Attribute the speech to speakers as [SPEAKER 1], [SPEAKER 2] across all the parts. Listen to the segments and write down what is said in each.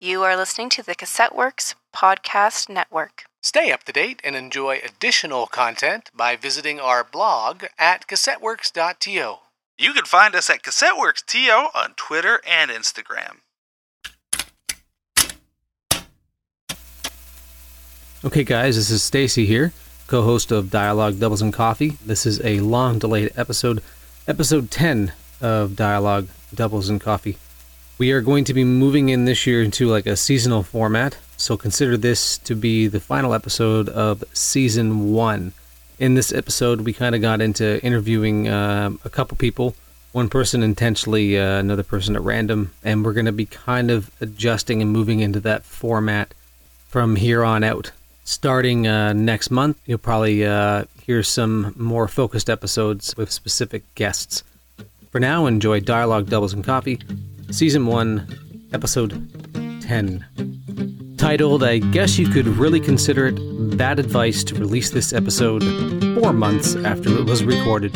[SPEAKER 1] You are listening to the Cassette Works Podcast Network.
[SPEAKER 2] Stay up to date and enjoy additional content by visiting our blog at cassetteworks.to.
[SPEAKER 3] You can find us at CassetteWorks TO on Twitter and Instagram.
[SPEAKER 4] Okay, guys, this is Stacy here, co host of Dialogue Doubles and Coffee. This is a long delayed episode, episode 10 of Dialogue Doubles and Coffee. We are going to be moving in this year into like a seasonal format, so consider this to be the final episode of season one. In this episode, we kind of got into interviewing um, a couple people, one person intentionally, uh, another person at random, and we're going to be kind of adjusting and moving into that format from here on out. Starting uh, next month, you'll probably uh, hear some more focused episodes with specific guests. For now, enjoy Dialogue Doubles and Coffee, Season 1, Episode 10. Titled, I guess you could really consider it bad advice to release this episode four months after it was recorded.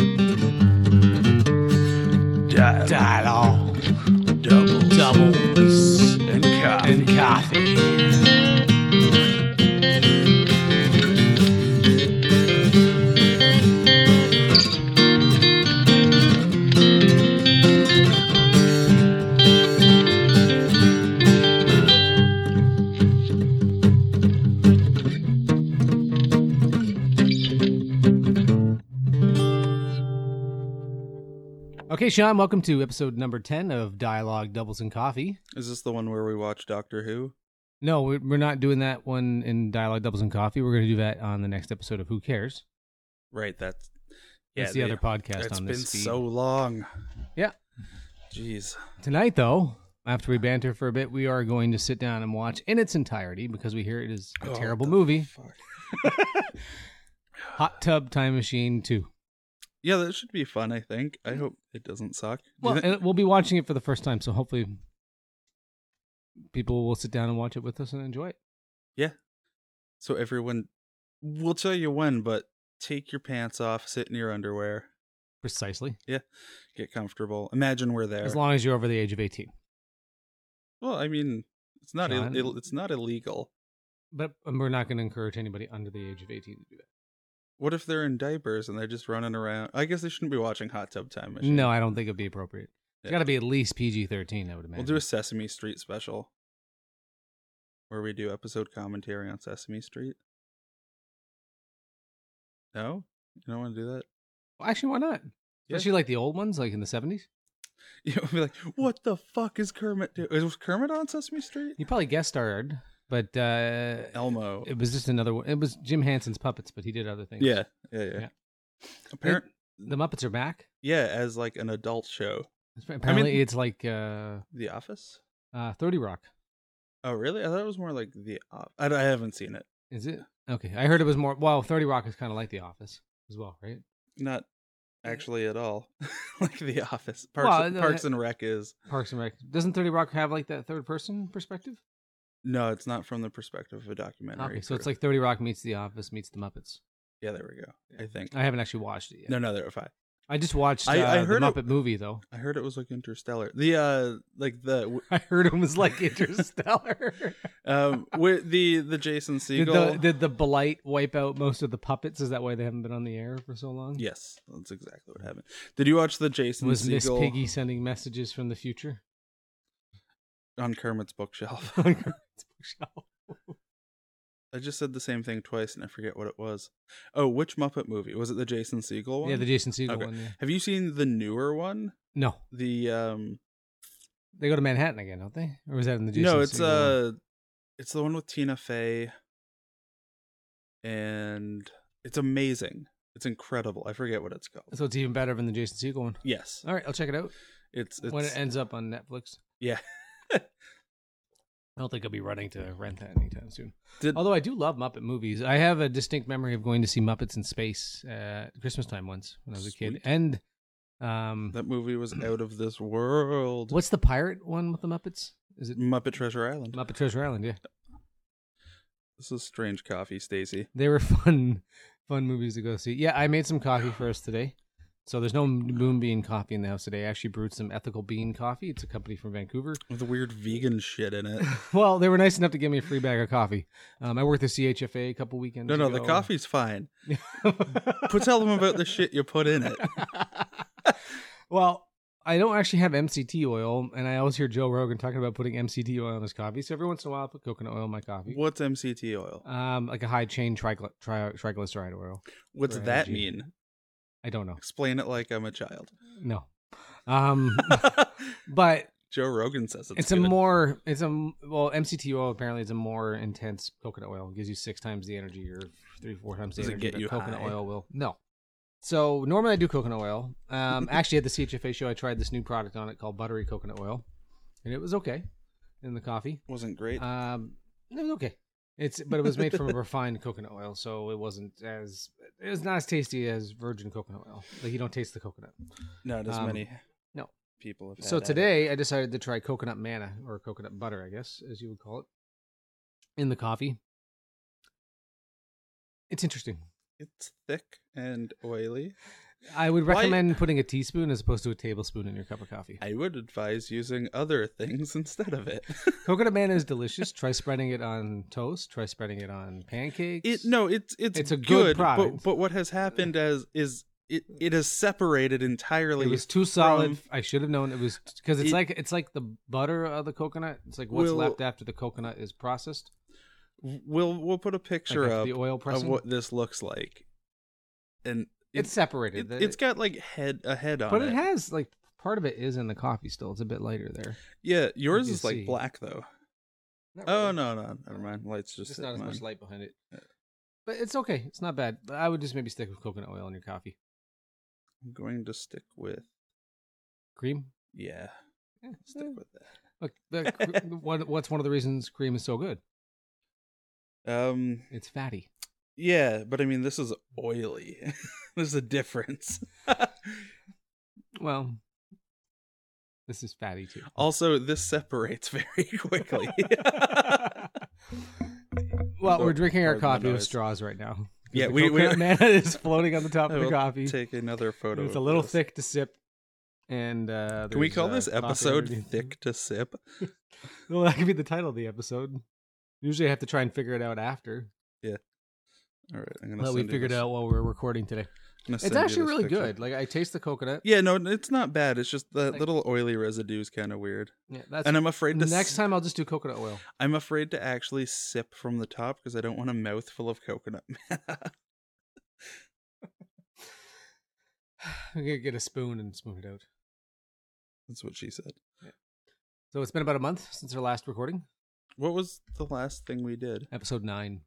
[SPEAKER 2] Dialogue,
[SPEAKER 3] Double
[SPEAKER 2] doubles,
[SPEAKER 3] and coffee.
[SPEAKER 2] coffee.
[SPEAKER 4] Okay, Sean, welcome to episode number 10 of Dialogue Doubles and Coffee.
[SPEAKER 5] Is this the one where we watch Doctor Who?
[SPEAKER 4] No, we- we're not doing that one in Dialogue Doubles and Coffee. We're going to do that on the next episode of Who Cares.
[SPEAKER 5] Right, that's
[SPEAKER 4] That's the
[SPEAKER 5] they-
[SPEAKER 4] other podcast
[SPEAKER 5] It's
[SPEAKER 4] on
[SPEAKER 5] been
[SPEAKER 4] this feed.
[SPEAKER 5] so long.
[SPEAKER 4] Yeah.
[SPEAKER 5] Jeez.
[SPEAKER 4] Tonight, though, after we banter for a bit, we are going to sit down and watch in its entirety because we hear it is a
[SPEAKER 5] Oh,
[SPEAKER 4] terrible
[SPEAKER 5] the
[SPEAKER 4] movie
[SPEAKER 5] fuck.
[SPEAKER 4] Hot Tub Time Machine 2.
[SPEAKER 5] Yeah, that should be fun, I think. I hope it doesn't suck. Do you
[SPEAKER 4] Well,
[SPEAKER 5] thi-
[SPEAKER 4] and we'll be watching it for the first time, so hopefully people will sit down and watch it with us and enjoy it.
[SPEAKER 5] so everyone we'll tell you when, but take your pants off, sit in your underwear,
[SPEAKER 4] Precisely.
[SPEAKER 5] get comfortable. Imagine we're there.
[SPEAKER 4] As long as you're over the age of 18.
[SPEAKER 5] well, I mean, it's not Ill-
[SPEAKER 4] John?
[SPEAKER 5] Ill- it's not illegal.
[SPEAKER 4] But um, we're not going to encourage anybody under the age of 18 to do that.
[SPEAKER 5] What if they're in diapers and they're just running around? I guess they shouldn't be watching Hot Tub Time Machine.
[SPEAKER 4] No, I don't think it'd be appropriate. It's
[SPEAKER 5] Yeah.
[SPEAKER 4] got to be at least PG 13, I would
[SPEAKER 5] We'll
[SPEAKER 4] imagine.
[SPEAKER 5] do a Sesame Street special where we do episode commentary on Sesame Street. No? You don't want to do that?
[SPEAKER 4] Well, Actually, why not?
[SPEAKER 5] Yeah.
[SPEAKER 4] Especially like the old ones, like in the 70s.
[SPEAKER 5] You'll be like, what the fuck is Kermit do? Is Kermit on Sesame Street?
[SPEAKER 4] He probably guest starred, but uh,
[SPEAKER 5] Elmo.
[SPEAKER 4] It was just another one. It was Jim Hansen's puppets, but he did other things.
[SPEAKER 5] Yeah, yeah, yeah.
[SPEAKER 4] Yeah.
[SPEAKER 5] Apparent,
[SPEAKER 4] the Muppets are back.
[SPEAKER 5] yeah, as like an adult show.
[SPEAKER 4] It's- Apparently, it's like uh,
[SPEAKER 5] The Office?
[SPEAKER 4] uh, Thirty Rock.
[SPEAKER 5] Oh, really? I thought it was more like The Office. I, I haven't seen it.
[SPEAKER 4] Is it okay? I heard it was more. Well, Thirty Rock is kind of like The Office as well, right?
[SPEAKER 5] Not actually at all. like The Office. Parks,
[SPEAKER 4] Well, no,
[SPEAKER 5] Parks
[SPEAKER 4] that-
[SPEAKER 5] and Rec is.
[SPEAKER 4] Parks and Rec. Doesn't Thirty Rock have like that third person perspective?
[SPEAKER 5] No, it's not from the perspective of a documentary.
[SPEAKER 4] Okay, so it's
[SPEAKER 5] crew.
[SPEAKER 4] like Thirty Rock meets The Office meets The Muppets.
[SPEAKER 5] Yeah, there we go. I think.
[SPEAKER 4] I haven't actually watched it yet.
[SPEAKER 5] No, no, there was I.
[SPEAKER 4] I just watched uh,
[SPEAKER 5] I- I heard
[SPEAKER 4] the
[SPEAKER 5] it-
[SPEAKER 4] Muppet movie though.
[SPEAKER 5] I heard it was like Interstellar. The uh, like the
[SPEAKER 4] I heard it was like Interstellar.
[SPEAKER 5] um, with the the Jason
[SPEAKER 4] did, the,
[SPEAKER 5] Segel.
[SPEAKER 4] did the blight wipe out most of the puppets? Is that why they haven't been on the air for so long?
[SPEAKER 5] Yes, that's exactly what happened. Did you watch the Jason
[SPEAKER 4] Was Miss
[SPEAKER 5] Segel
[SPEAKER 4] Piggy sending messages from the future?
[SPEAKER 5] on Kermit's bookshelf?
[SPEAKER 4] on Kermit's bookshelf.
[SPEAKER 5] I just said the same thing twice, and I forget what it was. Oh, which Muppet movie was it? The Jason Segel one.
[SPEAKER 4] Yeah, the Jason Segel
[SPEAKER 5] Okay.
[SPEAKER 4] one. Yeah.
[SPEAKER 5] Have you seen the newer one?
[SPEAKER 4] No,
[SPEAKER 5] The um,
[SPEAKER 4] they go to Manhattan again, don't they? Or was that in the Jason?
[SPEAKER 5] no, it's
[SPEAKER 4] Segel one?
[SPEAKER 5] uh, it's the one with Tina Fey, and it's amazing. It's incredible. I forget what it's called.
[SPEAKER 4] So it's even better than the Jason Segel one.
[SPEAKER 5] Yes,
[SPEAKER 4] All right, I'll check it out
[SPEAKER 5] it's it's
[SPEAKER 4] when it ends up on Netflix.
[SPEAKER 5] yeah.
[SPEAKER 4] I don't think I'll be running to rent that anytime soon.
[SPEAKER 5] Did-
[SPEAKER 4] Although I do love Muppet movies. I have a distinct memory of going to see Muppets in Space at Christmas time once when I was a kid.
[SPEAKER 5] Sweet.
[SPEAKER 4] And um,
[SPEAKER 5] That movie was out of this world.
[SPEAKER 4] what's the pirate one with the Muppets? Is it
[SPEAKER 5] Muppet Treasure Island?
[SPEAKER 4] Muppet Treasure Island? Yeah.
[SPEAKER 5] This is strange coffee, Stacy.
[SPEAKER 4] They were fun, fun movies to go see. Yeah, I made some coffee for us today. So there's no moon bean coffee in the house today. I actually brewed some ethical bean coffee. It's a company from Vancouver.
[SPEAKER 5] With the weird vegan shit in it.
[SPEAKER 4] Well, they were nice enough to give me a free bag of coffee. Um, I worked at CHFA a couple weekends.
[SPEAKER 5] No, no, the
[SPEAKER 4] ago.
[SPEAKER 5] coffee's fine. But tell them about the shit you put in it.
[SPEAKER 4] well, I don't actually have MCT oil, and I always hear Joe Rogan talking about putting MCT oil in his coffee. So every once in a while, I put coconut oil in my coffee,
[SPEAKER 5] What's MCT oil?
[SPEAKER 4] um, like a high chain trigly- tri- triglyceride oil.
[SPEAKER 5] What's
[SPEAKER 4] for
[SPEAKER 5] that
[SPEAKER 4] energy.
[SPEAKER 5] mean?
[SPEAKER 4] I don't know.
[SPEAKER 5] Explain it like I'm a child.
[SPEAKER 4] No, um, but
[SPEAKER 5] Joe Rogan says it's,
[SPEAKER 4] it's a
[SPEAKER 5] good.
[SPEAKER 4] more it's a well MCT oil apparently is a more intense coconut oil. It gives you six times the energy or three four times the
[SPEAKER 5] Does it
[SPEAKER 4] energy
[SPEAKER 5] get
[SPEAKER 4] that
[SPEAKER 5] you
[SPEAKER 4] coconut
[SPEAKER 5] high?
[SPEAKER 4] oil will. No. So normally I do coconut oil. Um, actually at the CHFA show I tried this new product on it called buttery coconut oil, and it was okay in the coffee.
[SPEAKER 5] wasn't great.
[SPEAKER 4] Um, it was okay. It's but it was made from a refined coconut oil, so it wasn't as it was not as tasty as virgin coconut oil. Like you don't taste the coconut.
[SPEAKER 5] Not as
[SPEAKER 4] um,
[SPEAKER 5] many.
[SPEAKER 4] no.
[SPEAKER 5] people have.
[SPEAKER 4] So
[SPEAKER 5] had at it.
[SPEAKER 4] today I decided to try coconut manna or coconut butter, I guess, as you would call it, in the coffee. It's interesting.
[SPEAKER 5] it's thick and oily.
[SPEAKER 4] I would
[SPEAKER 5] Why-
[SPEAKER 4] recommend putting a teaspoon as opposed to a tablespoon in your cup of coffee.
[SPEAKER 5] I would advise using other things instead of it.
[SPEAKER 4] Coconut manna is delicious. try spreading it on toast. Try spreading it on pancakes.
[SPEAKER 5] It no, it's it's
[SPEAKER 4] It's a good
[SPEAKER 5] but
[SPEAKER 4] product.
[SPEAKER 5] but what has happened as is it it has separated entirely.
[SPEAKER 4] It was too solid. I should have known it was because it's
[SPEAKER 5] It-
[SPEAKER 4] like it's like the butter of the coconut. It's like what's
[SPEAKER 5] Well-
[SPEAKER 4] left after the coconut is processed.
[SPEAKER 5] We'll we'll put a picture
[SPEAKER 4] after
[SPEAKER 5] up
[SPEAKER 4] the oil
[SPEAKER 5] of
[SPEAKER 4] pressing?
[SPEAKER 5] what this looks like, and
[SPEAKER 4] It's
[SPEAKER 5] it,
[SPEAKER 4] separated.
[SPEAKER 5] it, has got like head a head on
[SPEAKER 4] but
[SPEAKER 5] it.
[SPEAKER 4] it has like part of it is in the coffee still. It's a bit lighter there.
[SPEAKER 5] yeah, yours
[SPEAKER 4] you
[SPEAKER 5] is like
[SPEAKER 4] see.
[SPEAKER 5] black though.
[SPEAKER 4] Not
[SPEAKER 5] Oh
[SPEAKER 4] really.
[SPEAKER 5] no no never mind. Lights just
[SPEAKER 4] There's
[SPEAKER 5] hit
[SPEAKER 4] not as
[SPEAKER 5] mine.
[SPEAKER 4] much light behind it. But it's okay. It's not bad. But I would just maybe stick with coconut oil in your coffee.
[SPEAKER 5] I'm going to stick with
[SPEAKER 4] Cream.
[SPEAKER 5] yeah.
[SPEAKER 4] Eh,
[SPEAKER 5] Stick
[SPEAKER 4] eh.
[SPEAKER 5] with that.
[SPEAKER 4] Look, the, cr- what, what's one of the reasons cream is so good?
[SPEAKER 5] Um
[SPEAKER 4] It's fatty.
[SPEAKER 5] yeah, but I mean this is oily. There's a difference.
[SPEAKER 4] Well, this is fatty too.
[SPEAKER 5] Also, this separates very quickly.
[SPEAKER 4] Well, we're
[SPEAKER 5] Sorry,
[SPEAKER 4] drinking our
[SPEAKER 5] pardon the
[SPEAKER 4] coffee with
[SPEAKER 5] noise.
[SPEAKER 4] straws right now. 'Cause
[SPEAKER 5] Yeah,
[SPEAKER 4] the
[SPEAKER 5] we- we-
[SPEAKER 4] coconut manna is floating on the top of
[SPEAKER 5] I
[SPEAKER 4] the
[SPEAKER 5] will
[SPEAKER 4] coffee.
[SPEAKER 5] Take another photo.
[SPEAKER 4] It's a
[SPEAKER 5] of
[SPEAKER 4] little
[SPEAKER 5] this.
[SPEAKER 4] thick to sip. And uh,
[SPEAKER 5] Can we
[SPEAKER 4] there's,
[SPEAKER 5] call
[SPEAKER 4] uh,
[SPEAKER 5] this
[SPEAKER 4] coffee
[SPEAKER 5] episode
[SPEAKER 4] underneath.
[SPEAKER 5] "Thick to Sip"?
[SPEAKER 4] Well, that could be the title of the episode. Usually, I have to try and figure it out after.
[SPEAKER 5] All right, I'm gonna.
[SPEAKER 4] But we
[SPEAKER 5] send you
[SPEAKER 4] figured
[SPEAKER 5] this-
[SPEAKER 4] out while we were recording today.
[SPEAKER 5] I'm gonna send
[SPEAKER 4] It's
[SPEAKER 5] you
[SPEAKER 4] actually
[SPEAKER 5] this
[SPEAKER 4] really
[SPEAKER 5] picture.
[SPEAKER 4] good. Like I taste the coconut.
[SPEAKER 5] Yeah, no, it's not bad. It's just that
[SPEAKER 4] Like-
[SPEAKER 5] little oily residue is kind of weird,
[SPEAKER 4] Yeah, that's.
[SPEAKER 5] and I'm afraid to
[SPEAKER 4] next
[SPEAKER 5] s-
[SPEAKER 4] time I'll just do coconut oil.
[SPEAKER 5] I'm afraid to actually sip from the top because I don't want a mouthful of coconut.
[SPEAKER 4] I'm gonna get a spoon and spoon it out.
[SPEAKER 5] That's what she said.
[SPEAKER 4] So it's been about a month since our last recording,
[SPEAKER 5] What was the last thing we did?
[SPEAKER 4] episode nine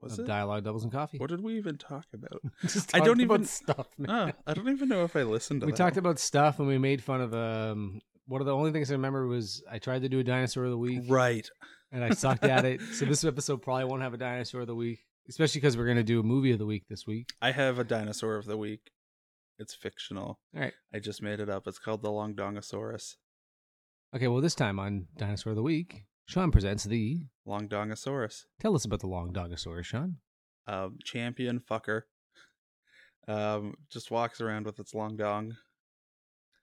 [SPEAKER 5] Was
[SPEAKER 4] of
[SPEAKER 5] it?
[SPEAKER 4] Dialogue Doubles and Coffee.
[SPEAKER 5] What did we even talk about?
[SPEAKER 4] Just
[SPEAKER 5] I
[SPEAKER 4] talked
[SPEAKER 5] don't
[SPEAKER 4] about
[SPEAKER 5] even-
[SPEAKER 4] stuff. man.
[SPEAKER 5] oh, I don't even know if I listened to.
[SPEAKER 4] Ah. we
[SPEAKER 5] that
[SPEAKER 4] talked
[SPEAKER 5] one.
[SPEAKER 4] about stuff and we made fun of. Um, one of the only things I remember was I tried to do a dinosaur of the week
[SPEAKER 5] right.
[SPEAKER 4] and I sucked at it. So this episode probably won't have a dinosaur of the week, especially because we're gonna do a movie of the week this week.
[SPEAKER 5] I have a dinosaur of the week. It's fictional.
[SPEAKER 4] All right.
[SPEAKER 5] I just made it up. It's called the Long Dongosaurus.
[SPEAKER 4] Okay. Well, this time on Dinosaur of the Week, Sean presents the.
[SPEAKER 5] Long Dongosaurus.
[SPEAKER 4] Tell us about the long dogosaurus, Sean.
[SPEAKER 5] Um, champion fucker. Um, just walks around with its long dong.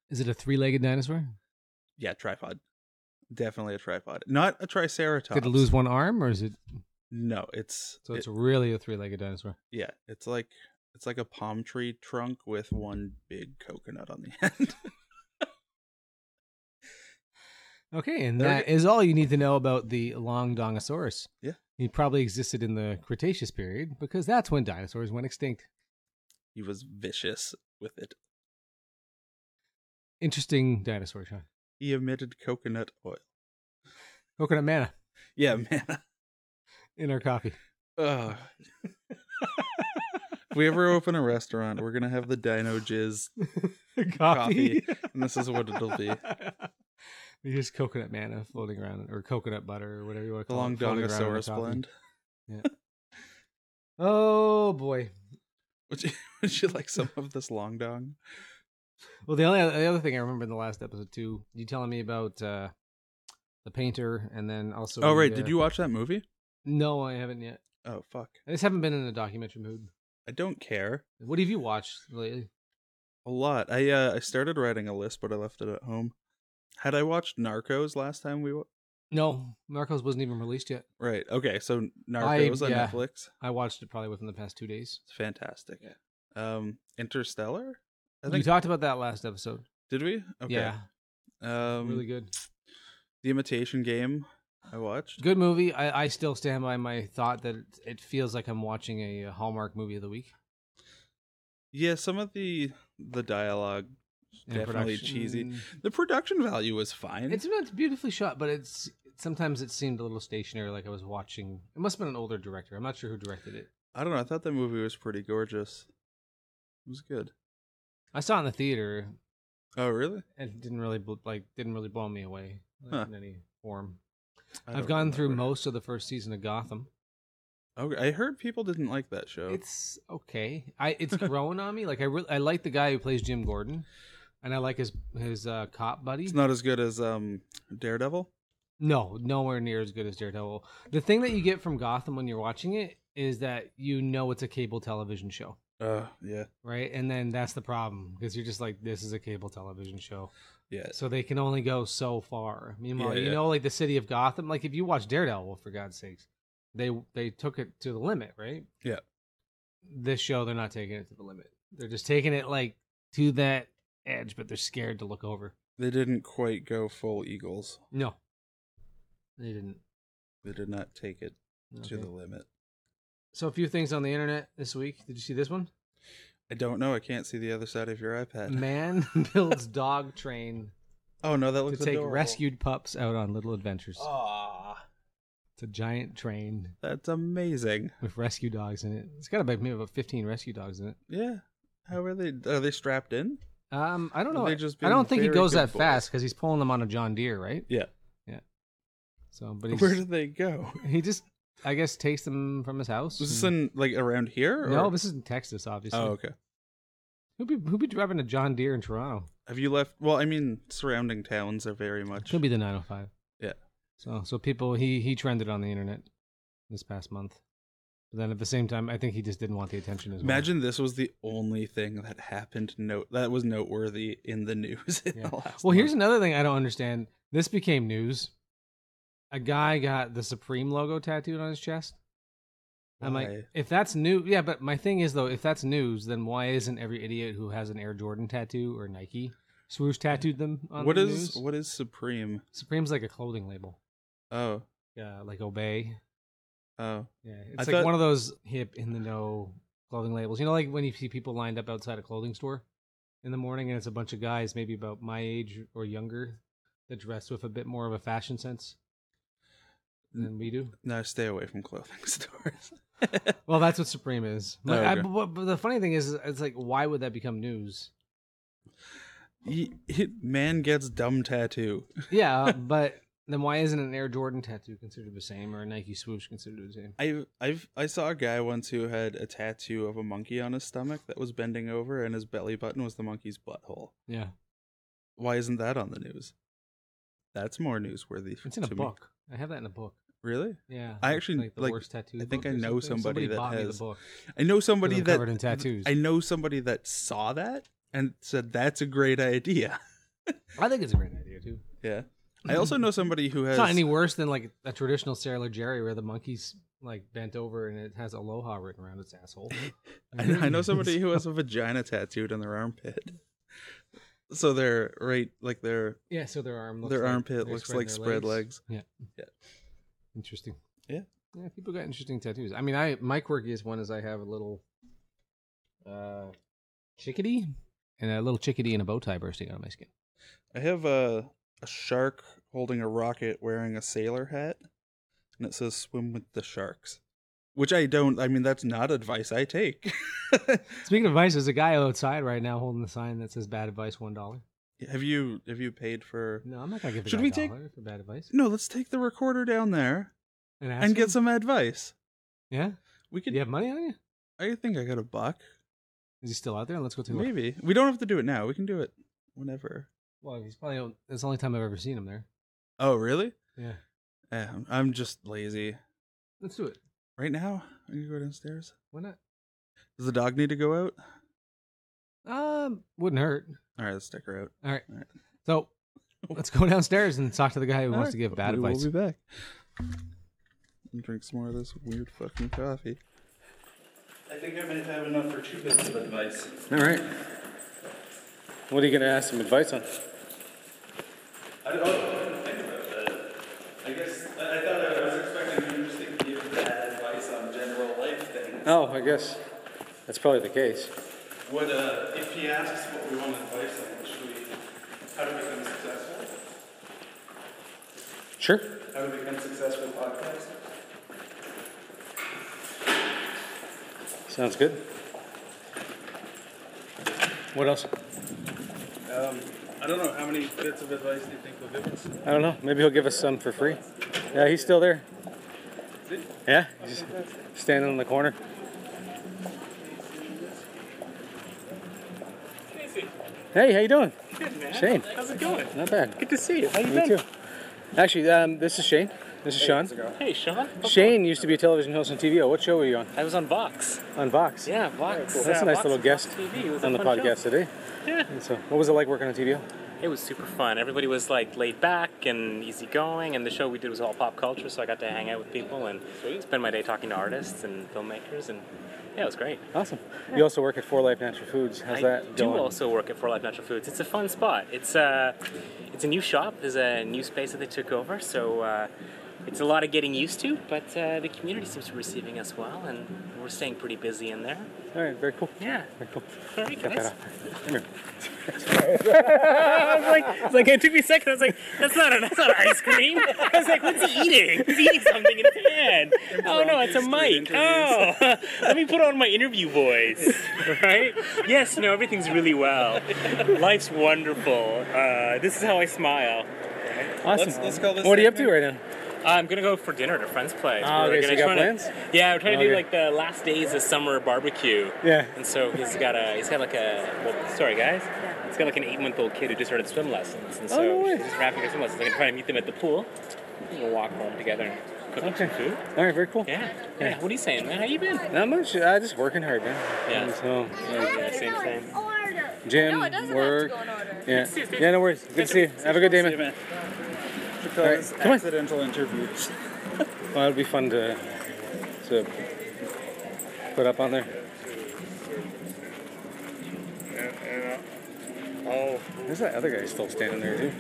[SPEAKER 4] Is it a three-legged dinosaur?
[SPEAKER 5] Yeah, tripod. Definitely a tripod. Not a triceratops.
[SPEAKER 4] Did it lose one arm, or is it?
[SPEAKER 5] No, it's
[SPEAKER 4] So it's
[SPEAKER 5] it-
[SPEAKER 4] really a three-legged dinosaur.
[SPEAKER 5] yeah, it's like it's like a palm tree trunk with one big coconut on the end.
[SPEAKER 4] Okay, and
[SPEAKER 5] There we
[SPEAKER 4] that is all you need to know about the long dongosaurus.
[SPEAKER 5] Yeah.
[SPEAKER 4] he probably existed in the Cretaceous period because that's when dinosaurs went extinct.
[SPEAKER 5] he was vicious with it.
[SPEAKER 4] Interesting dinosaur, Sean.
[SPEAKER 5] He emitted coconut oil.
[SPEAKER 4] Coconut manna
[SPEAKER 5] Yeah, man.
[SPEAKER 4] in our coffee.
[SPEAKER 5] Ugh. if we ever open a restaurant, we're gonna have the dino jizz, Coffee. and this is what it'll be.
[SPEAKER 4] There's coconut manna floating around, or coconut butter, or whatever you want to
[SPEAKER 5] The
[SPEAKER 4] call
[SPEAKER 5] long
[SPEAKER 4] it. floating around in our
[SPEAKER 5] dongosaurus
[SPEAKER 4] coffee.
[SPEAKER 5] blend.
[SPEAKER 4] Oh boy.
[SPEAKER 5] Would you, would you like some of this long dong?
[SPEAKER 4] Well, the only the other thing I remember in the last episode too, you telling me about uh, the painter, and then also.
[SPEAKER 5] oh
[SPEAKER 4] the,
[SPEAKER 5] right,
[SPEAKER 4] uh,
[SPEAKER 5] did you watch that movie?
[SPEAKER 4] No, I haven't yet.
[SPEAKER 5] Oh fuck,
[SPEAKER 4] I just haven't been in a documentary mood.
[SPEAKER 5] I don't care.
[SPEAKER 4] What have you watched lately?
[SPEAKER 5] a lot. I uh, I started writing a list, but I left it at home. Had I watched Narcos last time we? Wa-
[SPEAKER 4] No, Narcos wasn't even released yet.
[SPEAKER 5] right. Okay. So
[SPEAKER 4] I-
[SPEAKER 5] Narcos on
[SPEAKER 4] yeah.
[SPEAKER 5] Netflix.
[SPEAKER 4] I watched it probably within the past two days.
[SPEAKER 5] It's fantastic. Um, Interstellar. I
[SPEAKER 4] we
[SPEAKER 5] think
[SPEAKER 4] talked about that last episode.
[SPEAKER 5] did we? Okay.
[SPEAKER 4] Yeah,
[SPEAKER 5] Um,
[SPEAKER 4] really good.
[SPEAKER 5] The Imitation Game. I watched.
[SPEAKER 4] Good movie. I, I still stand by my thought that it, it feels like I'm watching a uh, Hallmark movie of the week.
[SPEAKER 5] Yeah, some of the the dialogue
[SPEAKER 4] in
[SPEAKER 5] definitely
[SPEAKER 4] production.
[SPEAKER 5] cheesy. The production value was fine.
[SPEAKER 4] It's, it's beautifully shot, but it's sometimes it seemed a little stationary, like I was watching. It must have been an older director. I'm not sure who directed it.
[SPEAKER 5] I don't know. I thought that movie was pretty gorgeous. It was good.
[SPEAKER 4] I saw it in the theater
[SPEAKER 5] Oh, really?
[SPEAKER 4] and it didn't really bl- like didn't really blow me away like,
[SPEAKER 5] Huh.
[SPEAKER 4] in any form.
[SPEAKER 5] I
[SPEAKER 4] I've
[SPEAKER 5] don't
[SPEAKER 4] gone through
[SPEAKER 5] remember.
[SPEAKER 4] most of the first season of Gotham.
[SPEAKER 5] Okay, I heard people didn't like that show.
[SPEAKER 4] It's okay. I it's grown on me. Like I really I like the guy who plays Jim Gordon, and I like his his uh, cop buddy.
[SPEAKER 5] It's not as good as um Daredevil.
[SPEAKER 4] No, nowhere near as good as Daredevil. The thing that you get from Gotham when you're watching it is that you know it's a cable television show,
[SPEAKER 5] Uh, yeah,
[SPEAKER 4] right? And then that's the problem because you're just like, this is a cable television show.
[SPEAKER 5] yeah.
[SPEAKER 4] So they can only go so far. Meanwhile,
[SPEAKER 5] Yeah,
[SPEAKER 4] you
[SPEAKER 5] yeah.
[SPEAKER 4] know, like the city of Gotham, like if you watch Daredevil, for God's sakes, they they took it to the limit, right?
[SPEAKER 5] Yeah.
[SPEAKER 4] This show, they're not taking it to the limit. They're just taking it like to that edge, but they're scared to look over.
[SPEAKER 5] They didn't quite go full Eagles.
[SPEAKER 4] No, they didn't.
[SPEAKER 5] They did not take it to
[SPEAKER 4] Okay.
[SPEAKER 5] the limit.
[SPEAKER 4] So a few things on the internet this week. Did you see this one?
[SPEAKER 5] I don't know. I can't see the other side of your iPad.
[SPEAKER 4] Man builds dog train
[SPEAKER 5] Oh no, that
[SPEAKER 4] to
[SPEAKER 5] looks
[SPEAKER 4] take
[SPEAKER 5] adorable.
[SPEAKER 4] rescued pups out on little adventures.
[SPEAKER 5] Ah,
[SPEAKER 4] It's a giant train
[SPEAKER 5] that's amazing.
[SPEAKER 4] with rescue dogs in it. It's got about maybe about fifteen rescue dogs in it.
[SPEAKER 5] Yeah. How are they? Are they strapped in?
[SPEAKER 4] Um, I don't know.
[SPEAKER 5] They just
[SPEAKER 4] I don't
[SPEAKER 5] being
[SPEAKER 4] think he
[SPEAKER 5] very
[SPEAKER 4] goes
[SPEAKER 5] good
[SPEAKER 4] that
[SPEAKER 5] boys.
[SPEAKER 4] fast because he's pulling them on a John Deere, right?
[SPEAKER 5] Yeah.
[SPEAKER 4] So, but he's,
[SPEAKER 5] Where do they go?
[SPEAKER 4] he just, I guess, takes them from his house.
[SPEAKER 5] Was this
[SPEAKER 4] and-
[SPEAKER 5] in like around here? Or?
[SPEAKER 4] no, this is in Texas, obviously.
[SPEAKER 5] Oh, okay.
[SPEAKER 4] Who be who be driving a John Deere in Toronto?
[SPEAKER 5] Have you left? Well, I mean, surrounding towns are very much.
[SPEAKER 4] Should be the 905.
[SPEAKER 5] Yeah.
[SPEAKER 4] So so people he he trended on the internet this past month. But then at the same time, I think he just didn't want the attention as well.
[SPEAKER 5] Imagine this was the only thing that happened. Note that was noteworthy in the news. In
[SPEAKER 4] Yeah.
[SPEAKER 5] the last
[SPEAKER 4] Well, here's
[SPEAKER 5] month.
[SPEAKER 4] another thing I don't understand. This became news. A guy got the Supreme logo tattooed on his chest. I'm
[SPEAKER 5] Why?
[SPEAKER 4] like, if that's new, yeah. But my thing is though, if that's news, then why isn't every idiot who has an Air Jordan tattoo or Nike swoosh tattooed them on
[SPEAKER 5] what
[SPEAKER 4] the
[SPEAKER 5] is
[SPEAKER 4] news?
[SPEAKER 5] what is supreme?
[SPEAKER 4] Supreme's like a clothing label.
[SPEAKER 5] Oh,
[SPEAKER 4] Yeah, like Obey.
[SPEAKER 5] oh,
[SPEAKER 4] Yeah,
[SPEAKER 5] I
[SPEAKER 4] it's like
[SPEAKER 5] thought-
[SPEAKER 4] one of those hip in the know clothing labels. You know, like when you see people lined up outside a clothing store in the morning, and it's a bunch of guys, maybe about my age or younger, that dress with a bit more of a fashion sense than we do.
[SPEAKER 5] no, stay away from clothing stores.
[SPEAKER 4] Well, that's what Supreme is. Like,
[SPEAKER 5] Oh,
[SPEAKER 4] I-
[SPEAKER 5] okay.
[SPEAKER 4] but, but the funny thing is, it's like, why would that become news?
[SPEAKER 5] He, he- man gets dumb tattoo.
[SPEAKER 4] Yeah, uh, but then why isn't an Air Jordan tattoo considered the same or a Nike swoosh considered the same?
[SPEAKER 5] I've I've I saw a guy once who had a tattoo of a monkey on his stomach that was bending over, and his belly button was the monkey's butthole.
[SPEAKER 4] Yeah,
[SPEAKER 5] Why isn't that on the news? That's more newsworthy.
[SPEAKER 4] it's in a
[SPEAKER 5] to me.
[SPEAKER 4] book. I have that in a book.
[SPEAKER 5] Really?
[SPEAKER 4] Yeah,
[SPEAKER 5] I
[SPEAKER 4] it's
[SPEAKER 5] actually,
[SPEAKER 4] the
[SPEAKER 5] like,
[SPEAKER 4] worst tattoo.
[SPEAKER 5] I think
[SPEAKER 4] book
[SPEAKER 5] I
[SPEAKER 4] or
[SPEAKER 5] know
[SPEAKER 4] something. Somebody
[SPEAKER 5] somebody that
[SPEAKER 4] bought me the
[SPEAKER 5] has-
[SPEAKER 4] book.
[SPEAKER 5] I know somebody
[SPEAKER 4] I'm
[SPEAKER 5] that
[SPEAKER 4] covered in tattoos.
[SPEAKER 5] I know somebody that saw that and said that's a great idea.
[SPEAKER 4] I think it's a great idea too.
[SPEAKER 5] Yeah. I also know somebody who has
[SPEAKER 4] It's not any worse than like a traditional Sailor Jerry where the monkey's like bent over and it has aloha written around its asshole.
[SPEAKER 5] I, know, I know somebody who has a vagina tattooed on their armpit. So their right like their
[SPEAKER 4] yeah, so their arm looks
[SPEAKER 5] their
[SPEAKER 4] like
[SPEAKER 5] armpit
[SPEAKER 4] they're
[SPEAKER 5] looks like spread legs.
[SPEAKER 4] Interesting.
[SPEAKER 5] Yeah.
[SPEAKER 4] Yeah, people got interesting tattoos. I mean, I my quirkiest one is I have a little uh chickadee and a little chickadee and a bow tie bursting out of my skin.
[SPEAKER 5] I have a a shark holding a rocket wearing a sailor hat and it says swim with the sharks. Which I don't I mean that's not advice I take.
[SPEAKER 4] Speaking of advice, there's a guy outside right now holding a sign that says "Bad advice, one dollar."
[SPEAKER 5] have you have you paid for
[SPEAKER 4] No, I'm not gonna give a
[SPEAKER 5] Should
[SPEAKER 4] guy
[SPEAKER 5] we
[SPEAKER 4] a
[SPEAKER 5] take-
[SPEAKER 4] dollar for bad advice.
[SPEAKER 5] No, let's take the recorder down there
[SPEAKER 4] And, ask
[SPEAKER 5] and
[SPEAKER 4] him?
[SPEAKER 5] get some advice.
[SPEAKER 4] Yeah,
[SPEAKER 5] We could
[SPEAKER 4] you have money on you?
[SPEAKER 5] I think I got a buck.
[SPEAKER 4] Is he still out there? Let's go to him.
[SPEAKER 5] Maybe. We don't have to do it now. We can do it whenever.
[SPEAKER 4] Well, he's probably it's the only time I've ever seen him there.
[SPEAKER 5] Oh, really?
[SPEAKER 4] Yeah,
[SPEAKER 5] Yeah, I'm- I'm just lazy.
[SPEAKER 4] let's do it.
[SPEAKER 5] Right now, I can go downstairs.
[SPEAKER 4] Why not?
[SPEAKER 5] Does the dog need to go out?
[SPEAKER 6] Um, wouldn't hurt.
[SPEAKER 5] All right, let's stick her out.
[SPEAKER 6] All right.
[SPEAKER 5] All right.
[SPEAKER 6] So let's go downstairs and talk to the guy who wants to give bad
[SPEAKER 5] we
[SPEAKER 6] advice.
[SPEAKER 5] We'll be back. And drink some more of this weird fucking coffee.
[SPEAKER 7] I think I might have enough for two bits of advice.
[SPEAKER 6] All right. What are you going to ask some advice on?
[SPEAKER 7] I don't oh, think about that. I guess I, I thought I was expecting you just to give bad advice on general life things.
[SPEAKER 4] Oh, I guess that's probably the case.
[SPEAKER 7] What uh, if he asks what we want advice on? Should we? How to become successful?
[SPEAKER 4] Sure.
[SPEAKER 7] How to become successful podcast?
[SPEAKER 4] Sounds good. What else?
[SPEAKER 7] Um, I don't know. How many bits of advice do you think he'll give us?
[SPEAKER 4] I don't know. Maybe he'll give us some for free. Yeah, he's still there. Yeah, he's standing in the corner. Hey, how you doing? Good, man. Shane. How's it going? Not bad. Good to see you. How you Me too. Actually, um, this is Shane. This is Sean.
[SPEAKER 8] Hey, Sean.
[SPEAKER 4] Shane used to be a television host on TVO. What show were you on?
[SPEAKER 8] I was on Vox.
[SPEAKER 4] On Vox.
[SPEAKER 8] Yeah, Vox.
[SPEAKER 4] That's
[SPEAKER 8] uh,
[SPEAKER 4] a nice
[SPEAKER 8] Vox
[SPEAKER 4] little
[SPEAKER 8] and
[SPEAKER 4] guest
[SPEAKER 8] Vox TV. It was a
[SPEAKER 4] on the
[SPEAKER 8] fun show.
[SPEAKER 4] podcast today.
[SPEAKER 8] Yeah.
[SPEAKER 4] And so, what was it like working on TVO?
[SPEAKER 8] It was super fun. Everybody was like laid back and easygoing, and the show we did was all pop culture, so I got to hang out with people and spend my day talking to artists and filmmakers, and yeah, it was great.
[SPEAKER 4] Awesome. You also work at Four Life Natural Foods. How's
[SPEAKER 8] I
[SPEAKER 4] that
[SPEAKER 8] do
[SPEAKER 4] going?
[SPEAKER 8] also work at For Life Natural Foods. It's a fun spot. It's a it's a new shop. There's a new space that they took over, so uh, it's a lot of getting used to. But uh, the community seems to be receiving us well, and we're staying pretty busy in there.
[SPEAKER 4] All right, very cool.
[SPEAKER 8] Yeah,
[SPEAKER 4] Very cool.
[SPEAKER 8] very
[SPEAKER 4] Cut that
[SPEAKER 8] nice.
[SPEAKER 4] off. Come here.
[SPEAKER 8] I was like, it's like it took me a second. I was like, that's not a, that's not ice cream. I was like, what's he eating? He's eating something in his hand. Oh no, it's a mic. Oh, let me put on my interview voice. Right? Yes. No, everything's really well. Life's wonderful. Uh, this is how I smile.
[SPEAKER 4] Awesome.
[SPEAKER 7] Let's- let's call this
[SPEAKER 4] what are you up to
[SPEAKER 7] segment-
[SPEAKER 4] right now?
[SPEAKER 8] I'm gonna go for dinner at a friend's place.
[SPEAKER 4] Ah,
[SPEAKER 8] We're
[SPEAKER 4] okay, so
[SPEAKER 8] gonna
[SPEAKER 4] you got
[SPEAKER 8] try to-
[SPEAKER 4] plans?
[SPEAKER 8] yeah, we're trying to
[SPEAKER 4] Okay.
[SPEAKER 8] do like the last days of summer barbecue.
[SPEAKER 4] Yeah.
[SPEAKER 8] And so he's got a he's got like a well, sorry guys, he's got like an eight month old kid who just started swim lessons, and so
[SPEAKER 4] Oh, no way.
[SPEAKER 8] she's just wrapping her swim lessons. I'm trying to meet them at the pool. and We'll walk home together and cook up some food.
[SPEAKER 4] All right, very cool.
[SPEAKER 8] Yeah. Yeah. What are you saying, man? How you been?
[SPEAKER 4] Not much. Uh, just working hard, man. Um,
[SPEAKER 8] Yeah.
[SPEAKER 4] So,
[SPEAKER 8] Yeah, same thing.
[SPEAKER 9] Order.
[SPEAKER 4] gym,
[SPEAKER 9] No, it doesn't
[SPEAKER 4] work.
[SPEAKER 9] have to go in order.
[SPEAKER 4] Yeah. Yeah, no worries. Good to see you. Have a good day, man.
[SPEAKER 5] Should
[SPEAKER 4] All right, come on.
[SPEAKER 5] accidental interview.
[SPEAKER 4] Well, it'll be fun to to put up on there.
[SPEAKER 8] Oh.
[SPEAKER 4] There's that other guy still standing there too.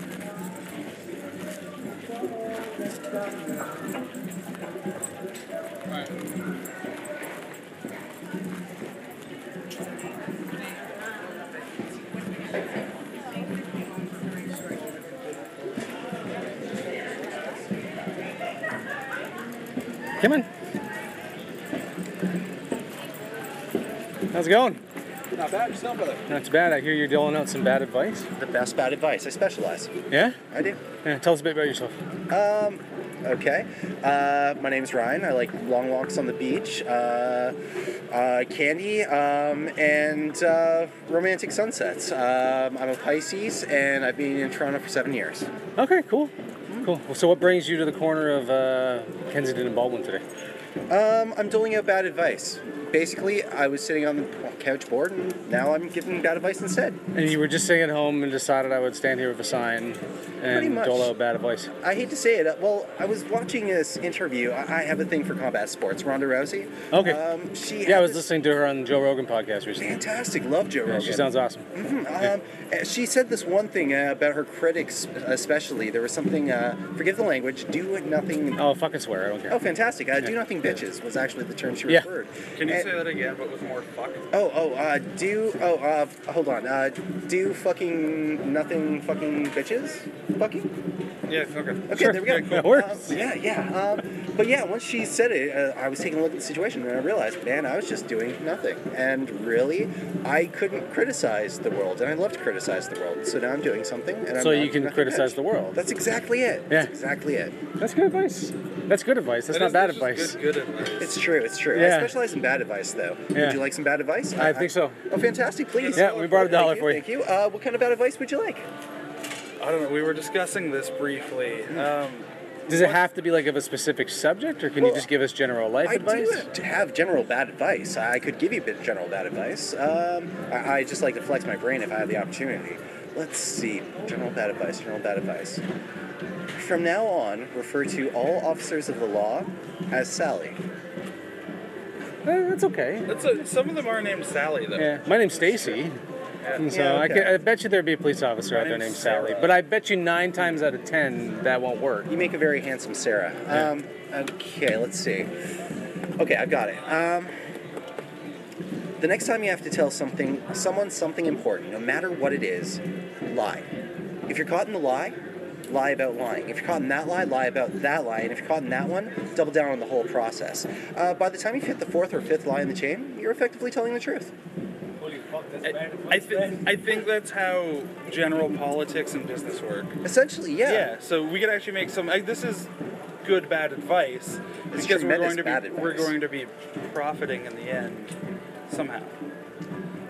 [SPEAKER 4] Come on. How's it going?
[SPEAKER 7] Not bad, yourself, brother.
[SPEAKER 4] Not too bad. I hear you're dealing out some bad advice.
[SPEAKER 10] The best bad advice. I specialize.
[SPEAKER 4] Yeah?
[SPEAKER 10] I do.
[SPEAKER 4] Yeah, tell us a bit about yourself.
[SPEAKER 10] Um, okay. Uh, my name's Ryan. I like long walks on the beach, uh, uh, candy, um, and uh, romantic sunsets. Um, I'm a Pisces, and I've been in Toronto for seven years.
[SPEAKER 4] Okay, cool. Mm-hmm. Cool. Well, so what brings you to the corner of uh, Kensington and Baldwin today?
[SPEAKER 10] Um, I'm doling out bad advice. Basically, I was sitting on the couch bored, and now I'm giving bad advice instead.
[SPEAKER 4] And you were just sitting at home and decided I would stand here with a sign
[SPEAKER 10] Pretty
[SPEAKER 4] and
[SPEAKER 10] much.
[SPEAKER 4] dole out bad advice.
[SPEAKER 10] I hate to say it. uh, Well, I was watching this interview. I I have a thing for combat sports. Ronda Rousey.
[SPEAKER 4] Okay.
[SPEAKER 10] Um, she
[SPEAKER 4] Yeah, I
[SPEAKER 10] had
[SPEAKER 4] was
[SPEAKER 10] this-
[SPEAKER 4] listening to her on the Joe Rogan podcast recently.
[SPEAKER 10] Fantastic. Love Joe
[SPEAKER 4] Yeah,
[SPEAKER 10] Rogan.
[SPEAKER 4] she sounds awesome.
[SPEAKER 10] Um, uh, she said this one thing uh, about her critics, uh, especially. There was something, uh, forgive the language, do nothing.
[SPEAKER 4] Oh, fucking swear. I don't care.
[SPEAKER 10] Oh, fantastic. Uh, do nothing bitches was actually the term she
[SPEAKER 4] Yeah.
[SPEAKER 10] referred.
[SPEAKER 7] Can you
[SPEAKER 10] And-
[SPEAKER 7] say that again, but with more fuck?
[SPEAKER 10] Oh, oh, uh, do, oh, uh, hold on. Uh, do fucking nothing fucking bitches? Fucking?
[SPEAKER 7] Yeah. Okay.
[SPEAKER 10] Okay, there we go.
[SPEAKER 4] Yeah, that works.
[SPEAKER 10] Um, yeah, yeah. Um, but yeah, once she said it, uh, I was taking a look at the situation and I realized, man, I was just doing nothing. And really, I couldn't criticize the world, and I love to criticize the world. So now I'm doing something, and I'm
[SPEAKER 4] So
[SPEAKER 10] not
[SPEAKER 4] you
[SPEAKER 10] doing
[SPEAKER 4] can
[SPEAKER 10] nothing
[SPEAKER 4] criticize
[SPEAKER 10] bitch.
[SPEAKER 4] the world.
[SPEAKER 10] That's exactly it.
[SPEAKER 4] Yeah.
[SPEAKER 10] That's exactly it.
[SPEAKER 4] That's good advice. That's good advice. That's not bad advice.
[SPEAKER 7] Good, good advice.
[SPEAKER 10] It's true. It's true.
[SPEAKER 4] Yeah.
[SPEAKER 10] I specialize in bad advice, though.
[SPEAKER 4] Yeah.
[SPEAKER 10] Would you like some bad advice?
[SPEAKER 4] I think so.
[SPEAKER 10] Oh, fantastic! Please.
[SPEAKER 4] Yeah, we brought a dollar
[SPEAKER 10] Thank
[SPEAKER 4] for you.
[SPEAKER 10] Thank you. Uh, what kind of bad advice would you like?
[SPEAKER 7] I don't know. We were discussing this briefly. Um,
[SPEAKER 4] Does it have to be like of a specific subject, or can you
[SPEAKER 10] Well,
[SPEAKER 4] just give us general life
[SPEAKER 10] I
[SPEAKER 4] advice?
[SPEAKER 10] do have general bad advice. I could give you bit general bad advice. Um, I, I just like to flex my brain if I have the opportunity. Let's see. General bad advice. General bad advice. From now on, refer to all officers of the law as Sally.
[SPEAKER 4] Eh, that's okay.
[SPEAKER 7] That's a, some of them are named Sally though.
[SPEAKER 4] Yeah. My name's Stacy. And so
[SPEAKER 10] Yeah,
[SPEAKER 4] I,
[SPEAKER 10] okay.
[SPEAKER 4] could, I bet you there'd be a police officer out there named Sally, but I bet you nine times out of ten that won't work.
[SPEAKER 10] You make a very handsome Sarah. Um, okay, let's see. Okay, I've got it. Um, the next time you have to tell something, someone something important, no matter what it is, lie. If you're caught in the lie, lie about lying. If you're caught in that lie, lie about that lie. And if you're caught in that one, double down on the whole process. Uh, by the time you've hit the fourth or fifth lie in the chain, you're effectively telling the truth.
[SPEAKER 7] I, I, thi- I think that's how general politics and business work.
[SPEAKER 10] Essentially, yeah.
[SPEAKER 7] Yeah, so we could actually make some. Like, this is good bad advice
[SPEAKER 10] It's
[SPEAKER 7] because we're
[SPEAKER 10] tremendous
[SPEAKER 7] going to
[SPEAKER 10] bad
[SPEAKER 7] be
[SPEAKER 10] advice.
[SPEAKER 7] we're going to be profiting in the end somehow.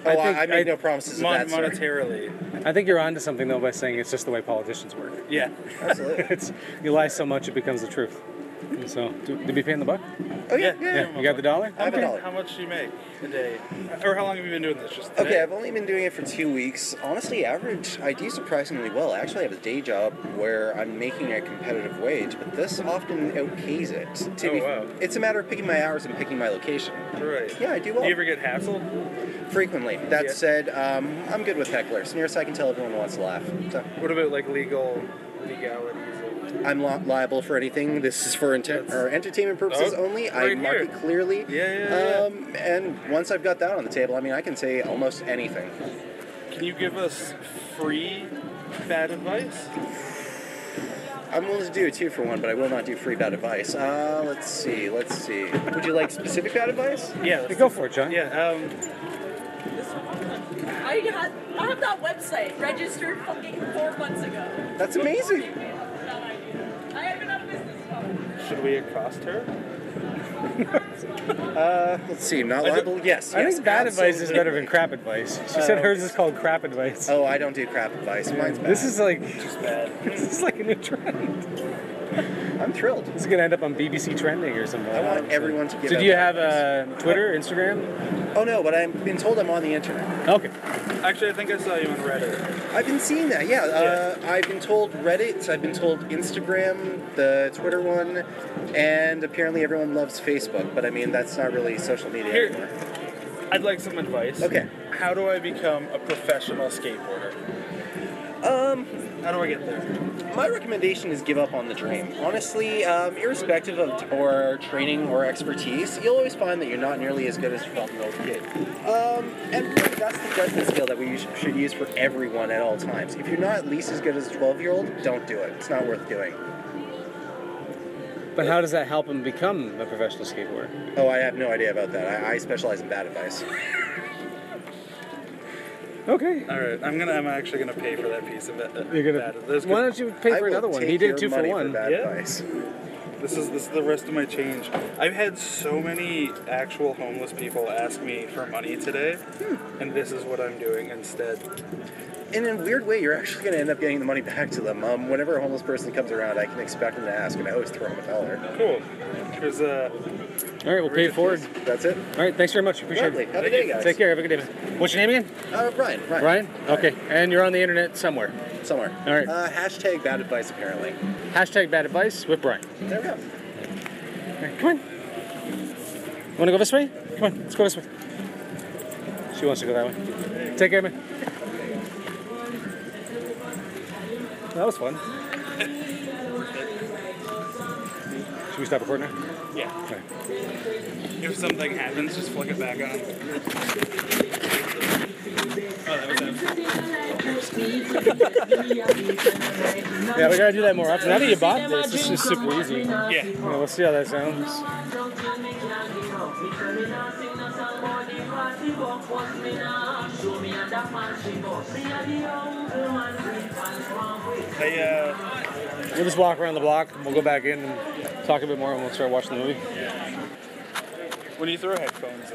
[SPEAKER 10] Oh, I,
[SPEAKER 4] think-
[SPEAKER 10] I make
[SPEAKER 4] I-
[SPEAKER 10] no promises
[SPEAKER 7] Mon-
[SPEAKER 10] of that sort.
[SPEAKER 7] monetarily,
[SPEAKER 4] I think you're onto something though by saying it's just the way politicians work.
[SPEAKER 7] yeah.
[SPEAKER 10] Absolutely.
[SPEAKER 4] It's you lie so much it becomes the truth. And so do- did we pay in the buck?
[SPEAKER 10] Oh,
[SPEAKER 7] Yeah.
[SPEAKER 10] yeah, yeah. yeah.
[SPEAKER 4] Yeah. You got the dollar?
[SPEAKER 10] I have a
[SPEAKER 7] How
[SPEAKER 10] dollar.
[SPEAKER 7] much- How much do you make a day, or how long have you been doing this? Just today?
[SPEAKER 10] Okay, I've only been doing it for two weeks. Honestly, average, I do surprisingly well. I actually have a day job where I'm making a competitive wage, but this often outpays it. To
[SPEAKER 7] Oh,
[SPEAKER 10] be-
[SPEAKER 7] wow.
[SPEAKER 10] It's a matter of picking my hours and picking my location.
[SPEAKER 7] Right.
[SPEAKER 10] Yeah, I do well.
[SPEAKER 7] Do you ever get hassled?
[SPEAKER 10] Frequently. That
[SPEAKER 7] Yeah.
[SPEAKER 10] said, um, I'm good with hecklers. Nearest I can tell, everyone wants to laugh. So
[SPEAKER 7] What about like legal legalities? of-
[SPEAKER 10] I'm li- liable for anything. This is for enter- or entertainment purposes
[SPEAKER 7] Oh,
[SPEAKER 10] only. I
[SPEAKER 7] right
[SPEAKER 10] mark
[SPEAKER 7] here.
[SPEAKER 10] it clearly.
[SPEAKER 7] Yeah, yeah, yeah.
[SPEAKER 10] Um, and once I've got that on the table, I mean, I can say almost anything.
[SPEAKER 7] Can you give us free bad advice?
[SPEAKER 10] I'm willing to do a two for one, but I will not do free bad advice. Uh, let's see, let's see. Would you like specific bad advice?
[SPEAKER 7] Yeah. let's-
[SPEAKER 4] Go for it, John.
[SPEAKER 7] Yeah. Um,
[SPEAKER 11] I had I have that website registered fucking four months ago.
[SPEAKER 10] That's amazing.
[SPEAKER 11] That idea. I have been out of business. now.
[SPEAKER 7] should we accost her?
[SPEAKER 10] Let's see, not liable. Yes.
[SPEAKER 4] I
[SPEAKER 10] yes,
[SPEAKER 4] think bad advice is
[SPEAKER 10] absolutely.
[SPEAKER 4] better than crap advice. She
[SPEAKER 7] Uh,
[SPEAKER 4] said hers is called crap advice.
[SPEAKER 10] Oh, I don't do crap advice. Mine's bad.
[SPEAKER 4] This is like
[SPEAKER 7] Just bad.
[SPEAKER 4] this is like a new trend.
[SPEAKER 10] I'm thrilled.
[SPEAKER 4] This is gonna end up on BBC trending or something.
[SPEAKER 10] I
[SPEAKER 4] like
[SPEAKER 10] want
[SPEAKER 4] that.
[SPEAKER 10] everyone to give.
[SPEAKER 4] Did
[SPEAKER 10] out
[SPEAKER 4] you
[SPEAKER 10] bad
[SPEAKER 4] have
[SPEAKER 10] advice.
[SPEAKER 4] a Twitter, Instagram?
[SPEAKER 10] Oh no, but I've been told I'm on the internet.
[SPEAKER 4] Okay.
[SPEAKER 7] Actually, I think I saw you on Reddit.
[SPEAKER 10] I've been seeing that. Yeah. Uh, I've been told Reddit. I've been told Instagram, the Twitter one, and apparently everyone loves Facebook. But I mean, that's not really social media
[SPEAKER 7] Here.
[SPEAKER 10] anymore.
[SPEAKER 7] I'd like some advice.
[SPEAKER 10] Okay.
[SPEAKER 7] How do I become a professional skateboarder?
[SPEAKER 10] Um.
[SPEAKER 7] How do I get there?
[SPEAKER 10] My recommendation is give up on the dream. Honestly, um, irrespective of or training or expertise, you'll always find that you're not nearly as good as you thought you were kid. Um, and really, that's the judgment skill that we us- should use for everyone at all times. If you're not at least as good as a 12 year old, don't do it. It's not worth doing.
[SPEAKER 4] But how does that help him become a professional skateboarder?
[SPEAKER 10] Oh, I have no idea about that. I, I specialize in bad advice.
[SPEAKER 4] Okay.
[SPEAKER 7] All right. I'm gonna. I'm actually gonna pay for that piece of it.
[SPEAKER 4] You're gonna.
[SPEAKER 7] That, this,
[SPEAKER 4] why don't you pay
[SPEAKER 10] I
[SPEAKER 4] for
[SPEAKER 10] will
[SPEAKER 4] another one?
[SPEAKER 10] take
[SPEAKER 4] He did
[SPEAKER 10] your
[SPEAKER 4] two for
[SPEAKER 10] money
[SPEAKER 4] one.
[SPEAKER 10] bad
[SPEAKER 7] Yeah.
[SPEAKER 10] advice.
[SPEAKER 7] this is this is the rest of my change. I've had so many actual homeless people ask me for money today, and this is what I'm doing instead.
[SPEAKER 10] And in a weird way, you're actually going to end up getting the money back to them. Um, whenever a homeless person comes around, I can expect them to ask, and I always throw them a dollar.
[SPEAKER 7] Cool. Here's uh,
[SPEAKER 4] All right, we'll pay it forward.
[SPEAKER 10] That's it.
[SPEAKER 4] All right, thanks very much. Appreciate
[SPEAKER 10] Lovely.
[SPEAKER 4] it.
[SPEAKER 10] Have a good day, guys.
[SPEAKER 4] Take care. Have a good day. What's your name again?
[SPEAKER 10] Uh, Brian, Brian.
[SPEAKER 4] Ryan. Okay. And you're on the internet somewhere.
[SPEAKER 10] Somewhere.
[SPEAKER 4] All right.
[SPEAKER 10] Uh, hashtag bad advice, apparently.
[SPEAKER 4] Hashtag bad advice with Brian.
[SPEAKER 10] There we go.
[SPEAKER 4] All right, come on. Want to go this way? Come on, let's go this way. She wants to go that way. Take care, man. That was fun. Should we stop recording now?
[SPEAKER 7] yeah.
[SPEAKER 4] Okay.
[SPEAKER 7] If something happens, just flick it back on.
[SPEAKER 4] Yeah, we gotta do that more often. Now that you bought this, this is super easy. Yeah. Let's see how that sounds.
[SPEAKER 7] I uh.
[SPEAKER 4] We'll just walk around the block. We'll go back in and talk a bit more, and we'll start watching the movie.
[SPEAKER 7] When you throw headphones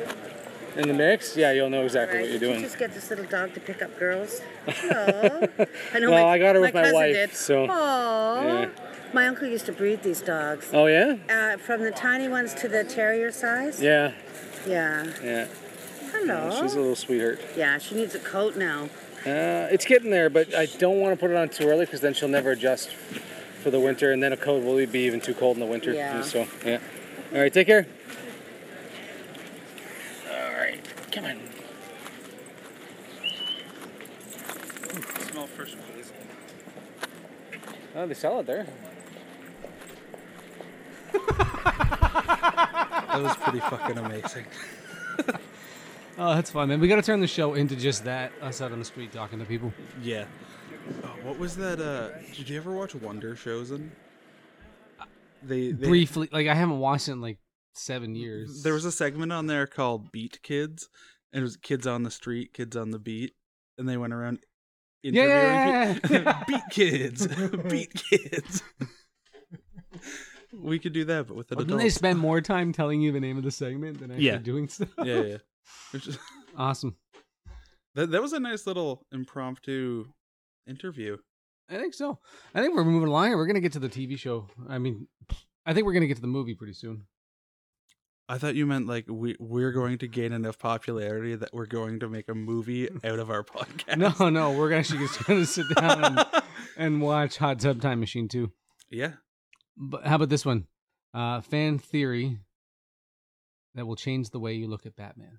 [SPEAKER 7] in,
[SPEAKER 4] In the mix, yeah, you'll know exactly what you're
[SPEAKER 12] Did you
[SPEAKER 4] doing.
[SPEAKER 12] just get this little dog to pick up girls? No. I know
[SPEAKER 4] Well, I got her with my
[SPEAKER 12] cousin
[SPEAKER 4] wife,
[SPEAKER 12] did.
[SPEAKER 4] so-
[SPEAKER 12] Aw.
[SPEAKER 4] Yeah.
[SPEAKER 13] My uncle used to breed these dogs,
[SPEAKER 14] Oh yeah,
[SPEAKER 13] uh, from the tiny ones to the terrier size.
[SPEAKER 14] yeah,
[SPEAKER 13] Yeah.
[SPEAKER 14] yeah.
[SPEAKER 13] Hello.
[SPEAKER 14] Yeah, she's a little sweetheart.
[SPEAKER 13] yeah, she needs a coat now.
[SPEAKER 14] Uh, it's getting there, but I don't want to put it on too early because then she'll never adjust for the winter, and then a coat will be even too cold in the winter.
[SPEAKER 13] Yeah.
[SPEAKER 14] So yeah. All right, take care. All right, come on.
[SPEAKER 3] Smell first basil.
[SPEAKER 14] Oh, they sell it there.
[SPEAKER 5] That was pretty fucking amazing.
[SPEAKER 4] Oh, that's fun, man. We got to turn the show into just that us out on the street talking to people.
[SPEAKER 5] Yeah. Oh, what was that? Uh, did you ever watch Wonder Chosen? They, they
[SPEAKER 4] Briefly, like I haven't watched it in like seven years.
[SPEAKER 5] There was a segment on there called Beat Kids, and it was kids on the street, kids on the beat, and they went around interviewing
[SPEAKER 4] Yeah.
[SPEAKER 5] people. beat kids, beat kids. we could do that, but with an
[SPEAKER 4] Well, didn't
[SPEAKER 5] adult.
[SPEAKER 4] they spend more time telling you the name of the segment than actually
[SPEAKER 5] Yeah.
[SPEAKER 4] doing stuff?
[SPEAKER 5] yeah, yeah. Which is-
[SPEAKER 4] Awesome.
[SPEAKER 5] that that was a nice little impromptu interview.
[SPEAKER 4] I think so. I think we're moving along. and We're gonna get to the TV show. I mean, I think we're gonna get to the movie pretty soon.
[SPEAKER 5] I thought you meant like we we're going to gain enough popularity that we're going to make a movie out of our podcast.
[SPEAKER 4] No, no, we're gonna- actually just gonna sit down and, and watch Hot Tub Time Machine too.
[SPEAKER 5] Yeah.
[SPEAKER 4] But how about this one? Uh, fan theory that will change the way you look at Batman.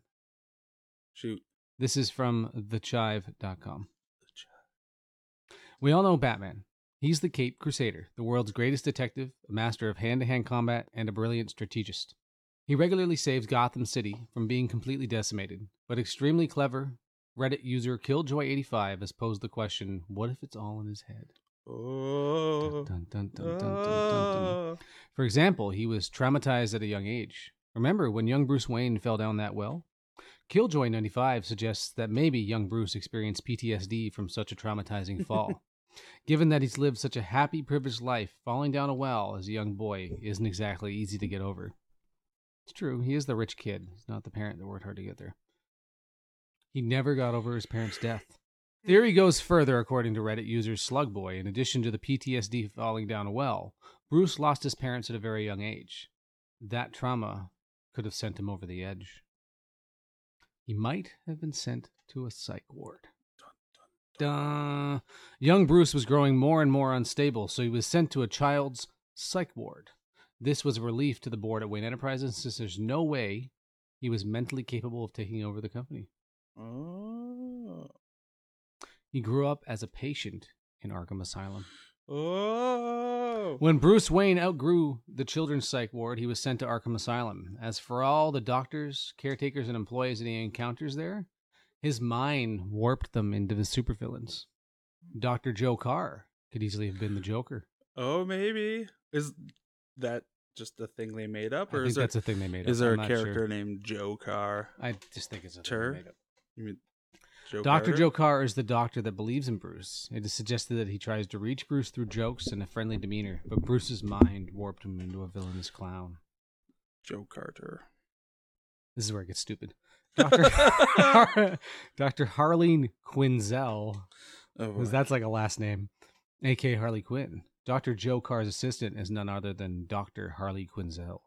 [SPEAKER 5] Shoot.
[SPEAKER 4] This is from thechive.com. We all know Batman. He's the Cape Crusader, the world's greatest detective, a master of hand to hand combat, and a brilliant strategist. He regularly saves Gotham City from being completely decimated, but extremely clever Reddit user Killjoy85 has posed the question what if it's all in his head?
[SPEAKER 5] Oh.
[SPEAKER 4] Dun, dun, dun, dun, dun, dun, dun. For example, he was traumatized at a young age. Remember when young Bruce Wayne fell down that well? Killjoy 95 suggests that maybe young Bruce experienced PTSD from such a traumatizing fall. Given that he's lived such a happy, privileged life, falling down a well as a young boy isn't exactly easy to get over. It's true, he is the rich kid. He's not the parent that worked hard to get there. He never got over his parents' death. Theory goes further, according to Reddit user Slugboy. In addition to the PTSD falling down a well, Bruce lost his parents at a very young age. That trauma could have sent him over the edge. He might have been sent to a psych ward. Duh. Young Bruce was growing more and more unstable, so he was sent to a child's psych ward. This was a relief to the board at Wayne Enterprises since there's no way he was mentally capable of taking over the company.
[SPEAKER 5] Oh.
[SPEAKER 4] He grew up as a patient in Arkham Asylum.
[SPEAKER 5] Oh.
[SPEAKER 4] When Bruce Wayne outgrew the children's psych ward, he was sent to Arkham Asylum. As for all the doctors, caretakers, and employees that he encounters there, his mind warped them into the supervillains. Dr. Joe Carr could easily have been the Joker.
[SPEAKER 5] Oh, maybe is that just a thing they made up,
[SPEAKER 4] I
[SPEAKER 5] or
[SPEAKER 4] think
[SPEAKER 5] is there,
[SPEAKER 4] that's a thing they made up.
[SPEAKER 5] is there
[SPEAKER 4] I'm
[SPEAKER 5] a
[SPEAKER 4] not
[SPEAKER 5] character
[SPEAKER 4] sure.
[SPEAKER 5] named Joe Carr?
[SPEAKER 4] I just think it's a thing
[SPEAKER 5] Tur?
[SPEAKER 4] they made up.
[SPEAKER 5] You mean Joe
[SPEAKER 4] Dr.
[SPEAKER 5] Carter?
[SPEAKER 4] Joe Carr is the doctor that believes in Bruce. It is suggested that he tries to reach Bruce through jokes and a friendly demeanor, but Bruce's mind warped him into a villainous clown.
[SPEAKER 5] Joe Carter.
[SPEAKER 4] This is where it gets stupid. Dr. Har- Dr. Harleen Quinzel,
[SPEAKER 5] Oh,
[SPEAKER 4] 'cause
[SPEAKER 5] boy.
[SPEAKER 4] that's like a last name, aka Harley Quinn. Dr. Joe Carr's assistant is none other than Dr. Harley Quinzel.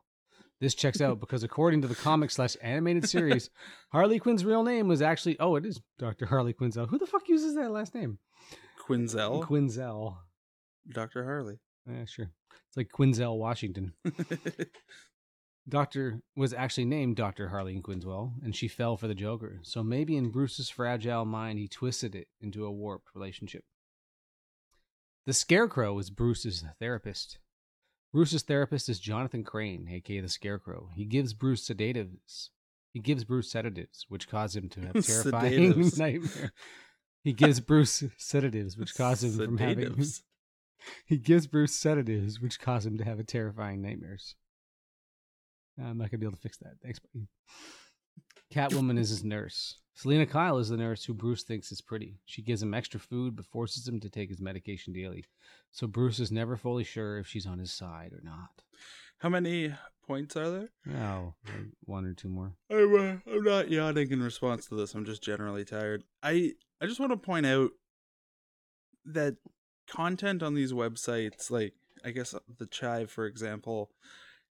[SPEAKER 4] This checks out because according to the comic slash animated series, Harley Quinn's real name was actually oh, it is Dr. Harley Quinzel. Who the fuck uses that last name?
[SPEAKER 5] Quinzel?
[SPEAKER 4] Quinzel.
[SPEAKER 5] Dr. Harley.
[SPEAKER 4] Yeah, sure. It's like Quinzel Washington. Doctor was actually named Dr. Harleen Quinswell, and she fell for the Joker. So maybe in Bruce's fragile mind, he twisted it into a warped relationship. The Scarecrow was Bruce's therapist. Bruce's therapist is Jonathan Crane, aka the Scarecrow. He gives Bruce sedatives. He gives Bruce sedatives, which cause him to have terrifying
[SPEAKER 5] Sedatives.
[SPEAKER 4] nightmares. He gives Bruce sedatives, which cause him from having
[SPEAKER 5] Sedatives.
[SPEAKER 4] he gives Bruce sedatives, which cause him to have a terrifying nightmares. I'm not gonna be able to fix that. Thanks, buddy. Catwoman is his nurse. Selena Kyle is the nurse who Bruce thinks is pretty. She gives him extra food, but forces him to take his medication daily. So Bruce is never fully sure if she's on his side or not.
[SPEAKER 5] How many points are there?
[SPEAKER 4] Oh, like one or two more.
[SPEAKER 5] I'm, uh, I'm not yawning in response to this. I'm just generally tired. I I just want to point out that content on these websites, like I guess uh, the chive, for example,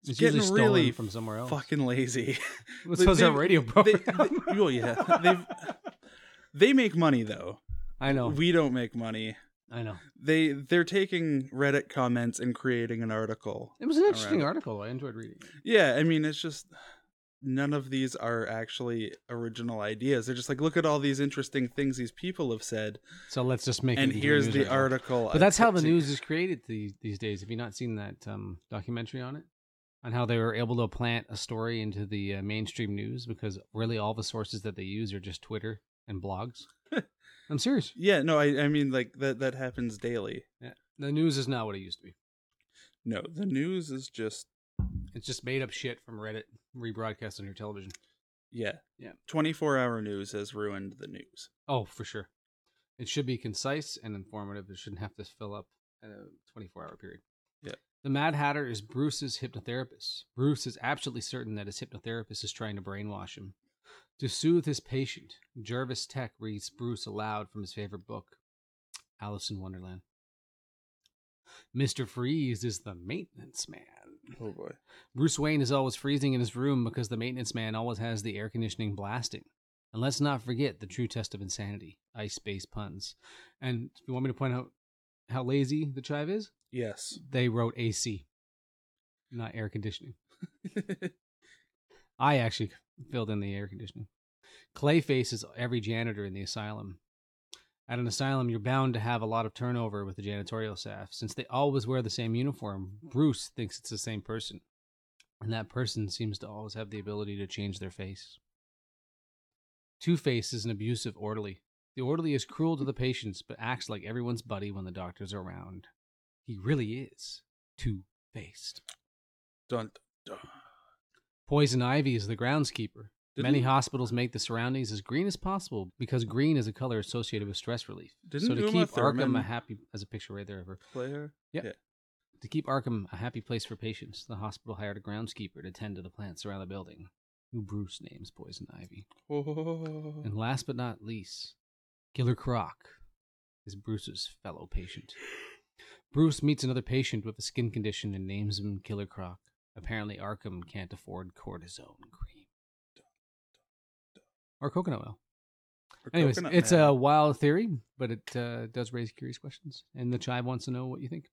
[SPEAKER 5] is
[SPEAKER 4] It's
[SPEAKER 5] getting
[SPEAKER 4] usually stolen
[SPEAKER 5] really
[SPEAKER 4] from somewhere else.
[SPEAKER 5] Fucking lazy.
[SPEAKER 4] Well,
[SPEAKER 5] They-
[SPEAKER 4] so is our
[SPEAKER 5] they-
[SPEAKER 4] radio
[SPEAKER 5] they-
[SPEAKER 4] program.
[SPEAKER 5] they- well, yeah, They've- they make money though.
[SPEAKER 4] I know.
[SPEAKER 5] we don't make money.
[SPEAKER 4] I know.
[SPEAKER 5] They they're taking Reddit comments and creating an article.
[SPEAKER 4] It was an interesting
[SPEAKER 5] around it.
[SPEAKER 4] article. I enjoyed reading. it.
[SPEAKER 5] Yeah, I mean, it's just none of these are actually original ideas. They're just like, look at all these interesting things these people have said.
[SPEAKER 4] So let's just make.
[SPEAKER 5] And
[SPEAKER 4] it into a
[SPEAKER 5] here's
[SPEAKER 4] news
[SPEAKER 5] the article.
[SPEAKER 4] But that's how the
[SPEAKER 5] attached-
[SPEAKER 4] news is created these these days. Have you not seen that um, documentary on it? On how they were able to plant a story into the uh, mainstream news because really all the sources that they use are just Twitter and blogs. I'm serious.
[SPEAKER 5] Yeah, no, I I mean like that that happens daily.
[SPEAKER 4] Yeah. The news is not what it used to be.
[SPEAKER 5] No, the news is just
[SPEAKER 4] It's just made up shit from Reddit rebroadcast on your television.
[SPEAKER 5] yeah.
[SPEAKER 4] Yeah.
[SPEAKER 5] 24-hour news has ruined the news.
[SPEAKER 4] Oh, for sure. It should be concise and informative. It shouldn't have to fill up in a 24 hour period.
[SPEAKER 5] Yep.
[SPEAKER 4] The Mad Hatter is Bruce's hypnotherapist. Bruce is absolutely certain that his hypnotherapist is trying to brainwash him. To soothe his patient, Jervis Tech reads Bruce aloud from his favorite book, Alice in Wonderland. Mr. Freeze is the maintenance man.
[SPEAKER 5] Oh boy.
[SPEAKER 4] Bruce Wayne is always freezing in his room because the maintenance man always has the air conditioning blasting. And let's not forget the true test of insanity ice based puns. And you want me to point out how lazy the chive is?
[SPEAKER 5] Yes.
[SPEAKER 4] They wrote AC, not air conditioning. I actually filled in the air conditioning. Clayface is every janitor in the asylum. At an asylum, you're bound to have a lot of turnover with the janitorial staff. Since they always wear the same uniform, Bruce thinks it's the same person. And that person seems to always have the ability to change their face. Two Face is an abusive orderly. The orderly is cruel to the patients, but acts like everyone's buddy when the doctors are around. He really is two faced.
[SPEAKER 5] Dun, dun.
[SPEAKER 4] Poison Ivy is the groundskeeper.
[SPEAKER 5] Didn't-
[SPEAKER 4] Many hospitals make the surroundings as green as possible because green is a color associated with stress relief.
[SPEAKER 5] Didn't
[SPEAKER 4] so to
[SPEAKER 5] Uma
[SPEAKER 4] keep
[SPEAKER 5] Thurman-
[SPEAKER 4] Arkham a happy as a picture right there of her.
[SPEAKER 5] Player.
[SPEAKER 4] Yep. To keep Arkham a happy place for patients, the hospital hired a groundskeeper to tend to the plants around the building, who Bruce names Poison Ivy.
[SPEAKER 5] Oh.
[SPEAKER 4] And last but not least, Killer Croc is Bruce's fellow patient. Bruce meets another patient with a skin condition and names him Killer Croc. Apparently, Arkham can't afford cortisone cream or coconut oil.
[SPEAKER 5] Or
[SPEAKER 4] Anyways,
[SPEAKER 5] coconut
[SPEAKER 4] it's uh,
[SPEAKER 5] man.
[SPEAKER 4] a wild theory, but it uh, does raise curious questions, and the chive wants to know what you think.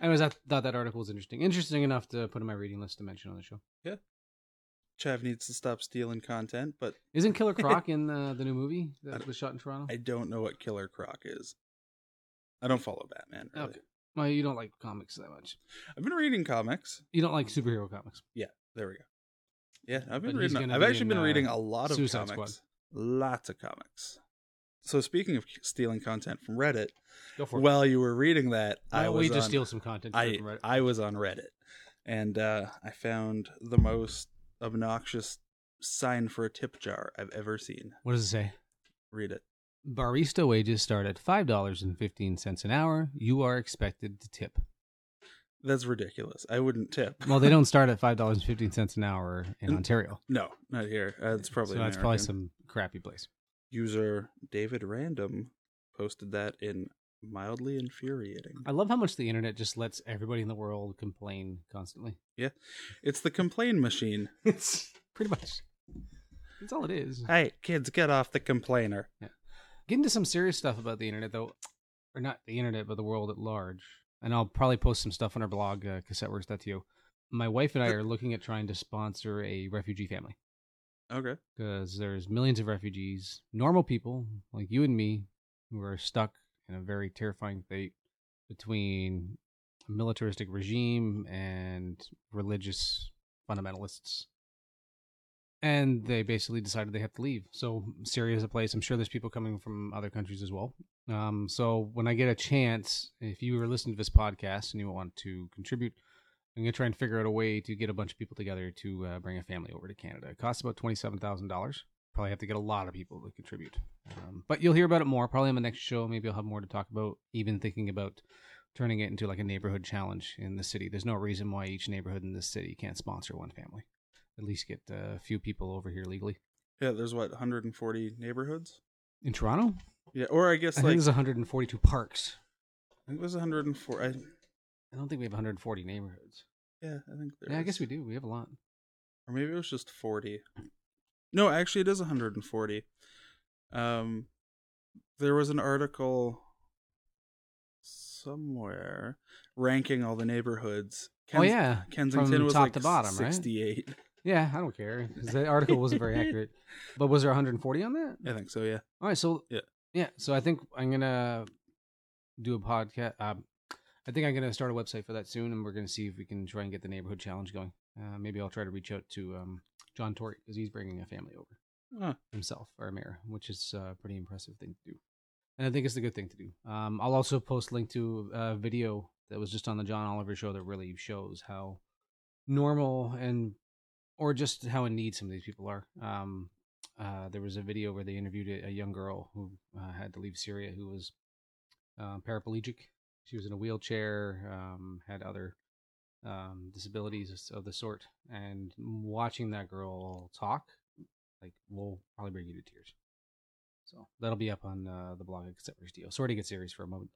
[SPEAKER 4] Anyways, I thought that article was interesting, interesting enough to put in my reading list to mention on the show.
[SPEAKER 5] Chav needs to stop stealing content, but
[SPEAKER 4] Isn't Killer Croc in uh, the new movie that was shot in Toronto?
[SPEAKER 5] I don't know what Killer Croc is. I don't follow Batman. Really.
[SPEAKER 4] Okay. Well, you don't like comics that much.
[SPEAKER 5] I've been reading comics.
[SPEAKER 4] You don't like superhero comics.
[SPEAKER 5] Yeah, there we go. Yeah, I've been
[SPEAKER 4] But he's
[SPEAKER 5] reading.
[SPEAKER 4] gonna
[SPEAKER 5] I've
[SPEAKER 4] be
[SPEAKER 5] actually
[SPEAKER 4] in,
[SPEAKER 5] been
[SPEAKER 4] uh,
[SPEAKER 5] reading a lot of
[SPEAKER 4] Suicide
[SPEAKER 5] comics.
[SPEAKER 4] Squad.
[SPEAKER 5] Lots of comics. So speaking of stealing content from Reddit,
[SPEAKER 4] Go for it.
[SPEAKER 5] while you were reading that,
[SPEAKER 4] Why
[SPEAKER 5] I
[SPEAKER 4] don't
[SPEAKER 5] was
[SPEAKER 4] we just
[SPEAKER 5] on-
[SPEAKER 4] steal some content
[SPEAKER 5] I
[SPEAKER 4] from Reddit?
[SPEAKER 5] I was on Reddit, and uh, I found the most obnoxious sign for a tip jar I've ever seen.
[SPEAKER 4] What does it say?
[SPEAKER 5] Read it.
[SPEAKER 4] Barista wages start at five dollars and fifteen cents an hour. You are expected to tip.
[SPEAKER 5] That's ridiculous. I wouldn't tip.
[SPEAKER 4] Well, they don't start at five dollars and fifteen cents an hour in
[SPEAKER 5] And-
[SPEAKER 4] Ontario.
[SPEAKER 5] No, not here. Uh, it's Mm. probably
[SPEAKER 4] so that's probably
[SPEAKER 5] American.
[SPEAKER 4] some crappy place.
[SPEAKER 5] user David Random posted that in mildly infuriating.
[SPEAKER 4] I love how much the internet just lets everybody in the world complain constantly.
[SPEAKER 5] Yeah, it's the complain machine.
[SPEAKER 4] It's pretty much that's all it is.
[SPEAKER 5] Hey, kids, get off the complainer.
[SPEAKER 4] Get into some serious stuff about the internet, though, or not the internet, but the world at large. And I'll probably post some stuff on our blog, uh, cassetteworks.to. My wife and I are looking at trying to sponsor a refugee family
[SPEAKER 5] Okay.
[SPEAKER 4] because there's millions of refugees, normal people like you and me, who are stuck in a very terrifying fate between a militaristic regime and religious fundamentalists. And they basically decided they have to leave. So Syria is a place. I'm sure there's people coming from other countries as well. Um, so when I get a chance, if you are listening to this podcast and you want to contribute, I'm gonna try and figure out a way to get a bunch of people together to uh, bring a family over to Canada. It costs about twenty-seven thousand dollars. Probably have to get a lot of people to contribute, um, but you'll hear about it more probably on the next show. Maybe I'll have more to talk about. Even thinking about turning it into like a neighborhood challenge in the city. There's no reason why each neighborhood in this city can't sponsor one family. At least get uh, a few people over here legally.
[SPEAKER 5] Yeah, there's what 140 neighborhoods.
[SPEAKER 4] In Toronto,
[SPEAKER 5] Yeah, or I guess
[SPEAKER 4] I think
[SPEAKER 5] like
[SPEAKER 4] there's 142 parks.
[SPEAKER 5] I think there's 104. I,
[SPEAKER 4] I don't think we have 140 neighborhoods.
[SPEAKER 5] Yeah, I think. there
[SPEAKER 4] yeah, I
[SPEAKER 5] is.
[SPEAKER 4] guess we do. We have a lot.
[SPEAKER 5] or maybe it was just 40 no actually it is 140 um there was an article somewhere ranking all the neighborhoods
[SPEAKER 4] Oh, yeah, from
[SPEAKER 5] kensington was
[SPEAKER 4] top
[SPEAKER 5] like
[SPEAKER 4] to bottom, right?
[SPEAKER 5] 68
[SPEAKER 4] Yeah, I don't care. 'cause The article wasn't very accurate. But was there 140 on that?
[SPEAKER 5] i think so yeah
[SPEAKER 4] All right, so
[SPEAKER 5] Yeah.
[SPEAKER 4] yeah. So I think I'm gonna do a podcast. Um, I think I'm gonna start a website for that soon, and we're gonna see if we can try and get the neighborhood challenge going. Uh, maybe I'll try to reach out to um, John Torrey because he's bringing a family over
[SPEAKER 5] Huh.
[SPEAKER 4] himself, our mayor, which is uh, a pretty impressive thing to do, and I think it's a good thing to do. Um, I'll also post a link to a video that was just on the John Oliver show that really shows how normal and or just how in need some of these people are. Um, uh, there was a video where they interviewed a, a young girl who uh, had to leave Syria, who was uh, paraplegic. She was in a wheelchair, um, had other um, disabilities of the sort, and watching that girl talk, like, will probably bring you to tears. So that'll be up on uh, the blog Acceptors Deal. Sorry to get serious for a moment,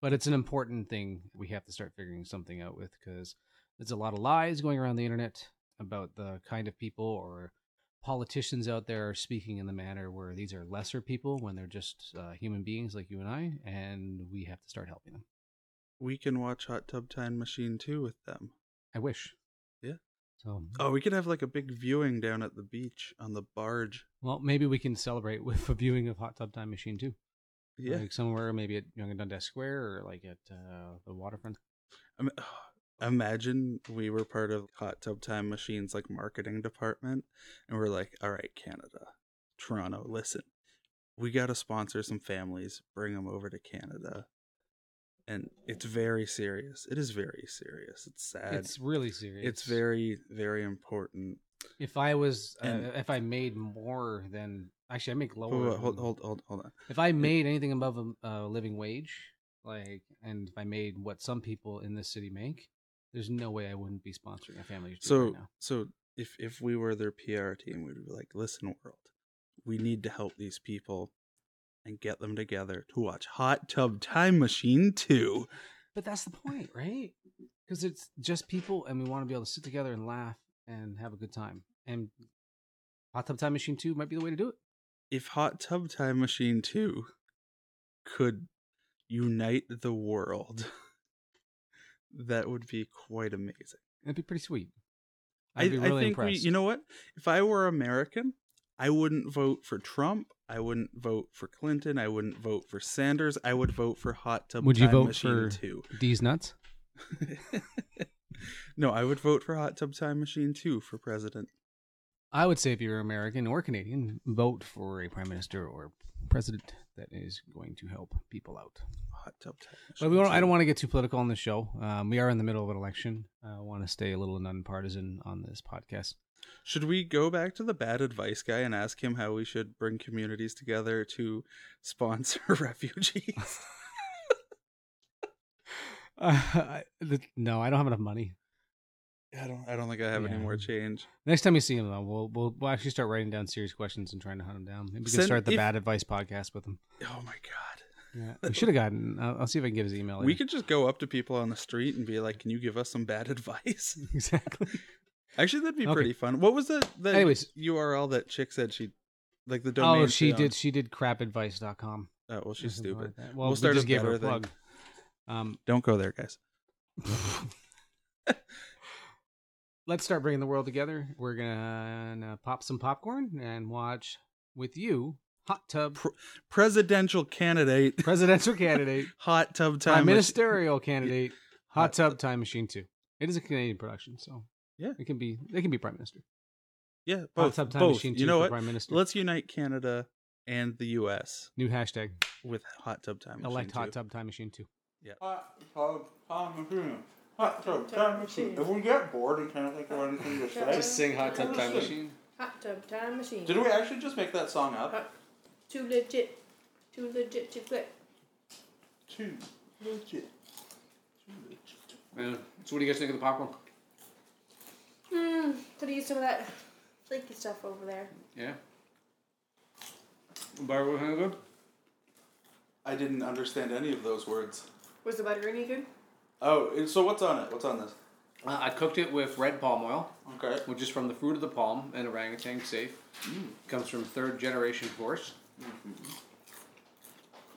[SPEAKER 4] but it's an important thing we have to start figuring something out with because there's a lot of lies going around the internet about the kind of people or politicians out there are speaking in the manner where these are lesser people when they're just uh, human beings like you and I, and we have to start helping them.
[SPEAKER 5] we can watch hot tub time machine 2 with them
[SPEAKER 4] I wish.
[SPEAKER 5] Yeah.
[SPEAKER 4] So,
[SPEAKER 5] oh we could have like a big viewing down at the beach on the barge
[SPEAKER 4] well, maybe we can celebrate with a viewing of Hot Tub Time Machine too.
[SPEAKER 5] yeah
[SPEAKER 4] Like somewhere, maybe at Young and Dundas Square or like at uh, the waterfront.
[SPEAKER 5] I mean, imagine we were part of Hot Tub Time Machine's like marketing department, and we're like, all right, Canada, Toronto, listen, we got to sponsor some families, bring them over to Canada. And it's very serious. It is very serious. It's sad.
[SPEAKER 4] It's really serious.
[SPEAKER 5] Uh, It's very, very important.
[SPEAKER 4] If I was, uh,
[SPEAKER 5] And-
[SPEAKER 4] if I made more than actually, I make lower.
[SPEAKER 5] Hold,
[SPEAKER 4] than-
[SPEAKER 5] hold, hold, hold, hold on.
[SPEAKER 4] If I made anything above a uh, living wage, like, and if I made what some people in this city make, there's no way I wouldn't be sponsoring a family. retreat
[SPEAKER 5] So,
[SPEAKER 4] right now.
[SPEAKER 5] so if if we were their PR team, we'd be like, "Listen, world, we need to help these people and get them together to watch Hot Tub Time Machine 2.
[SPEAKER 4] but that's the point, right? Because it's just people, and we want to be able to sit together and laugh and have a good time. And Hot Tub Time Machine Two might be the way to do it.
[SPEAKER 5] If Hot Tub Time Machine 2 could unite the world, that would be quite amazing.
[SPEAKER 4] It'd be pretty sweet. I'd be
[SPEAKER 5] I
[SPEAKER 4] really
[SPEAKER 5] think
[SPEAKER 4] impressed.
[SPEAKER 5] We, you know what? If I were American, I wouldn't vote for Trump. I wouldn't vote for Clinton. I wouldn't vote for Sanders. I would vote for Hot Tub
[SPEAKER 4] would you
[SPEAKER 5] Time
[SPEAKER 4] vote
[SPEAKER 5] Machine
[SPEAKER 4] for
[SPEAKER 5] 2.
[SPEAKER 4] D's nuts?
[SPEAKER 5] no, I would vote for Hot Tub Time Machine 2 for president.
[SPEAKER 4] I would say if you're American or Canadian, vote for a prime minister or president that is going to help people out.
[SPEAKER 5] Hot Tub Time Machine.
[SPEAKER 4] But we don't, I
[SPEAKER 5] 2.
[SPEAKER 4] don't want to get too political on the show. Um, we are in the middle of an election. I want to stay a little nonpartisan on this podcast.
[SPEAKER 5] Should we go back to the bad advice guy and ask him how we should bring communities together to sponsor refugees?
[SPEAKER 4] Uh, the, no, I don't have enough money.
[SPEAKER 5] I don't. I don't think I have any
[SPEAKER 4] Yeah.
[SPEAKER 5] more change.
[SPEAKER 4] Next time you see him, though, we'll, we'll we'll actually start writing down serious questions and trying to hunt him down. Maybe we can
[SPEAKER 5] Send-
[SPEAKER 4] start the
[SPEAKER 5] if-
[SPEAKER 4] bad advice podcast with him.
[SPEAKER 5] Oh my god.
[SPEAKER 4] Yeah, we should have gotten. I'll, I'll see if I can get his email.
[SPEAKER 5] We
[SPEAKER 4] later.
[SPEAKER 5] could just go up to people on the street and be like, "Can you give us some bad advice?"
[SPEAKER 4] exactly.
[SPEAKER 5] Actually, that'd be
[SPEAKER 4] Okay.
[SPEAKER 5] pretty fun. What was the, the
[SPEAKER 4] Anyways.
[SPEAKER 5] URL that chick said she like the domain?
[SPEAKER 4] Oh, she
[SPEAKER 5] owned?
[SPEAKER 4] did. She did crapadvice.com.
[SPEAKER 5] Oh, well, um, she's
[SPEAKER 4] or something like
[SPEAKER 5] stupid.
[SPEAKER 4] that.
[SPEAKER 5] We'll
[SPEAKER 4] Well, we
[SPEAKER 5] start
[SPEAKER 4] just
[SPEAKER 5] a
[SPEAKER 4] gave her
[SPEAKER 5] better
[SPEAKER 4] a
[SPEAKER 5] thing.
[SPEAKER 4] plug. Um,
[SPEAKER 5] Don't go there, guys.
[SPEAKER 4] let's start bringing the world together. We're gonna pop some popcorn and watch with you Hot Tub
[SPEAKER 5] Presidential candidate,
[SPEAKER 4] presidential candidate,
[SPEAKER 5] hot tub time
[SPEAKER 4] prime
[SPEAKER 5] mach-
[SPEAKER 4] ministerial candidate,
[SPEAKER 5] Hot
[SPEAKER 4] Hot Tub Time Machine Two. It is a Canadian production, so
[SPEAKER 5] Yeah.
[SPEAKER 4] it can be it can be prime minister.
[SPEAKER 5] Yeah,
[SPEAKER 4] Hot
[SPEAKER 5] both.
[SPEAKER 4] Tub Time
[SPEAKER 5] both.
[SPEAKER 4] Machine Two
[SPEAKER 5] you know
[SPEAKER 4] for
[SPEAKER 5] what?
[SPEAKER 4] prime minister.
[SPEAKER 5] Let's unite Canada and the U.S.
[SPEAKER 4] New hashtag
[SPEAKER 5] with hot tub time. Machine
[SPEAKER 4] elect Hot
[SPEAKER 5] too.
[SPEAKER 4] Tub Time Machine Two.
[SPEAKER 15] Hot tub time machine. Hot tub time machine. If we get bored and can't think of anything to say,
[SPEAKER 4] sing Hot
[SPEAKER 15] Tub Time Machine.
[SPEAKER 11] Hot tub time machine.
[SPEAKER 15] did we actually just make that song up?
[SPEAKER 11] Too legit. Too legit to quit.
[SPEAKER 15] Too legit. Too legit.
[SPEAKER 4] So what do you guys think of the popcorn?
[SPEAKER 11] Hmm. Could have used some of that flaky stuff over there.
[SPEAKER 4] Yeah. Barbara Hangover?
[SPEAKER 5] I didn't understand any of those words.
[SPEAKER 11] Was the butter any good?
[SPEAKER 5] Oh, and so what's on it? What's on this?
[SPEAKER 4] Uh, I cooked it with red palm oil.
[SPEAKER 5] Okay.
[SPEAKER 4] Which is from the fruit of the palm and orangutan safe. Comes from third generation forest.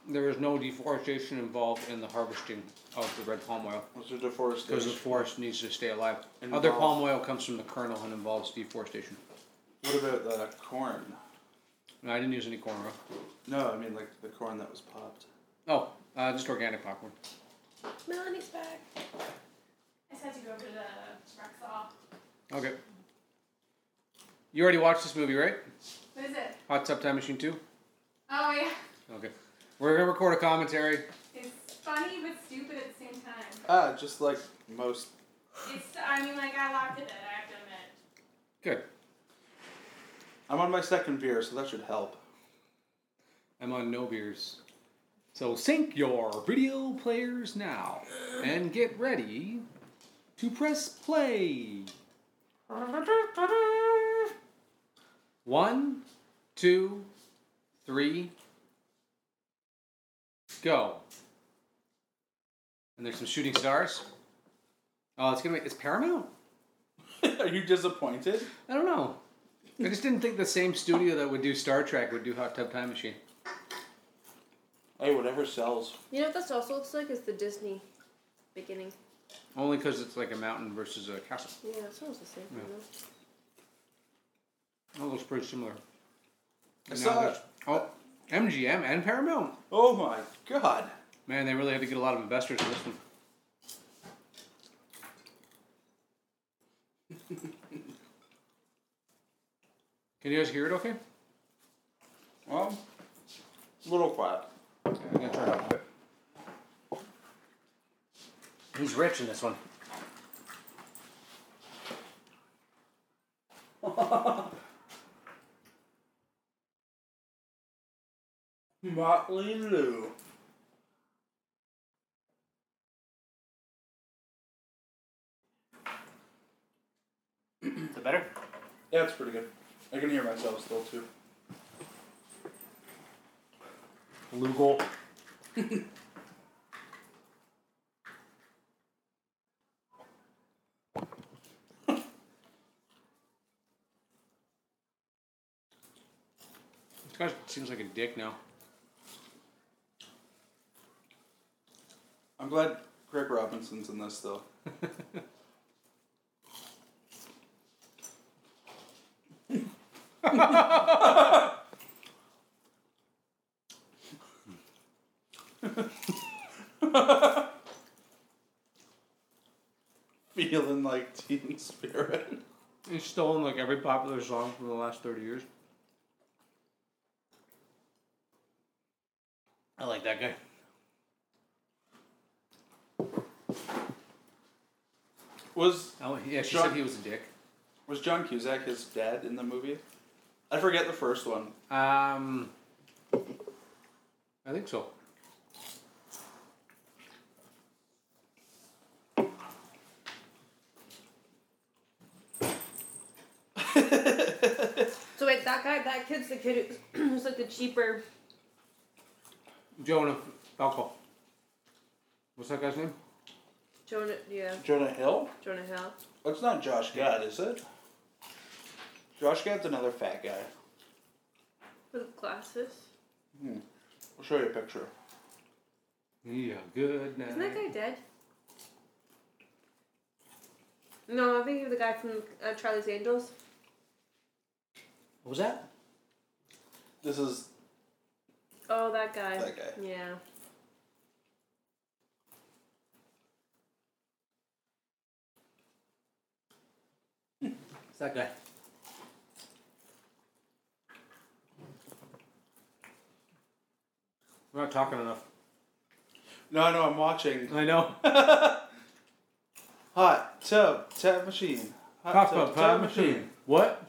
[SPEAKER 4] There is no deforestation involved in the harvesting of the red palm oil.
[SPEAKER 5] What's the deforestation?
[SPEAKER 4] Because the forest needs to stay alive.
[SPEAKER 5] Involved.
[SPEAKER 4] Other palm oil comes from the kernel and involves deforestation.
[SPEAKER 5] What about the corn?
[SPEAKER 4] No, I didn't use any corn oil.
[SPEAKER 5] No, I mean like the corn that was popped.
[SPEAKER 4] Oh, uh, just organic popcorn.
[SPEAKER 11] Melanie's back. I just had to go to the Rexall.
[SPEAKER 4] Okay. You already watched this movie, right?
[SPEAKER 11] What is it?
[SPEAKER 4] Hot Tub Time Machine 2?
[SPEAKER 11] Oh yeah,
[SPEAKER 4] Okay. We're going to record a commentary.
[SPEAKER 11] it's funny but stupid at the same time.
[SPEAKER 5] Ah, just like most.
[SPEAKER 11] It's I mean like I laughed at it. I have to admit.
[SPEAKER 4] Good.
[SPEAKER 5] I'm on my second beer, so that should help.
[SPEAKER 4] I'm on no beers. So sync your video players now and get ready to press play. One, two, three, go. And there's some shooting stars. Oh, it's gonna make it's Paramount.
[SPEAKER 5] Are you disappointed?
[SPEAKER 4] I don't know. I just didn't think the same studio that would do Star Trek would do Hot Tub Time Machine.
[SPEAKER 5] Hey, whatever sells.
[SPEAKER 11] You know what this also looks like? It's the Disney beginning.
[SPEAKER 4] Only because it's like a mountain versus a castle.
[SPEAKER 11] Yeah, it sounds the same.
[SPEAKER 4] Yeah.
[SPEAKER 11] though.
[SPEAKER 4] That looks pretty similar.
[SPEAKER 5] I
[SPEAKER 4] And
[SPEAKER 5] saw
[SPEAKER 4] now there's- Oh, MGM and Paramount.
[SPEAKER 5] Oh my god.
[SPEAKER 4] Man, they really had to get a lot of investors in this one. Can you guys hear it okay?
[SPEAKER 5] Well, little quiet.
[SPEAKER 4] I'm gonna turn it up a bit. He's rich in this one.
[SPEAKER 5] Motley Lou.
[SPEAKER 7] Is it better?
[SPEAKER 5] Yeah, it's pretty good. I can hear myself still too.
[SPEAKER 7] Lugal.
[SPEAKER 4] This guy seems like a dick now.
[SPEAKER 5] I'm glad Greg Robinson's in this though. Feeling like teen spirit.
[SPEAKER 4] He's stolen like every popular song from the last 30 years. I like that guy.
[SPEAKER 5] Was
[SPEAKER 4] Oh, yeah, she
[SPEAKER 5] John-
[SPEAKER 4] said he was a dick.
[SPEAKER 5] was John Cusack his dad in the movie? I forget the first one.
[SPEAKER 4] Um, I think so.
[SPEAKER 11] So wait, that guy, that kid's the kid who's, who's like the cheaper.
[SPEAKER 4] Jonah Falco. What's that guy's name?
[SPEAKER 11] Jonah, yeah,
[SPEAKER 5] Jonah Hill?
[SPEAKER 11] Jonah Hill.
[SPEAKER 5] That's not Josh Gad, is it? Josh Gad's another fat guy.
[SPEAKER 11] With glasses.
[SPEAKER 5] Hmm. I'll show you a picture.
[SPEAKER 4] Yeah, good night.
[SPEAKER 11] Isn't that guy dead? No, I think he was the guy from uh, Charlie's Angels.
[SPEAKER 4] What was that?
[SPEAKER 5] This is
[SPEAKER 11] Oh, that guy.
[SPEAKER 5] That guy.
[SPEAKER 11] Yeah.
[SPEAKER 4] It's that guy. We're not talking enough.
[SPEAKER 5] No, no, I'm watching.
[SPEAKER 4] I know.
[SPEAKER 5] Hot tub tap machine. Hot
[SPEAKER 4] Pop up time machine. What?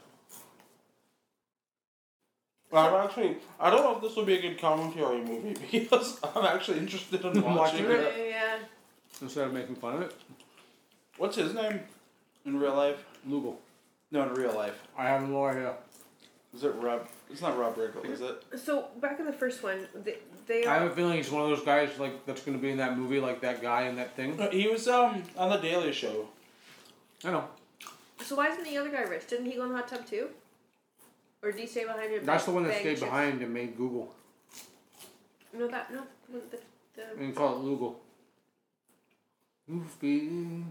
[SPEAKER 5] Well, I'm actually. I don't know if this will be a good commentary movie because I'm actually interested in watching
[SPEAKER 4] Watching
[SPEAKER 5] it.
[SPEAKER 11] Oh, Yeah.
[SPEAKER 4] Instead of making fun of it,
[SPEAKER 5] What's his name in real life?
[SPEAKER 4] Lugal.
[SPEAKER 5] No, in real life.
[SPEAKER 4] I have no idea.
[SPEAKER 7] Is it Rob? It's not Rob Riggle, is it?
[SPEAKER 11] So back in the first one, they, they
[SPEAKER 4] I
[SPEAKER 11] are.
[SPEAKER 4] have a feeling he's one of those guys like that's going to be in that movie, like that guy in that thing.
[SPEAKER 7] Uh, He was um on the Daily Show.
[SPEAKER 4] I know.
[SPEAKER 11] So why isn't the other guy rich? Didn't he go in the hot tub too? Or did he stay behind him?
[SPEAKER 4] That's the one that stayed behind and made Google
[SPEAKER 11] No, that no. wasn't The, the,
[SPEAKER 4] and called it Lugal. Goofy.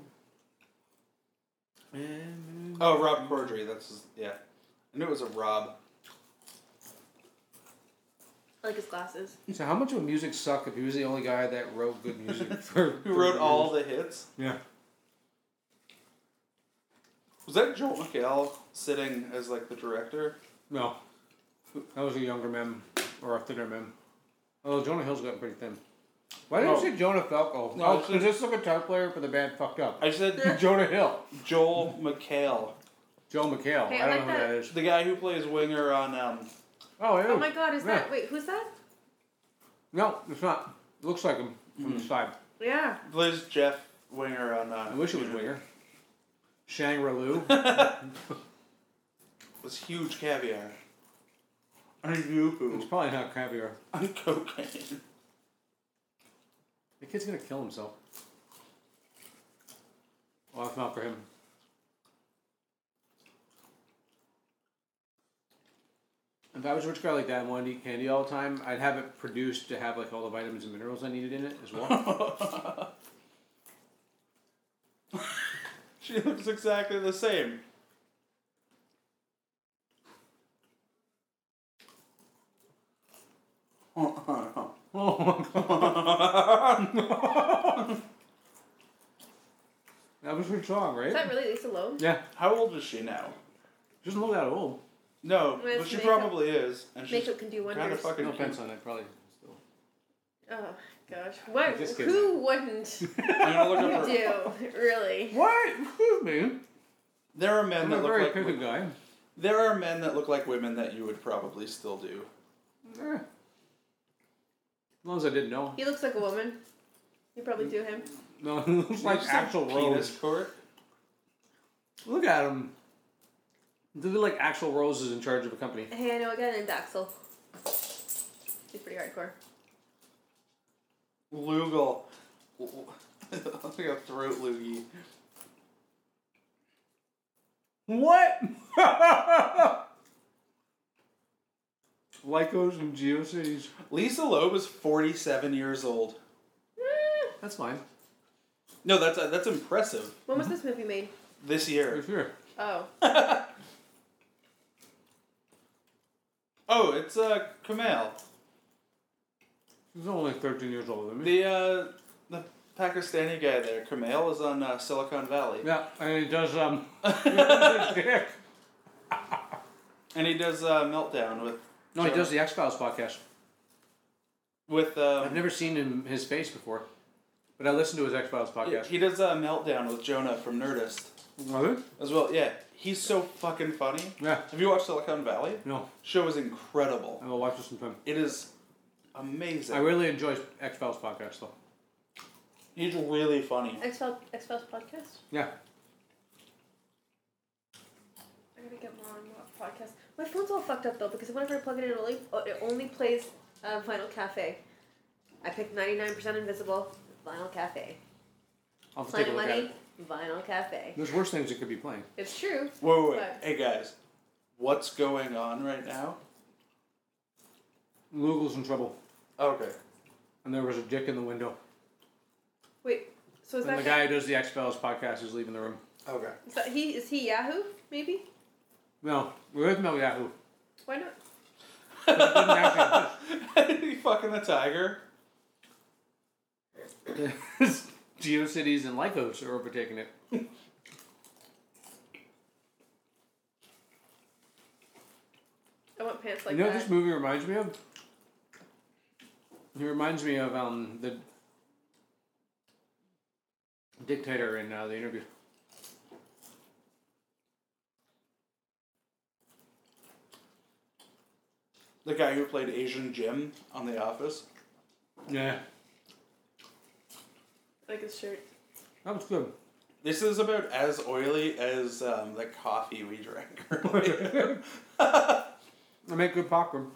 [SPEAKER 7] Oh, Rob Corddry. That's his, yeah. I knew it was a Rob.
[SPEAKER 11] I like his glasses.
[SPEAKER 4] So how much would music suck if he was the only guy that wrote good music for?
[SPEAKER 7] Who wrote all the hits?
[SPEAKER 4] Yeah.
[SPEAKER 7] Was that Joel McHale sitting as like the director?
[SPEAKER 4] No. That was a younger man or a thinner man. Although Jonah Hill's gotten pretty thin. Why did
[SPEAKER 7] No.
[SPEAKER 4] you say Jonah Falco?
[SPEAKER 7] Oh.
[SPEAKER 4] Oh,
[SPEAKER 7] No,
[SPEAKER 4] No,
[SPEAKER 7] it's
[SPEAKER 4] is this the guitar player for the band fucked up?
[SPEAKER 7] I said
[SPEAKER 4] Jonah Hill.
[SPEAKER 7] Joel McHale.
[SPEAKER 4] Joe McHale.
[SPEAKER 11] Hey, I
[SPEAKER 4] I don't
[SPEAKER 11] like
[SPEAKER 4] know who that
[SPEAKER 11] that.
[SPEAKER 4] is.
[SPEAKER 7] The guy who plays winger on um.
[SPEAKER 4] Oh, yeah.
[SPEAKER 11] Oh my God! Is
[SPEAKER 4] Yeah.
[SPEAKER 11] that wait? Who's that?
[SPEAKER 4] No, it's not. It looks like him from
[SPEAKER 7] Mm.
[SPEAKER 4] the side.
[SPEAKER 11] Yeah.
[SPEAKER 7] Plays Jeff Winger on. Uh,
[SPEAKER 4] I wish it was winger. Shangri Lu.
[SPEAKER 7] was huge caviar.
[SPEAKER 4] it's probably not caviar.
[SPEAKER 7] On cocaine.
[SPEAKER 4] The kid's gonna kill himself. Well, if not for him. If I was a rich guy like that and wanted to eat candy all the time, I'd have it produced to have like all the vitamins and minerals I needed in it as well.
[SPEAKER 7] She looks exactly the same.
[SPEAKER 4] oh my god. that was her song,
[SPEAKER 11] Is that
[SPEAKER 4] right?
[SPEAKER 11] really Lisa Loeb?
[SPEAKER 4] Yeah.
[SPEAKER 7] How old is she now?
[SPEAKER 4] She doesn't look that old.
[SPEAKER 7] No,
[SPEAKER 11] With
[SPEAKER 7] but she
[SPEAKER 11] makeup-
[SPEAKER 7] probably is. And she's
[SPEAKER 11] Makeup can do
[SPEAKER 7] kind of
[SPEAKER 11] wonders.
[SPEAKER 7] fucking
[SPEAKER 4] No offense on it, probably. Still.
[SPEAKER 11] Oh gosh, what?
[SPEAKER 4] Just kidding.
[SPEAKER 11] Who wouldn't
[SPEAKER 7] I'm gonna look up her-
[SPEAKER 11] do really?
[SPEAKER 4] What? Excuse me.
[SPEAKER 7] There are men
[SPEAKER 4] I'm a
[SPEAKER 7] that look
[SPEAKER 4] very
[SPEAKER 7] like
[SPEAKER 4] picky
[SPEAKER 7] women.
[SPEAKER 4] guy.
[SPEAKER 7] There are men that look like women that you would probably still do.
[SPEAKER 4] Eh. As long as I didn't know.
[SPEAKER 11] He looks like a woman. You probably do him.
[SPEAKER 4] No, it looks like
[SPEAKER 7] Just
[SPEAKER 4] actual
[SPEAKER 7] penis
[SPEAKER 4] rose.
[SPEAKER 7] court.
[SPEAKER 4] Look at him. They look like actual roses in charge of a company.
[SPEAKER 11] Hey, I know a guy named Axel. He's pretty hardcore.
[SPEAKER 7] Lugal. like a throat loogie.
[SPEAKER 4] What? Lycos and GeoCities.
[SPEAKER 7] Lisa Loeb is 47 years old.
[SPEAKER 4] That's fine.
[SPEAKER 7] No, that's uh, that's impressive.
[SPEAKER 11] When
[SPEAKER 4] Mm-hmm.
[SPEAKER 11] was this movie made?
[SPEAKER 7] This
[SPEAKER 4] For
[SPEAKER 7] year.
[SPEAKER 4] sure.
[SPEAKER 11] Oh,
[SPEAKER 7] Oh, it's uh Kamal.
[SPEAKER 4] She's only 13 years older than me.
[SPEAKER 7] The uh the Pakistani guy there, Kamal, is on uh, Silicon Valley.
[SPEAKER 4] Yeah, and he does, um. dick.
[SPEAKER 7] And he does uh, Meltdown with
[SPEAKER 4] No, he does the X Files podcast.
[SPEAKER 7] with um,
[SPEAKER 4] I've never seen him his face before, but I listened to his X Files
[SPEAKER 7] Yeah,
[SPEAKER 4] podcast.
[SPEAKER 7] he does a meltdown with Jonah from Nerdist
[SPEAKER 4] Really?
[SPEAKER 7] as well. Yeah, he's so fucking funny.
[SPEAKER 4] Yeah.
[SPEAKER 7] Have you watched Silicon Valley?
[SPEAKER 4] No,
[SPEAKER 7] Show is incredible.
[SPEAKER 4] I will watch this sometime.
[SPEAKER 7] It is amazing.
[SPEAKER 4] I really enjoy X Files podcast though.
[SPEAKER 7] he's really funny.
[SPEAKER 11] X Files podcast.
[SPEAKER 4] Yeah.
[SPEAKER 11] I gotta get more on that podcast. My phone's all fucked up though because whenever I plug it in, it only oh, it only plays uh, Vinyl Cafe. I picked ninety nine percent invisible. Vinyl Cafe.
[SPEAKER 4] I'll have to take a
[SPEAKER 11] Planet
[SPEAKER 4] look at
[SPEAKER 11] Money.
[SPEAKER 4] it.
[SPEAKER 11] Vinyl Cafe.
[SPEAKER 4] There's worse things that could be playing.
[SPEAKER 11] It's true.
[SPEAKER 7] Wait, wait, wait.
[SPEAKER 11] But-
[SPEAKER 7] Hey guys, what's going on right now?
[SPEAKER 4] Lugal's in trouble,
[SPEAKER 7] Okay.
[SPEAKER 4] and there was a dick in the window.
[SPEAKER 11] Wait. So is
[SPEAKER 4] And
[SPEAKER 11] that,
[SPEAKER 4] the guy who does the X Files podcast is leaving the room.
[SPEAKER 7] Okay.
[SPEAKER 11] is that he? Is he Yahoo? Maybe.
[SPEAKER 4] No, we're with Mel Yahoo.
[SPEAKER 11] Why not?
[SPEAKER 4] Doesn't actually
[SPEAKER 7] he fucking a tiger.
[SPEAKER 4] exist. GeoCities and Lycos are overtaking it.
[SPEAKER 11] I want pants like
[SPEAKER 4] you know what
[SPEAKER 11] that.
[SPEAKER 4] this movie reminds me of? It reminds me of um, the dictator in uh, the interview.
[SPEAKER 7] The guy who played Asian Jim on The Office.
[SPEAKER 4] Yeah,
[SPEAKER 11] I like his shirt.
[SPEAKER 4] that was good.
[SPEAKER 7] This is about as oily as um, the coffee we drank earlier.
[SPEAKER 4] I make good popcorn.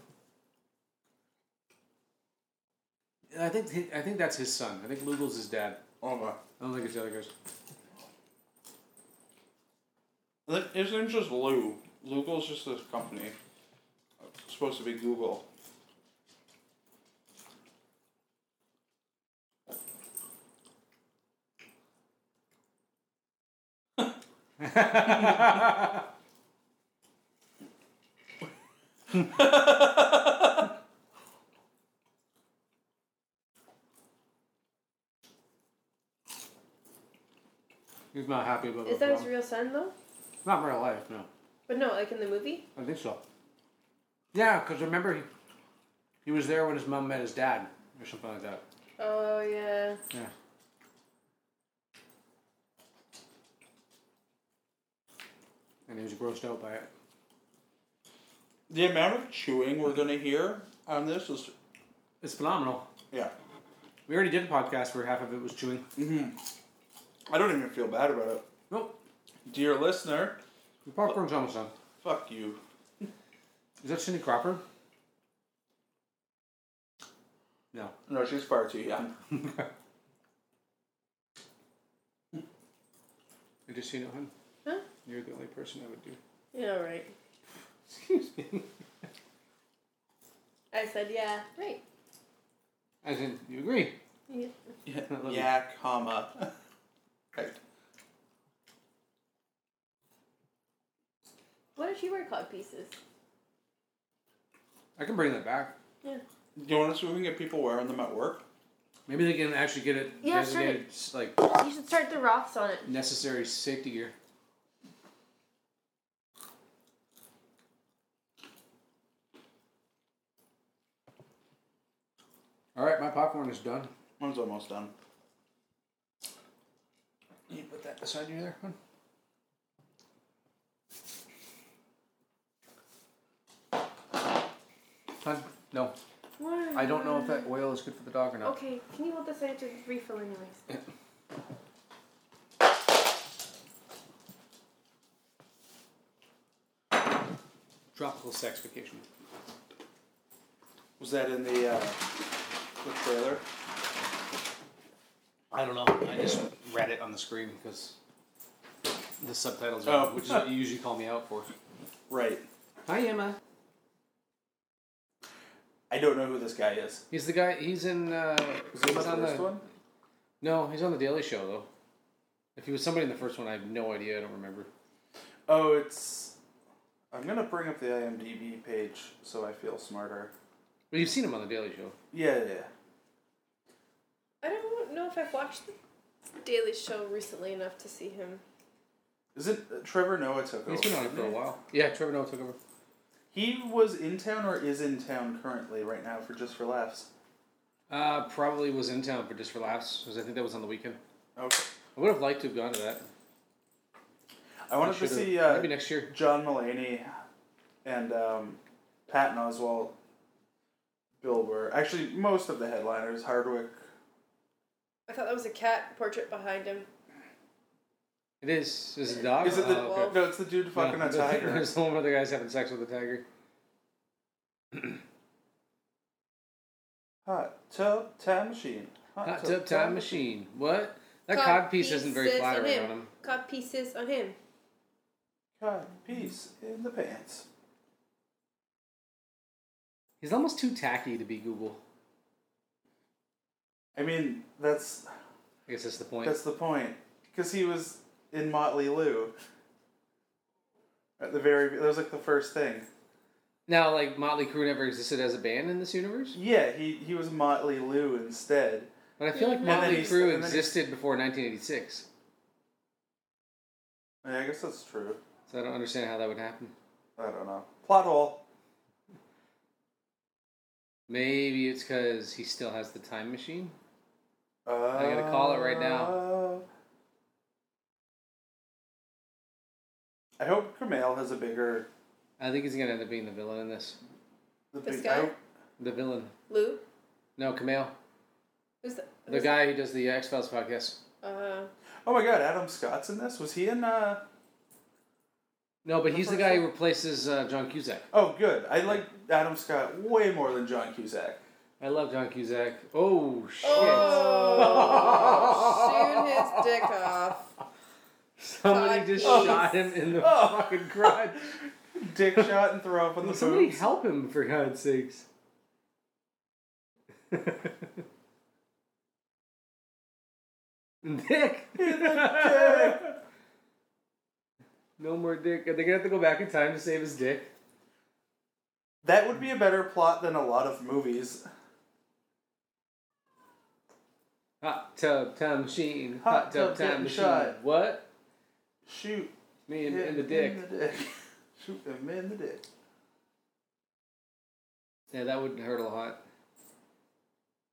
[SPEAKER 4] And I think he- I think that's his son. I think Lugel's his dad. Oh my! I don't think it's the other guys.
[SPEAKER 7] Look, His name's just Lou. Google's just this company. It's supposed to be Google.
[SPEAKER 4] He's not happy about
[SPEAKER 11] Is
[SPEAKER 4] the
[SPEAKER 11] that his
[SPEAKER 4] film.
[SPEAKER 11] real son though?
[SPEAKER 4] Not in real life, no.
[SPEAKER 11] But no, like in the movie.
[SPEAKER 4] I think so. Yeah, because remember he, he was there when his mom met his dad or something like that.
[SPEAKER 11] Oh yeah.
[SPEAKER 4] Yeah. And he was grossed out by it.
[SPEAKER 7] The amount of chewing we're gonna hear on this is
[SPEAKER 4] It's phenomenal.
[SPEAKER 7] yeah.
[SPEAKER 4] We already did a podcast where half of it was chewing.
[SPEAKER 7] hmm I don't even feel bad about it.
[SPEAKER 4] Nope.
[SPEAKER 7] Dear listener,
[SPEAKER 4] the popcorn's almost done.
[SPEAKER 7] Fuck you.
[SPEAKER 4] Is that Cindy Cropper? No.
[SPEAKER 7] No, she's far too young.
[SPEAKER 4] I just seen it, hun.
[SPEAKER 11] Huh?
[SPEAKER 4] You're the only person I would do.
[SPEAKER 11] Yeah, right.
[SPEAKER 4] Excuse me.
[SPEAKER 11] I said yeah, right.
[SPEAKER 4] As in, you agree.
[SPEAKER 11] Yeah.
[SPEAKER 7] Yeah,
[SPEAKER 4] love
[SPEAKER 7] yeah comma. right.
[SPEAKER 11] What if you wear cod pieces?
[SPEAKER 4] I can bring that back.
[SPEAKER 11] Yeah.
[SPEAKER 7] Do you want to see if we can get people wearing them at work?
[SPEAKER 4] Maybe they can actually get it
[SPEAKER 11] Yeah, sure.
[SPEAKER 4] designated, s- like
[SPEAKER 11] You should start the rocks on it.
[SPEAKER 4] necessary safety gear. All right, my popcorn is done.
[SPEAKER 7] Mine's almost done.
[SPEAKER 4] You put that beside you there. hun? Hun, No,
[SPEAKER 11] Why?
[SPEAKER 4] I don't know if that oil is good for the dog or not.
[SPEAKER 11] Okay, can you hold this? I have to refill anyways.
[SPEAKER 4] Tropical sex vacation.
[SPEAKER 7] Was that in the uh, the trailer?
[SPEAKER 4] I don't know. I just read it on the screen because the subtitles are,
[SPEAKER 7] Oh.
[SPEAKER 4] which is what you usually call me out for.
[SPEAKER 7] Right.
[SPEAKER 4] Hi, Emma.
[SPEAKER 7] I don't know who this guy is.
[SPEAKER 4] He's the guy. He's in. Uh,
[SPEAKER 7] Is he in
[SPEAKER 4] he's
[SPEAKER 7] the
[SPEAKER 4] on
[SPEAKER 7] first
[SPEAKER 4] the-
[SPEAKER 7] one?
[SPEAKER 4] No, he's on the Daily Show though. If he was somebody in the first one, I have no idea. I don't remember.
[SPEAKER 7] Oh, it's. I'm gonna bring up the IMDb page so I feel smarter.
[SPEAKER 4] But you've seen him on the Daily Show.
[SPEAKER 7] Yeah, yeah.
[SPEAKER 11] I don't know if I've watched the Daily Show recently enough to see him.
[SPEAKER 7] Is it uh, Trevor Noah took over?
[SPEAKER 4] He's been on it for a
[SPEAKER 7] didn't he?
[SPEAKER 4] while. Yeah, Trevor Noah took over.
[SPEAKER 7] He was in town or is in town currently right now for just for laughs.
[SPEAKER 4] Uh, probably was in town for just for laughs because I think that was on the weekend.
[SPEAKER 7] Okay.
[SPEAKER 4] I would have liked to have gone to that.
[SPEAKER 7] I wanted to
[SPEAKER 4] should've-
[SPEAKER 7] see uh,
[SPEAKER 4] maybe next year.
[SPEAKER 7] John Mulaney and um, Patton Oswalt, Bill Burr. Actually, most of the headliners. Hardwick.
[SPEAKER 11] I thought that was a cat portrait behind him.
[SPEAKER 4] It is. Is it a dog?
[SPEAKER 7] Is it the?
[SPEAKER 4] Oh, okay.
[SPEAKER 7] No, it's the dude fucking a tiger.
[SPEAKER 4] There's the one where the guy's having sex with a tiger.
[SPEAKER 7] Hot tub time machine.
[SPEAKER 4] Hot tub time machine. What? That cod piece isn't very
[SPEAKER 11] pieces
[SPEAKER 4] flattering
[SPEAKER 11] him.
[SPEAKER 4] on him.
[SPEAKER 11] Cod pieces on him.
[SPEAKER 7] Cod piece in the pants.
[SPEAKER 4] He's almost too tacky to be Google.
[SPEAKER 7] I mean, that's
[SPEAKER 4] I guess that's the point.
[SPEAKER 7] that's the point. Because he was in Motley Lou. At the very, that was like the first thing.
[SPEAKER 4] Now, like Motley Crue never existed as a band in this universe,
[SPEAKER 7] Yeah, he he was Motley Lou instead.
[SPEAKER 4] but I feel like
[SPEAKER 7] And then
[SPEAKER 4] Motley
[SPEAKER 7] he's-
[SPEAKER 4] Crue
[SPEAKER 7] and then he's-
[SPEAKER 4] existed before 1986.
[SPEAKER 7] Yeah, I guess that's true.
[SPEAKER 4] So I don't understand how that would happen.
[SPEAKER 7] I don't know. Plot hole.
[SPEAKER 4] Maybe it's because he still has the time machine.
[SPEAKER 7] Uh,
[SPEAKER 4] I gotta call it right now.
[SPEAKER 7] I hope Kumail has a bigger.
[SPEAKER 4] I think he's gonna end up being the villain in this.
[SPEAKER 7] The
[SPEAKER 11] This
[SPEAKER 7] big,
[SPEAKER 11] guy?
[SPEAKER 7] I hope-
[SPEAKER 4] The villain?
[SPEAKER 11] Lou?
[SPEAKER 4] No, Camille,
[SPEAKER 11] Who's the,
[SPEAKER 4] the guy who does the X Files podcast.
[SPEAKER 11] Uh,
[SPEAKER 7] oh my god, Adam Scott's in this. Was he in? uh
[SPEAKER 4] No, but he's the guy who replaces uh, John Cusack.
[SPEAKER 7] Oh, good. I like Adam Scott way more than John Cusack.
[SPEAKER 4] I love John Cusack. Oh shit!
[SPEAKER 16] Oh, shoot his dick off.
[SPEAKER 4] Somebody just
[SPEAKER 16] Oh.
[SPEAKER 4] shot him in the
[SPEAKER 16] Oh.
[SPEAKER 4] fucking crotch.
[SPEAKER 7] Dick shot and throw up on the
[SPEAKER 4] Somebody
[SPEAKER 7] boobs.
[SPEAKER 4] help him for God's sakes. Dick. no more dick. Are they gonna have to go back in time to save his dick?
[SPEAKER 7] That would be a better plot than a lot of movies.
[SPEAKER 4] Hot tub time machine.
[SPEAKER 7] Hot
[SPEAKER 4] Hot,
[SPEAKER 7] tub
[SPEAKER 4] tub, time
[SPEAKER 7] getting
[SPEAKER 4] machine.
[SPEAKER 7] shot.
[SPEAKER 4] What?
[SPEAKER 7] Shoot.
[SPEAKER 4] Me and,
[SPEAKER 7] him
[SPEAKER 4] and the dick.
[SPEAKER 7] In the dick. Shoot him in the dick.
[SPEAKER 4] Yeah, that would hurt a lot.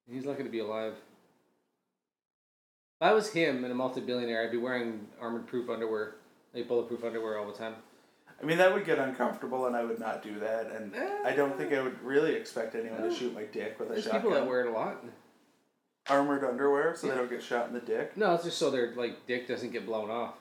[SPEAKER 4] He's lucky to be alive. If I was him and a multi-billionaire, I'd be wearing armored-proof underwear, like bulletproof underwear all the time.
[SPEAKER 7] I mean, that would get uncomfortable, and I would not do that. And
[SPEAKER 4] Eh.
[SPEAKER 7] I don't think I would really expect anyone to shoot my dick with a
[SPEAKER 4] There's
[SPEAKER 7] shotgun.
[SPEAKER 4] people that wear it a lot.
[SPEAKER 7] armored underwear so they don't get shot in the dick.
[SPEAKER 4] No, it's just so their like dick doesn't get blown off.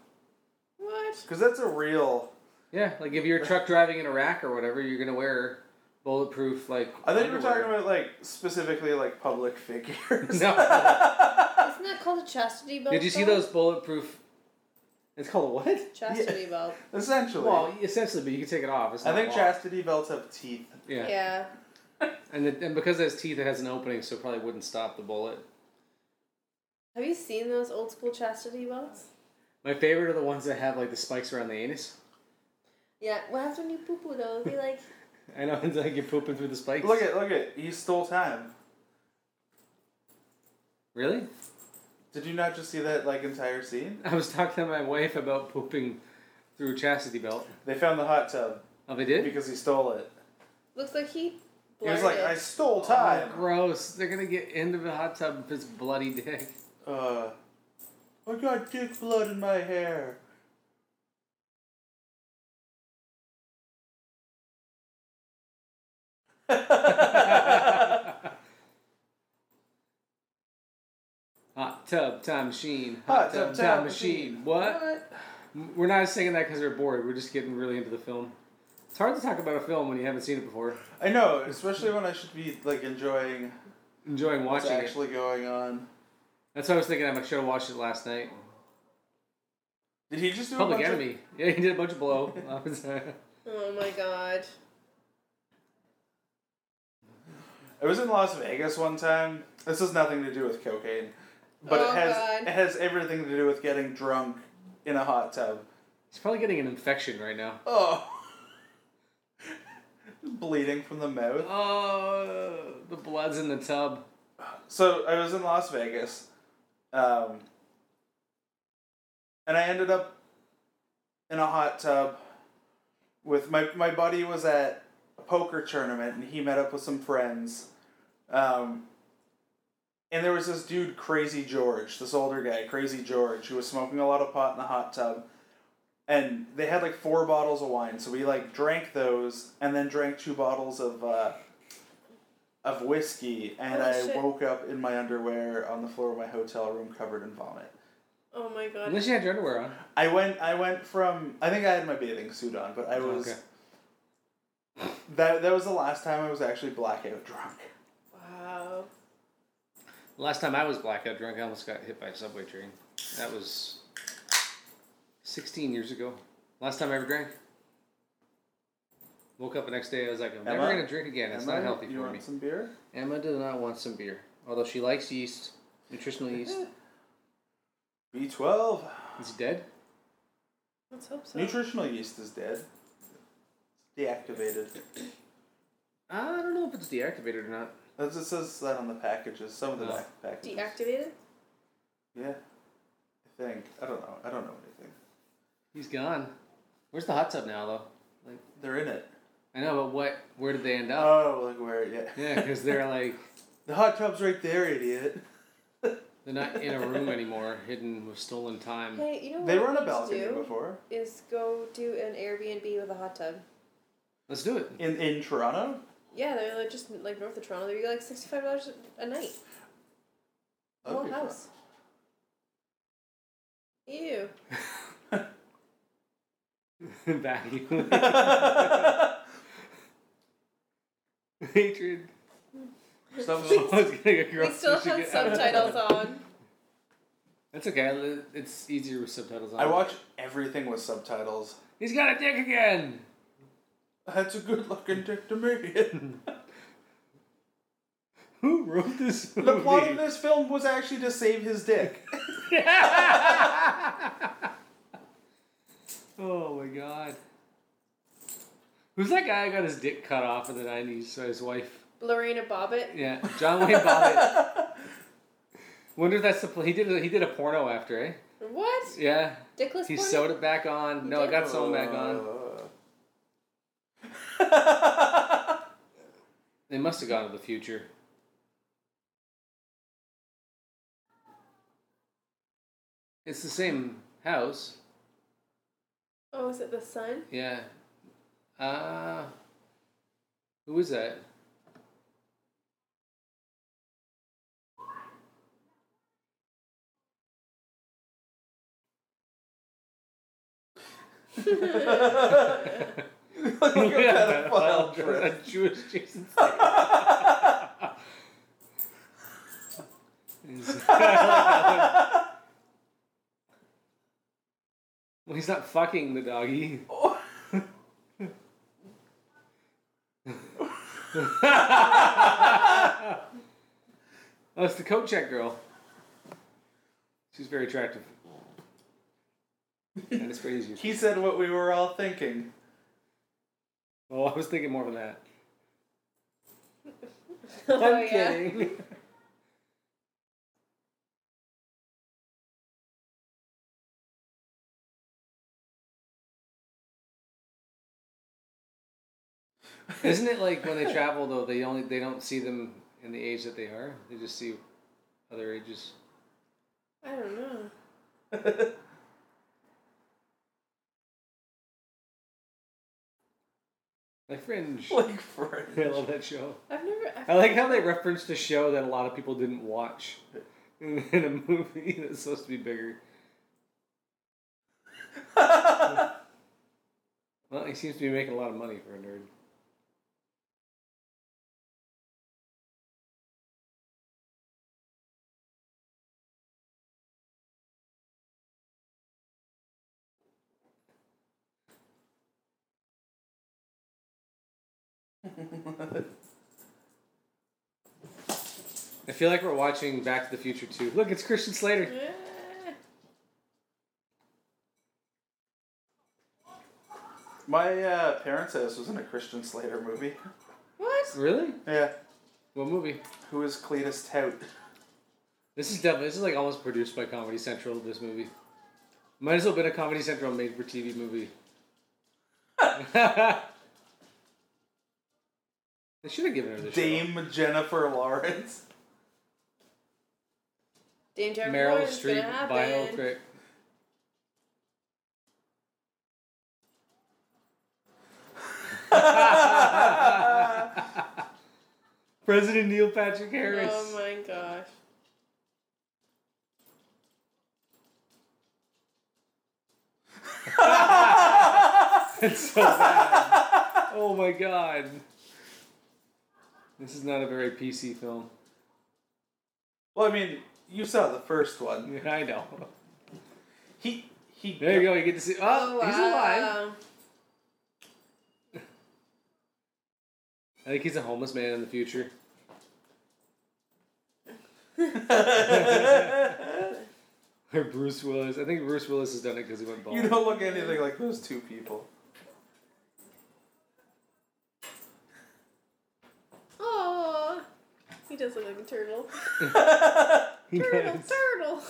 [SPEAKER 16] What?
[SPEAKER 7] Because that's a real.
[SPEAKER 4] Yeah, like if you're truck driving in Iraq or whatever, you're gonna wear bulletproof like.
[SPEAKER 7] I think we're
[SPEAKER 4] underwear.
[SPEAKER 7] talking about like specifically like public figures.
[SPEAKER 11] Isn't that called a chastity belt?
[SPEAKER 4] Did you see
[SPEAKER 11] though?
[SPEAKER 4] those bulletproof? It's called a what?
[SPEAKER 11] Chastity belt.
[SPEAKER 7] Essentially.
[SPEAKER 4] Well, essentially, but you can take it off. It's
[SPEAKER 7] I
[SPEAKER 4] not
[SPEAKER 7] think
[SPEAKER 4] locked.
[SPEAKER 7] chastity belts have teeth.
[SPEAKER 4] Yeah.
[SPEAKER 11] Yeah.
[SPEAKER 4] And the, and because it has teeth, it has an opening, so it probably wouldn't stop the bullet.
[SPEAKER 11] Have you seen those old school chastity belts?
[SPEAKER 4] My favorite are the ones that have like the spikes around the anus.
[SPEAKER 11] Yeah. What happens when you poo poo though? It'd be like,
[SPEAKER 4] I know it's like you're pooping through the spikes.
[SPEAKER 7] Look at look at you stole time.
[SPEAKER 4] Really?
[SPEAKER 7] Did you not just see that like entire scene?
[SPEAKER 4] I was talking to my wife about pooping through a chastity belt.
[SPEAKER 7] They found the hot tub.
[SPEAKER 4] Oh, they did?
[SPEAKER 7] Because he stole it.
[SPEAKER 11] looks like he.
[SPEAKER 7] He was like,
[SPEAKER 11] blurted.
[SPEAKER 7] I stole time.
[SPEAKER 4] Oh, gross. They're gonna get into the hot tub with his bloody dick.
[SPEAKER 7] Uh, I got dick blood in my hair.
[SPEAKER 4] Hot tub time machine.
[SPEAKER 7] Hot tub time machine.
[SPEAKER 4] What? M- We're not singing that because we're bored. We're just getting really into the film. It's hard to talk about a film when you haven't seen it before.
[SPEAKER 7] I know, especially when I should be like enjoying
[SPEAKER 4] Enjoying
[SPEAKER 7] what's
[SPEAKER 4] watching it.
[SPEAKER 7] actually going on.
[SPEAKER 4] That's what I was thinking. I should have watched it last night.
[SPEAKER 7] Did he just do a
[SPEAKER 4] Public
[SPEAKER 7] bunch of-
[SPEAKER 4] Enemy? Yeah, he did a bunch of blow. uh,
[SPEAKER 11] Oh my god.
[SPEAKER 7] I was in Las Vegas one time. This has nothing to do with cocaine, but
[SPEAKER 11] Oh,
[SPEAKER 7] it has
[SPEAKER 11] God.
[SPEAKER 7] it has everything to do with getting drunk in a hot tub.
[SPEAKER 4] He's probably getting an infection right now.
[SPEAKER 7] Oh, bleeding from the mouth.
[SPEAKER 4] Oh, the blood's in the tub.
[SPEAKER 7] So I was in Las Vegas, um, and I ended up in a hot tub with my my buddy was at a poker tournament and he met up with some friends, um, and there was this dude Crazy George, this older guy Crazy George, who was smoking a lot of pot in the hot tub. And they had like four bottles of wine, so we like drank those, and then drank two bottles of uh, of whiskey, and
[SPEAKER 11] Holy
[SPEAKER 7] I
[SPEAKER 11] shit.
[SPEAKER 7] woke up in my underwear on the floor of my hotel room, covered in vomit.
[SPEAKER 11] Oh my god.
[SPEAKER 4] Unless you had your underwear on.
[SPEAKER 7] I went. I went from. I think I had my bathing suit on, but I was. That that was the last time I was actually blackout drunk.
[SPEAKER 11] Wow.
[SPEAKER 4] Last time I was blackout drunk, I almost got hit by a subway train. That was 16 years ago. Last time I ever drank. Woke up the next day, I was like, I'm never
[SPEAKER 7] Emma?
[SPEAKER 4] going to drink again. It's
[SPEAKER 7] Emma,
[SPEAKER 4] not healthy
[SPEAKER 7] you
[SPEAKER 4] for
[SPEAKER 7] want
[SPEAKER 4] me.
[SPEAKER 7] Some beer.
[SPEAKER 4] Emma does not want some beer, although she likes yeast, nutritional yeast.
[SPEAKER 7] B twelve.
[SPEAKER 4] Is it dead?
[SPEAKER 11] Let's hope so.
[SPEAKER 7] Nutritional yeast is dead. Deactivated.
[SPEAKER 4] I don't know if it's deactivated or not.
[SPEAKER 7] That's, it says that on the packages. Some of the
[SPEAKER 4] Oh.
[SPEAKER 7] back packages.
[SPEAKER 11] Deactivated?
[SPEAKER 7] yeah. I think. I don't know. I don't know anything.
[SPEAKER 4] He's gone. Where's the hot tub now, though? Like
[SPEAKER 7] they're in it.
[SPEAKER 4] I know, but what? Where did they end up?
[SPEAKER 7] Oh, like where? Yeah.
[SPEAKER 4] Yeah, because they're like
[SPEAKER 7] the hot tub's right there, idiot.
[SPEAKER 4] they're not in a room anymore, hidden with stolen time.
[SPEAKER 11] Hey, you know
[SPEAKER 7] They
[SPEAKER 11] what
[SPEAKER 7] were on a
[SPEAKER 11] we need to
[SPEAKER 7] balcony
[SPEAKER 11] do
[SPEAKER 7] before.
[SPEAKER 11] Is go do an Airbnb with a hot tub.
[SPEAKER 4] Let's do it
[SPEAKER 7] in in Toronto.
[SPEAKER 11] Yeah, they're like just like north of Toronto. They're like sixty five dollars a night.
[SPEAKER 7] That'd
[SPEAKER 11] Whole
[SPEAKER 7] be fun.
[SPEAKER 11] house. Ew.
[SPEAKER 4] Value. Hatred. I was gonna get
[SPEAKER 11] We
[SPEAKER 4] gross.
[SPEAKER 11] still
[SPEAKER 4] should
[SPEAKER 11] have
[SPEAKER 4] get-
[SPEAKER 11] subtitles on.
[SPEAKER 4] That's okay. It's easier with subtitles on.
[SPEAKER 7] I watch everything with subtitles.
[SPEAKER 4] He's got a dick again.
[SPEAKER 7] That's a good looking dick to me.
[SPEAKER 4] Who wrote this
[SPEAKER 7] The plot of this film was actually to save his dick.
[SPEAKER 4] Oh my god. Who's that guy who got his dick cut off in the 90s by his wife?
[SPEAKER 11] Lorena Bobbitt.
[SPEAKER 4] Yeah, John Wayne Bobbitt. Wonder if that's the pl- he did. A, he did a porno after, eh?
[SPEAKER 11] What?
[SPEAKER 4] Yeah.
[SPEAKER 11] Dickless
[SPEAKER 4] He
[SPEAKER 11] porno?
[SPEAKER 4] sewed it back on. No, it got sewn back on. They must have gone to the future. It's the same house.
[SPEAKER 11] Oh, is it the sun?
[SPEAKER 4] Yeah. Uh who is that?
[SPEAKER 7] Look at that
[SPEAKER 4] pedophile
[SPEAKER 7] trip.
[SPEAKER 4] A Jewish Jason Statham. well, he's not fucking the doggy. Oh, it's the coat check girl. She's very attractive. And it's crazy.
[SPEAKER 7] he said what we were all thinking.
[SPEAKER 4] Oh, I was thinking more than that.
[SPEAKER 11] Oh,
[SPEAKER 4] I'm
[SPEAKER 11] yeah.
[SPEAKER 4] kidding. Isn't it like when they travel though they only they don't see them in the age that they are? They just see other ages.
[SPEAKER 11] I don't know.
[SPEAKER 4] Like Fringe.
[SPEAKER 7] Like Fringe.
[SPEAKER 4] I love that show.
[SPEAKER 11] I've never. I've
[SPEAKER 4] I like how they referenced a show that a lot of people didn't watch in in a movie that's supposed to be bigger. well, he seems to be making a lot of money for a nerd. I feel like we're watching Back to the Future 2. Look, it's Christian Slater.
[SPEAKER 7] My uh, parents' house was in a Christian Slater movie.
[SPEAKER 11] What?
[SPEAKER 4] Really?
[SPEAKER 7] Yeah.
[SPEAKER 4] What movie?
[SPEAKER 7] Who is Cletus Tout?
[SPEAKER 4] This is definitely this is like almost produced by Comedy Central. This movie might as well have been a Comedy Central made for TV movie. they should have given her the
[SPEAKER 7] Dame Jennifer Lawrence.
[SPEAKER 11] Danger
[SPEAKER 4] show.
[SPEAKER 11] of
[SPEAKER 4] Meryl
[SPEAKER 11] Warren's gonna
[SPEAKER 4] Streep
[SPEAKER 11] happen.
[SPEAKER 4] bio trick. President Neil Patrick Harris.
[SPEAKER 11] Oh my gosh.
[SPEAKER 4] It's so bad. Oh my god. This is not a very PC film.
[SPEAKER 7] Well, I mean, you saw the first one.
[SPEAKER 4] Yeah, I know.
[SPEAKER 7] He he.
[SPEAKER 4] There you go. You get to see. Oh, he's alive.
[SPEAKER 11] Wow.
[SPEAKER 4] I think he's a homeless man in the future. Or Bruce Willis. I think Bruce Willis has done it because he went bald.
[SPEAKER 7] You don't look anything like those two people.
[SPEAKER 11] Aww. He does look like a turtle.
[SPEAKER 4] He
[SPEAKER 11] Turtle,
[SPEAKER 4] does.
[SPEAKER 11] turtle.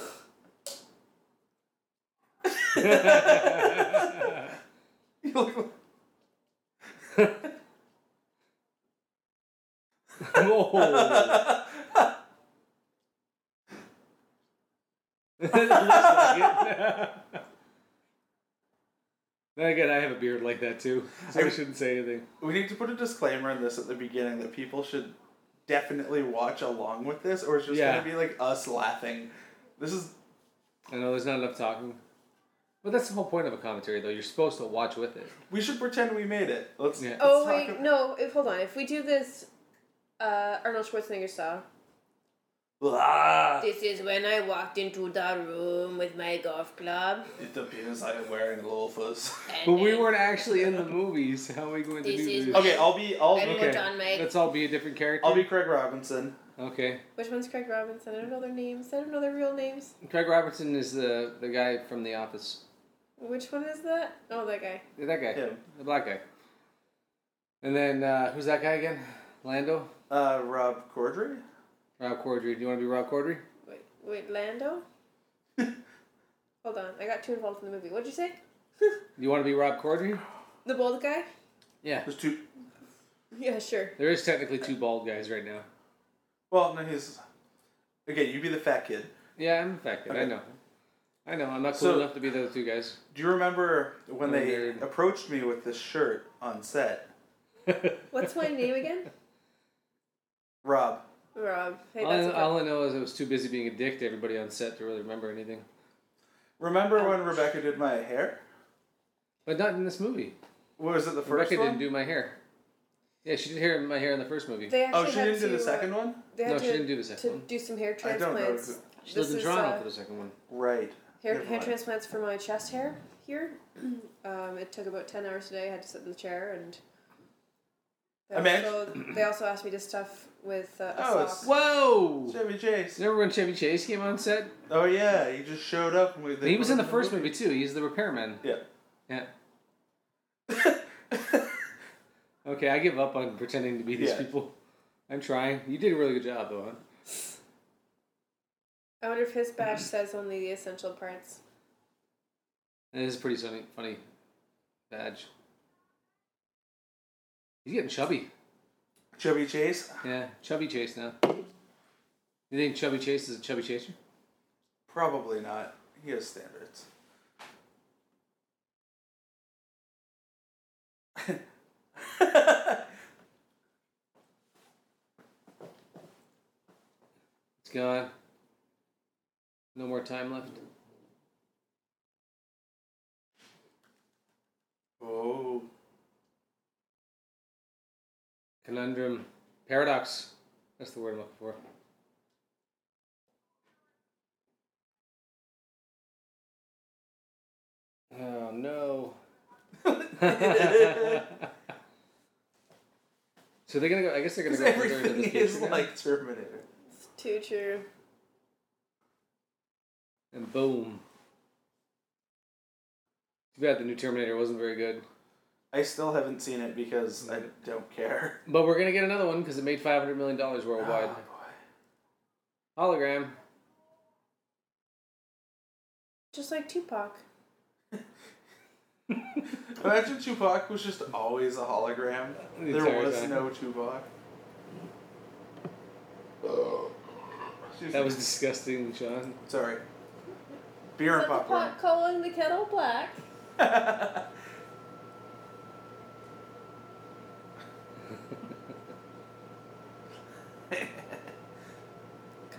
[SPEAKER 4] Whoa. It looks like it. Then again, I have a beard like that too, so I shouldn't say anything.
[SPEAKER 7] We need to put a disclaimer in this at the beginning that people should definitely watch along with this, or it's just
[SPEAKER 4] Yeah.
[SPEAKER 7] gonna be like us laughing. This is
[SPEAKER 4] I know there's not enough talking. Well, that's the whole point of a commentary, though. You're supposed to watch with it.
[SPEAKER 7] We should pretend we made it. Let's.
[SPEAKER 4] Yeah.
[SPEAKER 11] Oh wait, no. If, hold on. If we do this, uh, Arnold Schwarzenegger style.
[SPEAKER 7] Blah.
[SPEAKER 11] This is when I walked into the room with my golf club.
[SPEAKER 7] It appears I am wearing loafers.
[SPEAKER 4] But we weren't actually in the movie, so how are we going to
[SPEAKER 11] This
[SPEAKER 4] do
[SPEAKER 11] is
[SPEAKER 4] this?
[SPEAKER 11] my- Okay, I'll be- I'll- Edward John May.
[SPEAKER 4] Let's all be a different character.
[SPEAKER 7] I'll be Craig Robinson.
[SPEAKER 4] Okay.
[SPEAKER 11] Which one's Craig Robinson? I don't know their names. I don't know their real names.
[SPEAKER 4] Craig Robertson is the the guy from The Office.
[SPEAKER 11] Which one is that? Oh, that guy.
[SPEAKER 4] Yeah, that guy. The black guy. And then uh, who's that guy again? Lando.
[SPEAKER 7] Uh, Rob Corddry.
[SPEAKER 4] Rob Corddry. Do you want to be Rob Corddry?
[SPEAKER 11] Wait, wait, Lando. hold on. I got too involved in the movie. What'd you say?
[SPEAKER 4] You want to be Rob Corddry?
[SPEAKER 11] The bald guy?
[SPEAKER 4] Yeah. There's
[SPEAKER 7] two.
[SPEAKER 11] Yeah, sure.
[SPEAKER 4] There is technically two bald guys right now.
[SPEAKER 7] Well, no, he's. Okay, you be the fat kid.
[SPEAKER 4] Yeah, I'm affected. I
[SPEAKER 7] Okay.
[SPEAKER 4] know. I know. I'm not cool
[SPEAKER 7] So-
[SPEAKER 4] enough to be those two guys.
[SPEAKER 7] Do you remember when
[SPEAKER 4] I'm
[SPEAKER 7] they
[SPEAKER 4] married.
[SPEAKER 7] approached me with this shirt on set?
[SPEAKER 11] What's my name again?
[SPEAKER 7] Rob.
[SPEAKER 11] Rob. Hey,
[SPEAKER 4] All,
[SPEAKER 11] that's
[SPEAKER 4] I,
[SPEAKER 11] a
[SPEAKER 4] all I know is I was too busy being a dick to everybody on set to really remember anything.
[SPEAKER 7] Remember
[SPEAKER 11] Oh.
[SPEAKER 7] when Rebecca did my hair?
[SPEAKER 4] But not in this movie.
[SPEAKER 7] What was it? The first
[SPEAKER 4] Rebecca
[SPEAKER 7] one?
[SPEAKER 4] didn't do my hair. Yeah, she did hair my hair in the first movie.
[SPEAKER 11] They actually had to, uh, They had
[SPEAKER 4] No,
[SPEAKER 11] to,
[SPEAKER 4] she didn't do the second
[SPEAKER 11] to
[SPEAKER 4] one.
[SPEAKER 11] do some hair
[SPEAKER 4] I don't know.
[SPEAKER 11] transplants.
[SPEAKER 4] She lives in
[SPEAKER 11] is,
[SPEAKER 4] Toronto
[SPEAKER 11] uh,
[SPEAKER 4] for the second one.
[SPEAKER 7] Right.
[SPEAKER 11] Hair,
[SPEAKER 4] Never
[SPEAKER 11] hair
[SPEAKER 4] mind.
[SPEAKER 11] transplants for my chest hair here. um, it took about 10 hours today. I had to sit in the chair and. They
[SPEAKER 4] I mean,
[SPEAKER 11] also, they also asked me to stuff with uh, a
[SPEAKER 4] Oh,
[SPEAKER 11] sock.
[SPEAKER 4] whoa!
[SPEAKER 7] Chevy Chase.
[SPEAKER 4] Remember when Chevy Chase came on set?
[SPEAKER 7] Oh yeah, he just showed up. And we,
[SPEAKER 4] he was in the first movie too. He's the repairman.
[SPEAKER 7] Yeah.
[SPEAKER 4] Yeah. okay, I give up on pretending to be these
[SPEAKER 7] Yeah.
[SPEAKER 4] people. I'm trying. You did a really good job though. Huh?
[SPEAKER 11] I wonder if his badge says only the essential parts.
[SPEAKER 4] That is a pretty funny, funny badge. He's getting chubby.
[SPEAKER 7] Chubby Chase?
[SPEAKER 4] Yeah, chubby chase now. You think chubby chase is a chubby chaser?
[SPEAKER 7] Probably not. He has standards.
[SPEAKER 4] It's gone. No more time left.
[SPEAKER 7] Oh.
[SPEAKER 4] Conundrum. Paradox. That's the word I'm looking for. Oh no. so they're gonna go I guess they're gonna
[SPEAKER 7] Because
[SPEAKER 4] go further into the
[SPEAKER 7] everything
[SPEAKER 4] future
[SPEAKER 7] is
[SPEAKER 4] now.
[SPEAKER 7] like Terminator.
[SPEAKER 11] It's too true.
[SPEAKER 4] and boom. Too bad the new Terminator wasn't very good.
[SPEAKER 7] I still haven't seen it because I don't care.
[SPEAKER 4] But we're gonna get another one because it made five hundred million dollars worldwide.
[SPEAKER 7] Ah.
[SPEAKER 4] Hologram.
[SPEAKER 11] Just like Tupac.
[SPEAKER 7] Imagine Tupac was just always a hologram.
[SPEAKER 4] The
[SPEAKER 7] There
[SPEAKER 4] entire
[SPEAKER 7] was
[SPEAKER 4] time.
[SPEAKER 7] no Tupac.
[SPEAKER 4] That was disgusting, Sean.
[SPEAKER 7] Sorry. Beer and
[SPEAKER 11] The pot calling the kettle black. Gosh,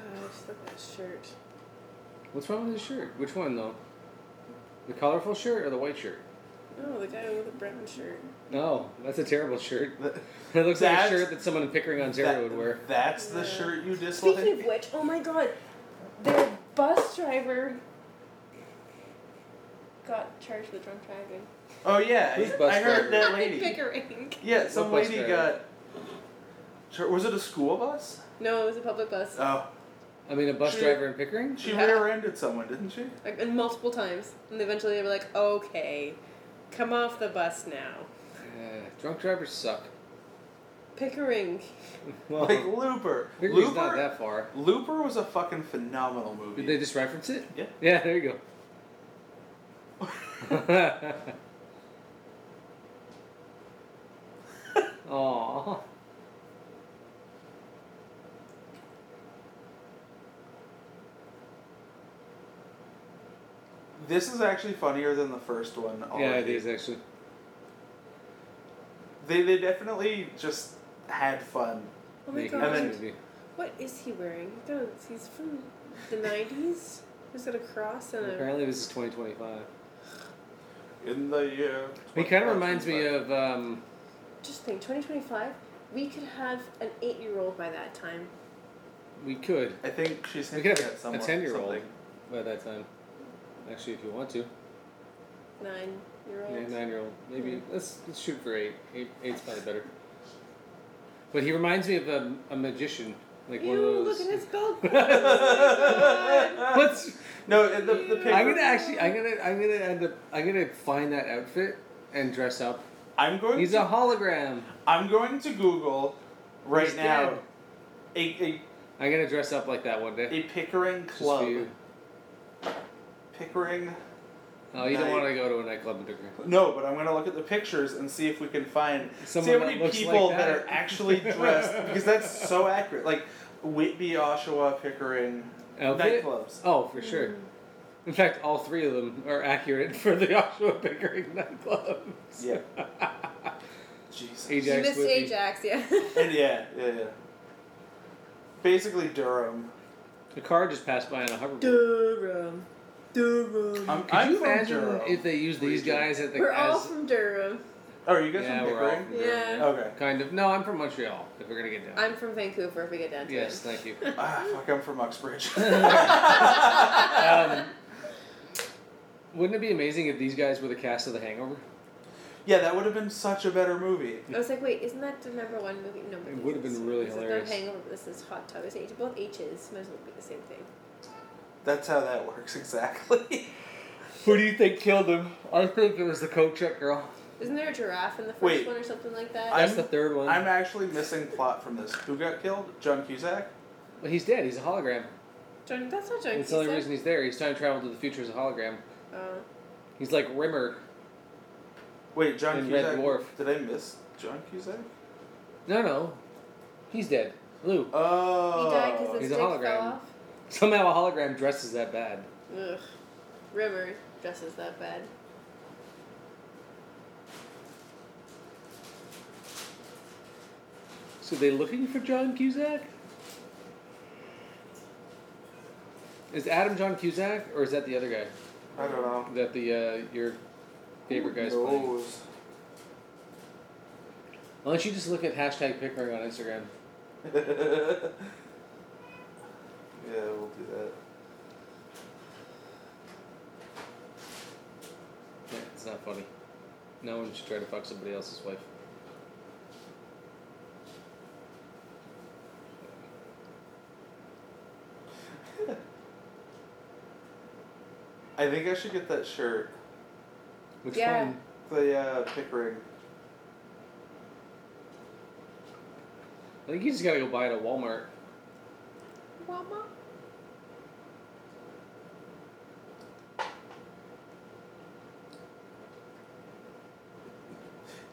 [SPEAKER 11] look at that shirt.
[SPEAKER 4] What's wrong with his shirt? Which one though? The colorful shirt or the white shirt?
[SPEAKER 11] Oh, the guy with the brown shirt.
[SPEAKER 4] No, that's a terrible shirt. it looks like a
[SPEAKER 7] That's-
[SPEAKER 4] shirt that someone in Pickering, Ontario would wear.
[SPEAKER 7] That's the shirt you dislike.
[SPEAKER 11] Speaking of which, oh my god, the bus driver got charged with drunk driving.
[SPEAKER 7] Oh yeah,
[SPEAKER 4] Who's bus
[SPEAKER 7] I heard that
[SPEAKER 4] driver?
[SPEAKER 7] lady.
[SPEAKER 11] Pickering.
[SPEAKER 7] Yeah, some
[SPEAKER 4] What bus
[SPEAKER 7] lady got.
[SPEAKER 4] driver?
[SPEAKER 7] Sure, Was it a school bus?
[SPEAKER 11] No, it was a public bus.
[SPEAKER 7] Oh.
[SPEAKER 4] I mean, a bus
[SPEAKER 7] She-
[SPEAKER 4] driver in Pickering?
[SPEAKER 7] She
[SPEAKER 11] Yeah.
[SPEAKER 7] rear-ended someone, didn't she?
[SPEAKER 11] Like, and multiple times. And eventually they were like, okay, come off the bus now.
[SPEAKER 4] Yeah, drunk drivers suck.
[SPEAKER 11] Pickering.
[SPEAKER 4] Well,
[SPEAKER 7] like Looper.
[SPEAKER 4] Pickering's
[SPEAKER 7] Looper.
[SPEAKER 4] Oh. not that far.
[SPEAKER 7] Looper was a fucking phenomenal movie.
[SPEAKER 4] Did they just reference it?
[SPEAKER 7] Yeah.
[SPEAKER 4] Yeah, there you go. Aww.
[SPEAKER 7] This is actually funnier than the first one. Already.
[SPEAKER 4] Yeah, it is actually.
[SPEAKER 7] They they definitely just had fun.
[SPEAKER 11] Oh my
[SPEAKER 4] Making
[SPEAKER 11] god.
[SPEAKER 4] this
[SPEAKER 7] And then-
[SPEAKER 4] movie.
[SPEAKER 11] What is he wearing? He does- He's from the 90s. He's got a cross and a.
[SPEAKER 4] Apparently, this is 2025.
[SPEAKER 7] in the uh, year.
[SPEAKER 4] He kind of reminds me of um,
[SPEAKER 11] Just think, 2025, we could have an eight year old by that time.
[SPEAKER 4] we could.
[SPEAKER 7] I think she's
[SPEAKER 4] we could
[SPEAKER 7] hinting
[SPEAKER 4] have
[SPEAKER 7] at
[SPEAKER 4] a
[SPEAKER 7] someone-
[SPEAKER 4] ten year old
[SPEAKER 7] something.
[SPEAKER 4] by that time. Actually, if you want to,
[SPEAKER 11] Nine year old.
[SPEAKER 4] nine year old maybe. Let's, let's shoot for eight. eight. Eight's probably better. But he reminds me of a, a magician, like one of those.
[SPEAKER 11] Look at his belt.
[SPEAKER 4] What's
[SPEAKER 7] no the, the picture?
[SPEAKER 4] I'm gonna actually I'm gonna I'm gonna end up I'm gonna find that outfit and dress up.
[SPEAKER 7] I'm going.
[SPEAKER 4] He's
[SPEAKER 7] to-
[SPEAKER 4] a hologram.
[SPEAKER 7] I'm going to Google right
[SPEAKER 4] He's
[SPEAKER 7] now.
[SPEAKER 4] dead.
[SPEAKER 7] A, a
[SPEAKER 4] I'm gonna dress up like that one day.
[SPEAKER 7] A Pickering
[SPEAKER 4] Just for
[SPEAKER 7] club.
[SPEAKER 4] you.
[SPEAKER 7] Pickering.
[SPEAKER 4] Oh, you don't
[SPEAKER 7] night.
[SPEAKER 4] want to go to a nightclub in Pickering.
[SPEAKER 7] No, but I'm gonna look at the pictures and see if we can find
[SPEAKER 4] Someone
[SPEAKER 7] see how
[SPEAKER 4] that
[SPEAKER 7] many
[SPEAKER 4] looks
[SPEAKER 7] people
[SPEAKER 4] like
[SPEAKER 7] that.
[SPEAKER 4] that.
[SPEAKER 7] are actually dressed because that's so accurate. Like Whitby, Oshawa, Pickering
[SPEAKER 4] Outfit?
[SPEAKER 7] nightclubs.
[SPEAKER 4] Oh, for
[SPEAKER 11] Mm.
[SPEAKER 4] sure. In fact, all three of them are accurate for the Oshawa Pickering nightclubs.
[SPEAKER 7] Yeah. Jesus.
[SPEAKER 11] You missed Ajax, yeah.
[SPEAKER 7] And yeah, yeah, yeah. Basically Durham.
[SPEAKER 4] The car just passed by on a hoverboard.
[SPEAKER 11] Durham. Durham.
[SPEAKER 7] I'm,
[SPEAKER 4] Could
[SPEAKER 7] I'm
[SPEAKER 4] you
[SPEAKER 7] from
[SPEAKER 4] imagine
[SPEAKER 7] Durham.
[SPEAKER 4] if they used these guys at the
[SPEAKER 11] We're
[SPEAKER 4] as,
[SPEAKER 11] all from Durham.
[SPEAKER 7] Oh, are you guys
[SPEAKER 4] yeah,
[SPEAKER 7] from
[SPEAKER 4] we're all
[SPEAKER 7] Pickering?
[SPEAKER 4] from Durham.
[SPEAKER 11] Yeah.
[SPEAKER 7] Okay.
[SPEAKER 4] Kind of. No, I'm from Montreal. If we're gonna get down.
[SPEAKER 11] I'm from Vancouver if we get down to
[SPEAKER 4] yes, thank you.
[SPEAKER 7] ah, fuck, I'm from Uxbridge.
[SPEAKER 4] Um, wouldn't it be amazing if these guys were the cast of The Hangover?
[SPEAKER 7] yeah, that would have been such a better movie.
[SPEAKER 11] it. I was like, wait, isn't that the number one movie? No,
[SPEAKER 4] It would have been really
[SPEAKER 11] this
[SPEAKER 4] hilarious.
[SPEAKER 11] is not Hangover, this is Hot Tub. It's H. Both H's might as well be the same thing.
[SPEAKER 7] That's how that works exactly.
[SPEAKER 4] Who do you think killed him? I think it was the coke check girl.
[SPEAKER 11] Isn't there a giraffe in the first
[SPEAKER 7] Wait.
[SPEAKER 11] one or something like that?
[SPEAKER 4] That's the third one.
[SPEAKER 7] I'm actually missing plot from this. Who got killed? John Cusack.
[SPEAKER 4] Well, he's dead. He's a hologram.
[SPEAKER 11] John, that's not John
[SPEAKER 4] That's the only
[SPEAKER 11] Cusack.
[SPEAKER 4] reason he's there. He's time traveled to the future as a hologram.
[SPEAKER 11] Oh.
[SPEAKER 4] He's like Rimmer.
[SPEAKER 7] Wait, John
[SPEAKER 4] In Red
[SPEAKER 7] Cusack.
[SPEAKER 4] Dwarf.
[SPEAKER 7] Did I miss John Cusack?
[SPEAKER 4] No, no, he's dead. Lou.
[SPEAKER 7] Oh.
[SPEAKER 11] He died 'cause his
[SPEAKER 4] He's a
[SPEAKER 11] dick
[SPEAKER 4] hologram.
[SPEAKER 11] fell off.
[SPEAKER 4] Somehow a hologram dresses that bad.
[SPEAKER 11] Ugh. Rimmer dresses that bad.
[SPEAKER 4] So they looking for John Cusack? Is Adam John Cusack or is that the other guy?
[SPEAKER 7] I don't know.
[SPEAKER 4] That the uh, your favorite guy's
[SPEAKER 7] Who
[SPEAKER 4] playing.
[SPEAKER 7] knows?
[SPEAKER 4] Why don't you just look at hashtag Pickering on Instagram?
[SPEAKER 7] Yeah, we'll do that.
[SPEAKER 4] Yeah, it's not funny. No one should try to fuck somebody else's wife.
[SPEAKER 7] I think I should get that shirt.
[SPEAKER 4] Which
[SPEAKER 11] Yeah.
[SPEAKER 4] one?
[SPEAKER 7] The uh, Pickering.
[SPEAKER 4] I think you just gotta go buy it at Walmart.
[SPEAKER 11] Mama.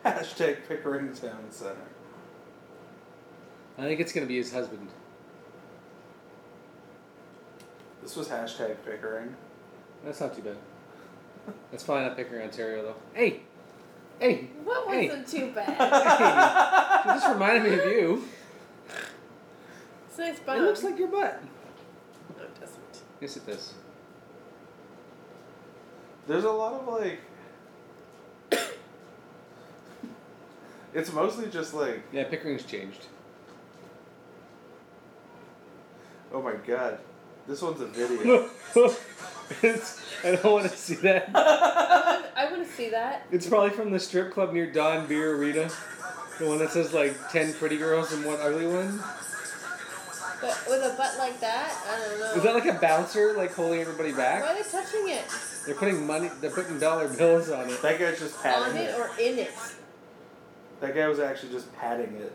[SPEAKER 7] Hashtag Pickering Town Center.
[SPEAKER 4] I think it's gonna be his husband.
[SPEAKER 7] This was hashtag Pickering.
[SPEAKER 4] That's not too bad. That's probably not Pickering, Ontario, though. Hey! Hey!
[SPEAKER 11] What
[SPEAKER 4] Hey.
[SPEAKER 11] wasn't too bad?
[SPEAKER 4] It just reminded me of you.
[SPEAKER 11] it's a nice bum.
[SPEAKER 4] It looks like your butt.
[SPEAKER 11] No, it doesn't.
[SPEAKER 4] Yes, it does.
[SPEAKER 7] There's a lot of like. it's mostly just like,
[SPEAKER 4] Yeah, Pickering's changed.
[SPEAKER 7] oh my god, this one's a video.
[SPEAKER 4] It's- I don't want to see that.
[SPEAKER 11] I want to see that.
[SPEAKER 4] It's probably from the strip club near Don Beer Arena. The one that says like 10 pretty girls and one ugly one.
[SPEAKER 11] But with a butt like that, I don't know.
[SPEAKER 4] Is that like a bouncer, like holding everybody
[SPEAKER 11] Why
[SPEAKER 4] back?
[SPEAKER 11] are they touching it?
[SPEAKER 4] They're putting money, they're putting dollar bills on it.
[SPEAKER 7] that guy's just
[SPEAKER 11] On
[SPEAKER 7] patting
[SPEAKER 11] it
[SPEAKER 7] it.
[SPEAKER 11] or in it?
[SPEAKER 7] That guy was actually just patting it.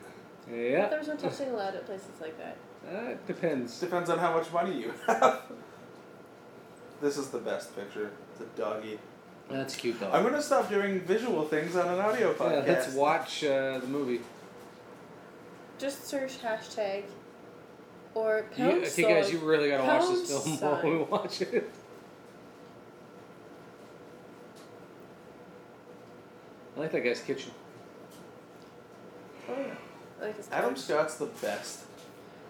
[SPEAKER 11] But
[SPEAKER 4] Yeah.
[SPEAKER 11] There's no touching allowed at places like that.
[SPEAKER 4] Uh, it depends.
[SPEAKER 7] Depends on how much money you have. this is the best picture. The doggy.
[SPEAKER 4] That's cute though.
[SPEAKER 7] I'm gonna stop doing visual things on an audio
[SPEAKER 4] yeah,
[SPEAKER 7] podcast.
[SPEAKER 4] let's watch uh, the movie.
[SPEAKER 11] Just search hashtag or
[SPEAKER 4] You,
[SPEAKER 11] pound
[SPEAKER 4] okay, guys,
[SPEAKER 11] salt.
[SPEAKER 4] you really gotta watch this film while
[SPEAKER 11] Pound
[SPEAKER 4] we
[SPEAKER 11] sign.
[SPEAKER 4] watch it. I like that guy's kitchen.
[SPEAKER 11] Oh, yeah. I like his
[SPEAKER 7] Adam
[SPEAKER 11] couch.
[SPEAKER 7] Scott's the best.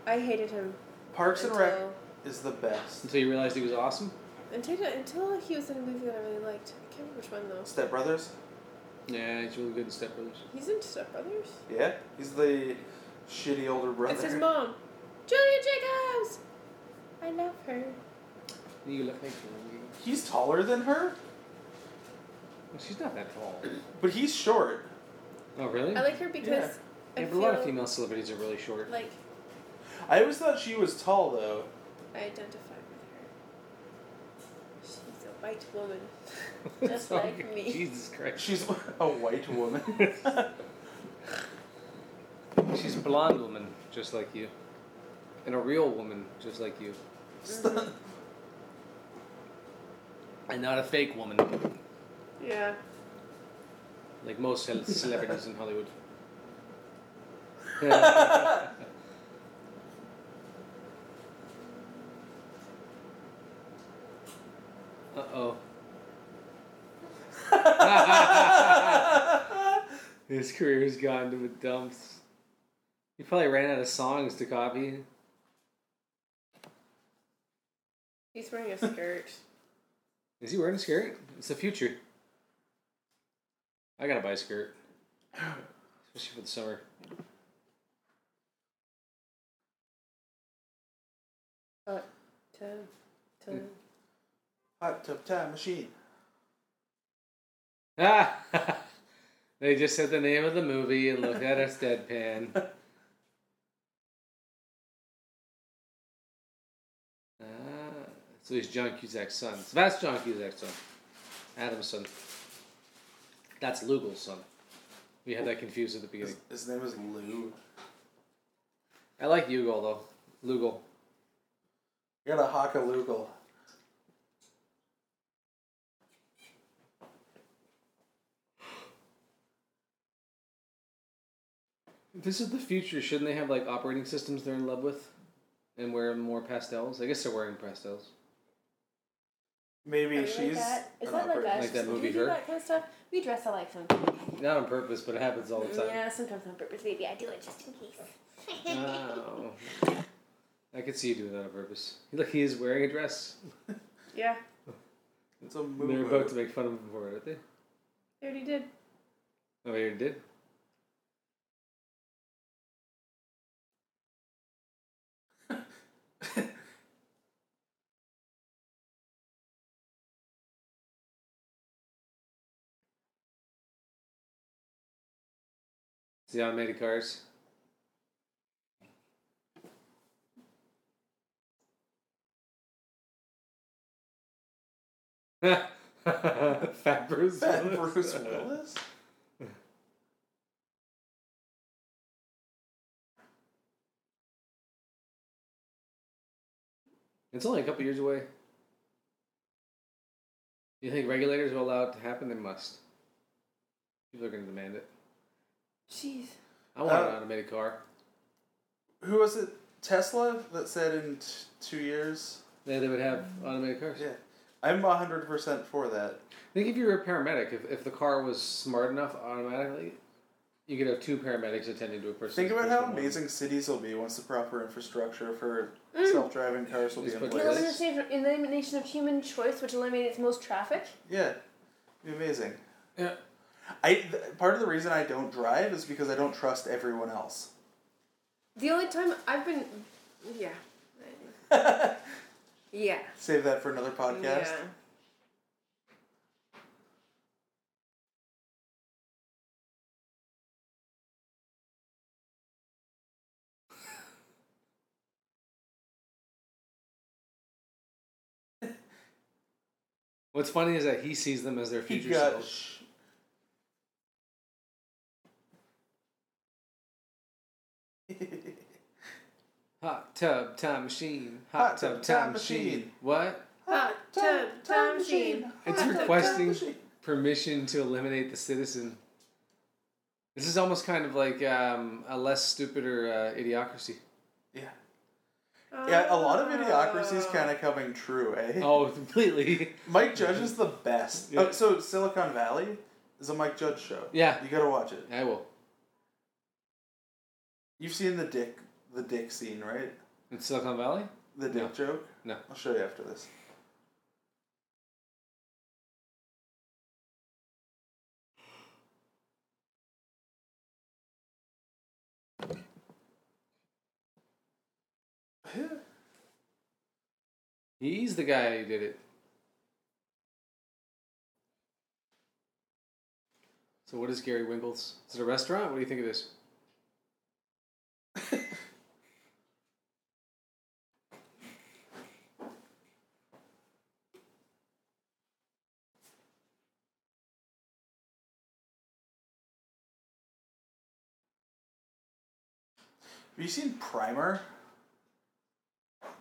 [SPEAKER 11] I hated him.
[SPEAKER 7] Parks and
[SPEAKER 11] until-
[SPEAKER 7] Rec is the best.
[SPEAKER 4] Until you realized he was awesome.
[SPEAKER 11] Until, until he was in a movie that I really liked. I can't remember which one though.
[SPEAKER 7] Step Brothers.
[SPEAKER 4] Yeah, he's really good in Step Brothers.
[SPEAKER 11] He's in Step Brothers.
[SPEAKER 7] Yeah, he's the shitty older brother.
[SPEAKER 11] It's his mom, Julia Jacobs. I love her.
[SPEAKER 4] You look like
[SPEAKER 7] He's taller than her,
[SPEAKER 4] She's not that tall.
[SPEAKER 7] but he's short.
[SPEAKER 4] Oh, really?
[SPEAKER 11] I like her because
[SPEAKER 7] Yeah.
[SPEAKER 11] I
[SPEAKER 4] Yeah, but a
[SPEAKER 11] feel
[SPEAKER 4] lot of female celebrities are really short.
[SPEAKER 11] like
[SPEAKER 7] I always thought she was tall though.
[SPEAKER 11] I identify with her. She's a white woman, just like me.
[SPEAKER 4] Jesus Christ.
[SPEAKER 7] She's a white woman.
[SPEAKER 4] She's a blonde woman, just like you. And a real woman, just like you. And not a fake woman,
[SPEAKER 11] Yeah.
[SPEAKER 4] like most cel- celebrities in Hollywood. Uh oh. His career's gone to the dumps. He probably ran out of songs to copy.
[SPEAKER 11] He's wearing a skirt.
[SPEAKER 4] Is he wearing a skirt? It's the future. I gotta buy a skirt. Especially for the summer.
[SPEAKER 11] Hot tub time.
[SPEAKER 7] Hot tub time machine.
[SPEAKER 4] Ah! they just said the name of the movie and looked at us deadpan. Ah, so he's John Cusack's son. So that's John Cusack's son. Adam's son. That's Lugal's son. We had that confused at the beginning.
[SPEAKER 7] His name is Lou.
[SPEAKER 4] I like Ugal though. Lugal.
[SPEAKER 7] I got a Hockalugal.
[SPEAKER 4] This is the future. Shouldn't they have like operating systems they're in love with, and wear more pastels? I guess they're wearing pastels.
[SPEAKER 7] Maybe
[SPEAKER 11] Are you
[SPEAKER 7] she's
[SPEAKER 11] like that? Is
[SPEAKER 4] an
[SPEAKER 11] that like
[SPEAKER 4] operator.
[SPEAKER 11] that?
[SPEAKER 4] Like that
[SPEAKER 11] Do
[SPEAKER 4] movie,
[SPEAKER 11] we do
[SPEAKER 4] Her?
[SPEAKER 11] that kind of stuff? We dress alike sometimes.
[SPEAKER 4] Not on purpose, but it happens all the time.
[SPEAKER 11] Yeah, sometimes on purpose. Maybe I do it just in case.
[SPEAKER 4] Oh. I could see you doing that on purpose. Look, he is wearing a dress.
[SPEAKER 11] yeah,
[SPEAKER 7] It's a movie.
[SPEAKER 4] They're about to make fun of him for it, aren't they?
[SPEAKER 11] they already did.
[SPEAKER 4] Oh, they already did? It's the automated cars. Fat Bruce
[SPEAKER 7] Fat
[SPEAKER 4] Willis.
[SPEAKER 7] Bruce Willis?
[SPEAKER 4] It's only a couple years away. You think regulators will allow it to happen? They must. People are going to demand it.
[SPEAKER 11] Jeez.
[SPEAKER 4] I want
[SPEAKER 7] Uh,
[SPEAKER 4] an automated car.
[SPEAKER 7] Who was it? Tesla that said in t- two years.
[SPEAKER 4] Yeah, they would have automated cars.
[SPEAKER 7] Mm. Yeah, I'm hundred percent for that.
[SPEAKER 4] I think if you were a paramedic, if, if the car was smart enough automatically, you could have two paramedics attending to a person.
[SPEAKER 7] Think about
[SPEAKER 4] versus
[SPEAKER 7] how
[SPEAKER 4] one.
[SPEAKER 7] amazing cities will be once the proper infrastructure for
[SPEAKER 11] Mm.
[SPEAKER 7] self-driving cars will be
[SPEAKER 4] Just
[SPEAKER 7] in
[SPEAKER 4] put
[SPEAKER 7] place.
[SPEAKER 4] this-
[SPEAKER 17] Elimination of- elimination of human choice, which eliminates most traffic.
[SPEAKER 7] Yeah, be amazing.
[SPEAKER 4] Yeah.
[SPEAKER 7] I th- part of the reason I don't drive is because I don't trust everyone else.
[SPEAKER 17] The only time I've been, yeah, yeah,
[SPEAKER 7] Save that for another podcast.
[SPEAKER 17] yeah.
[SPEAKER 4] What's funny is that he sees them as their
[SPEAKER 7] He
[SPEAKER 4] future
[SPEAKER 7] got
[SPEAKER 4] selves.
[SPEAKER 7] sh-
[SPEAKER 4] Hot tub time machine. Hot,
[SPEAKER 7] Hot
[SPEAKER 4] tub,
[SPEAKER 7] tub
[SPEAKER 4] time,
[SPEAKER 7] time
[SPEAKER 4] machine.
[SPEAKER 7] machine.
[SPEAKER 4] What?
[SPEAKER 17] Hot tub time machine.
[SPEAKER 4] It's requesting permission to eliminate the citizen. This is almost kind of like um, a less stupider uh, idiocracy.
[SPEAKER 7] Yeah. Yeah, a lot of idiocracy is kind of coming true, eh?
[SPEAKER 4] Oh, completely.
[SPEAKER 7] Mike Judge is the best.
[SPEAKER 4] Yeah.
[SPEAKER 7] Oh, so Silicon Valley is a Mike Judge show.
[SPEAKER 4] Yeah.
[SPEAKER 7] you gotta watch it.
[SPEAKER 4] I will.
[SPEAKER 7] You've seen the dick, the dick scene, right?
[SPEAKER 4] In Silicon Valley?
[SPEAKER 7] The dick joke.
[SPEAKER 4] No.
[SPEAKER 7] I'll show you after this.
[SPEAKER 4] He's the guy who did it. So what is Gary Winkles? Is it a restaurant? What do you think of this?
[SPEAKER 7] Have you seen Primer?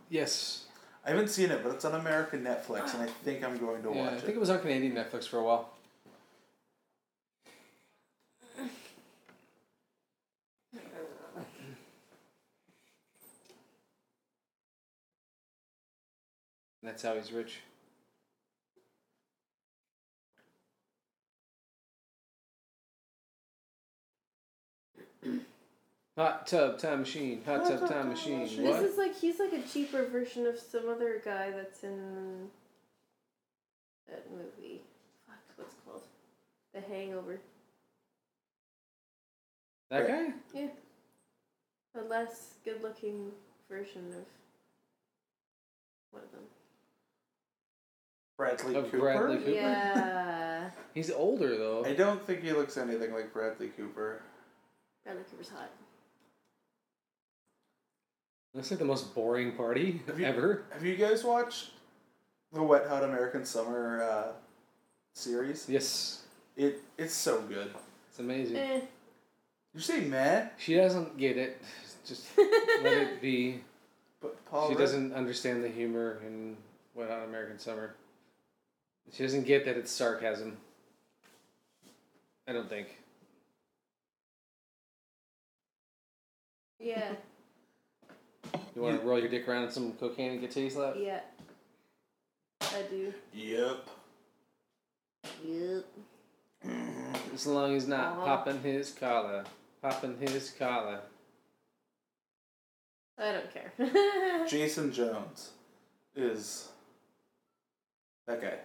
[SPEAKER 4] Yes.
[SPEAKER 7] I haven't seen it, but it's on American Netflix, and I think I'm going to
[SPEAKER 4] Yeah, I
[SPEAKER 7] watch
[SPEAKER 4] think
[SPEAKER 7] it.
[SPEAKER 4] it was on Canadian Netflix for a while. And that's how he's rich. Hot tub time machine. Hot tub time machine.
[SPEAKER 11] This
[SPEAKER 4] What?
[SPEAKER 11] is like he's like a cheaper version of some other guy that's in that movie. Fuck, what's it called? The Hangover.
[SPEAKER 4] That guy?
[SPEAKER 11] Yeah. A less good looking version of one of them.
[SPEAKER 7] Bradley
[SPEAKER 4] Of
[SPEAKER 7] Cooper.
[SPEAKER 4] Bradley Cooper?
[SPEAKER 11] Yeah.
[SPEAKER 4] He's older though.
[SPEAKER 7] I don't think he looks anything like Bradley Cooper.
[SPEAKER 11] Bradley Cooper's hot.
[SPEAKER 4] That's like the most boring party ever.
[SPEAKER 7] Have you guys watched the Wet Hot American Summer uh, series?
[SPEAKER 4] Yes.
[SPEAKER 7] It it's so good.
[SPEAKER 4] It's amazing.
[SPEAKER 11] Eh.
[SPEAKER 7] You say meh?
[SPEAKER 4] She doesn't get it. Just let it be.
[SPEAKER 7] But Paul
[SPEAKER 4] she
[SPEAKER 7] Rudd-
[SPEAKER 4] doesn't understand the humor in Wet Hot American Summer. She doesn't get that it's sarcasm. I don't think.
[SPEAKER 11] Yeah.
[SPEAKER 4] You want to roll your dick around in some cocaine and get titty slapped?
[SPEAKER 11] yeah. I do.
[SPEAKER 7] Yep.
[SPEAKER 11] Yep.
[SPEAKER 4] As long as not
[SPEAKER 11] Uh-huh.
[SPEAKER 4] popping his collar, popping his collar.
[SPEAKER 11] I don't care.
[SPEAKER 7] Jason Jones is that guy.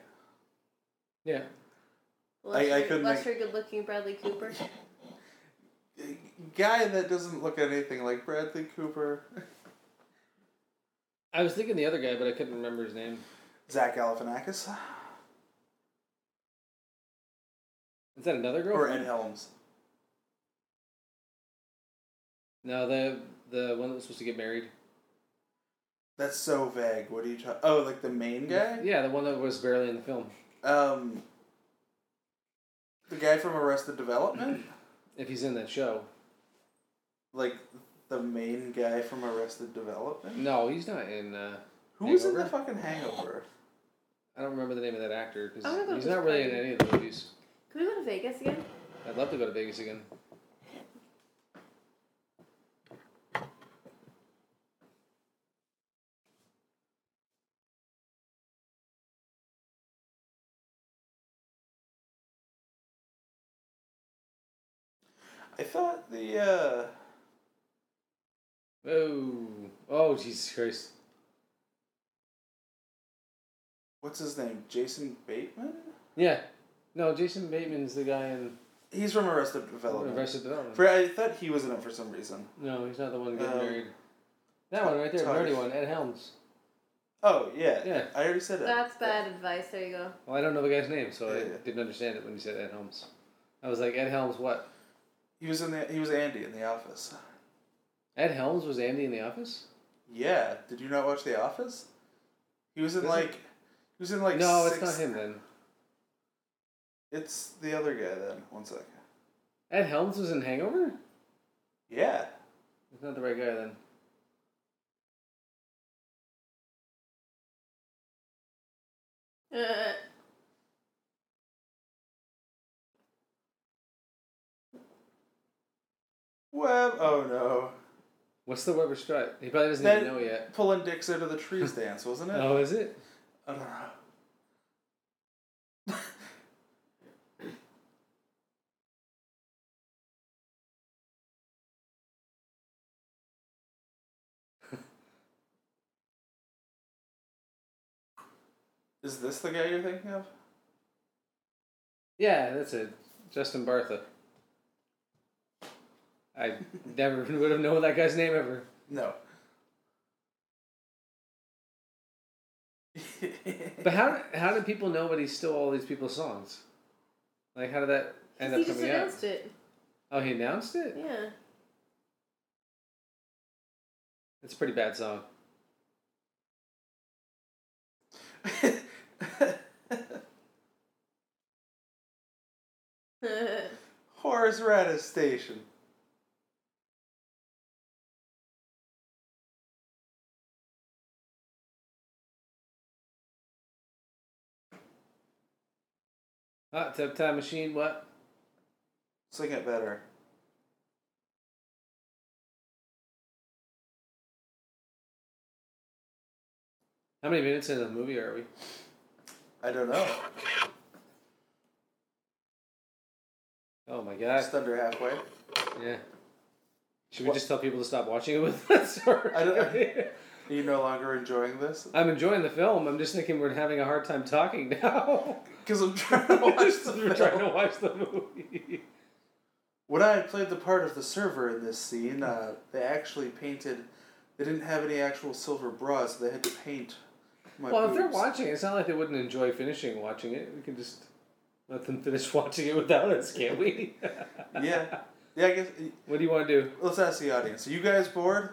[SPEAKER 4] Yeah.
[SPEAKER 7] I, I couldn't
[SPEAKER 11] Less
[SPEAKER 7] make
[SPEAKER 11] her good looking Bradley Cooper.
[SPEAKER 7] guy that doesn't look anything like Bradley Cooper.
[SPEAKER 4] I was thinking the other guy, but I couldn't remember his name.
[SPEAKER 7] Zach Galifianakis
[SPEAKER 4] Is that another girl?
[SPEAKER 7] or Ed Helms.
[SPEAKER 4] No, the the one that was supposed to get married.
[SPEAKER 7] That's so vague. What are you talking? Oh, like the main guy?
[SPEAKER 4] Yeah, the one that was barely in the film.
[SPEAKER 7] Um, the guy from Arrested Development.
[SPEAKER 4] If he's in that show.
[SPEAKER 7] Like the main guy from Arrested Development.
[SPEAKER 4] No, he's not in. Uh,
[SPEAKER 7] Who was in
[SPEAKER 4] Hangover.
[SPEAKER 7] the fucking Hangover?
[SPEAKER 4] I don't remember the name of that actor
[SPEAKER 11] I'm gonna
[SPEAKER 4] because
[SPEAKER 11] go
[SPEAKER 4] he's
[SPEAKER 11] to
[SPEAKER 4] not
[SPEAKER 11] this
[SPEAKER 4] really in
[SPEAKER 11] party.
[SPEAKER 4] any of the movies.
[SPEAKER 11] Can we go to Vegas again?
[SPEAKER 4] I'd love to go to Vegas again.
[SPEAKER 7] I thought the uh,
[SPEAKER 4] Oh, oh, Jesus Christ!
[SPEAKER 7] what's his name? Jason Bateman.
[SPEAKER 4] Yeah, no, Jason Bateman's the guy in
[SPEAKER 7] He's from Arrested Development.
[SPEAKER 4] Arrested Development.
[SPEAKER 7] For, I thought he was in it for some reason.
[SPEAKER 4] no, he's not the one getting
[SPEAKER 7] Um,
[SPEAKER 4] married. That one right there, the
[SPEAKER 7] Todd-
[SPEAKER 4] nerdy one, Ed Helms.
[SPEAKER 7] Oh yeah,
[SPEAKER 4] Yeah.
[SPEAKER 7] I already said it.
[SPEAKER 11] That's bad advice. There you go.
[SPEAKER 4] Well, I don't know the guy's name, so
[SPEAKER 7] Yeah, yeah.
[SPEAKER 4] I didn't understand it when you said Ed Helms. I was like, Ed Helms, what?
[SPEAKER 7] He was in the. He was Andy in The Office.
[SPEAKER 4] Ed Helms was Andy in The Office?
[SPEAKER 7] Yeah. Did you not watch The Office? He was in
[SPEAKER 4] Is it-
[SPEAKER 7] like. He was in like.
[SPEAKER 4] no,
[SPEAKER 7] six-
[SPEAKER 4] it's not him then.
[SPEAKER 7] It's the other guy then. One second.
[SPEAKER 4] Ed Helms was in Hangover.
[SPEAKER 7] Yeah.
[SPEAKER 4] He's not the right guy then.
[SPEAKER 11] Uh,
[SPEAKER 7] Web. Oh no.
[SPEAKER 4] What's the Weber Strut? He probably doesn't
[SPEAKER 7] That
[SPEAKER 4] even know yet.
[SPEAKER 7] pulling dicks out of the trees dance wasn't it?
[SPEAKER 4] Oh, is it?
[SPEAKER 7] I don't know. Is this the guy you're thinking of?
[SPEAKER 4] Yeah, that's it. Justin Bartha. I never would have known that guy's name ever.
[SPEAKER 7] No.
[SPEAKER 4] But how how do people know? But he stole all these people's songs. Like how did that end
[SPEAKER 11] He
[SPEAKER 4] up
[SPEAKER 11] just
[SPEAKER 4] coming out?
[SPEAKER 11] announced it.
[SPEAKER 4] Oh, he announced it.
[SPEAKER 11] Yeah.
[SPEAKER 4] It's a pretty bad song.
[SPEAKER 7] Horace Radis Station.
[SPEAKER 4] Hot tub time machine. What?
[SPEAKER 7] Sing it better.
[SPEAKER 4] How many minutes into the movie are we?
[SPEAKER 7] I don't know.
[SPEAKER 4] Oh my god.
[SPEAKER 7] Just under halfway.
[SPEAKER 4] Yeah. Should we just tell people to stop watching it with us? Or...
[SPEAKER 7] I don't, are you no longer enjoying this?
[SPEAKER 4] I'm enjoying the film. I'm just thinking we're having a hard time talking now.
[SPEAKER 7] Because I'm trying to watch the
[SPEAKER 4] We're trying to watch the movie.
[SPEAKER 7] When I played the part of the server in this scene, uh, they actually painted. They didn't have any actual silver bras, so they had to paint. My
[SPEAKER 4] well, if they're
[SPEAKER 7] boobs.
[SPEAKER 4] watching, it's not like they wouldn't enjoy finishing watching it. We can just let them finish watching it without us, can't we?
[SPEAKER 7] yeah. Yeah, I guess.
[SPEAKER 4] What do you want to do?
[SPEAKER 7] Let's ask the audience. Are you guys bored?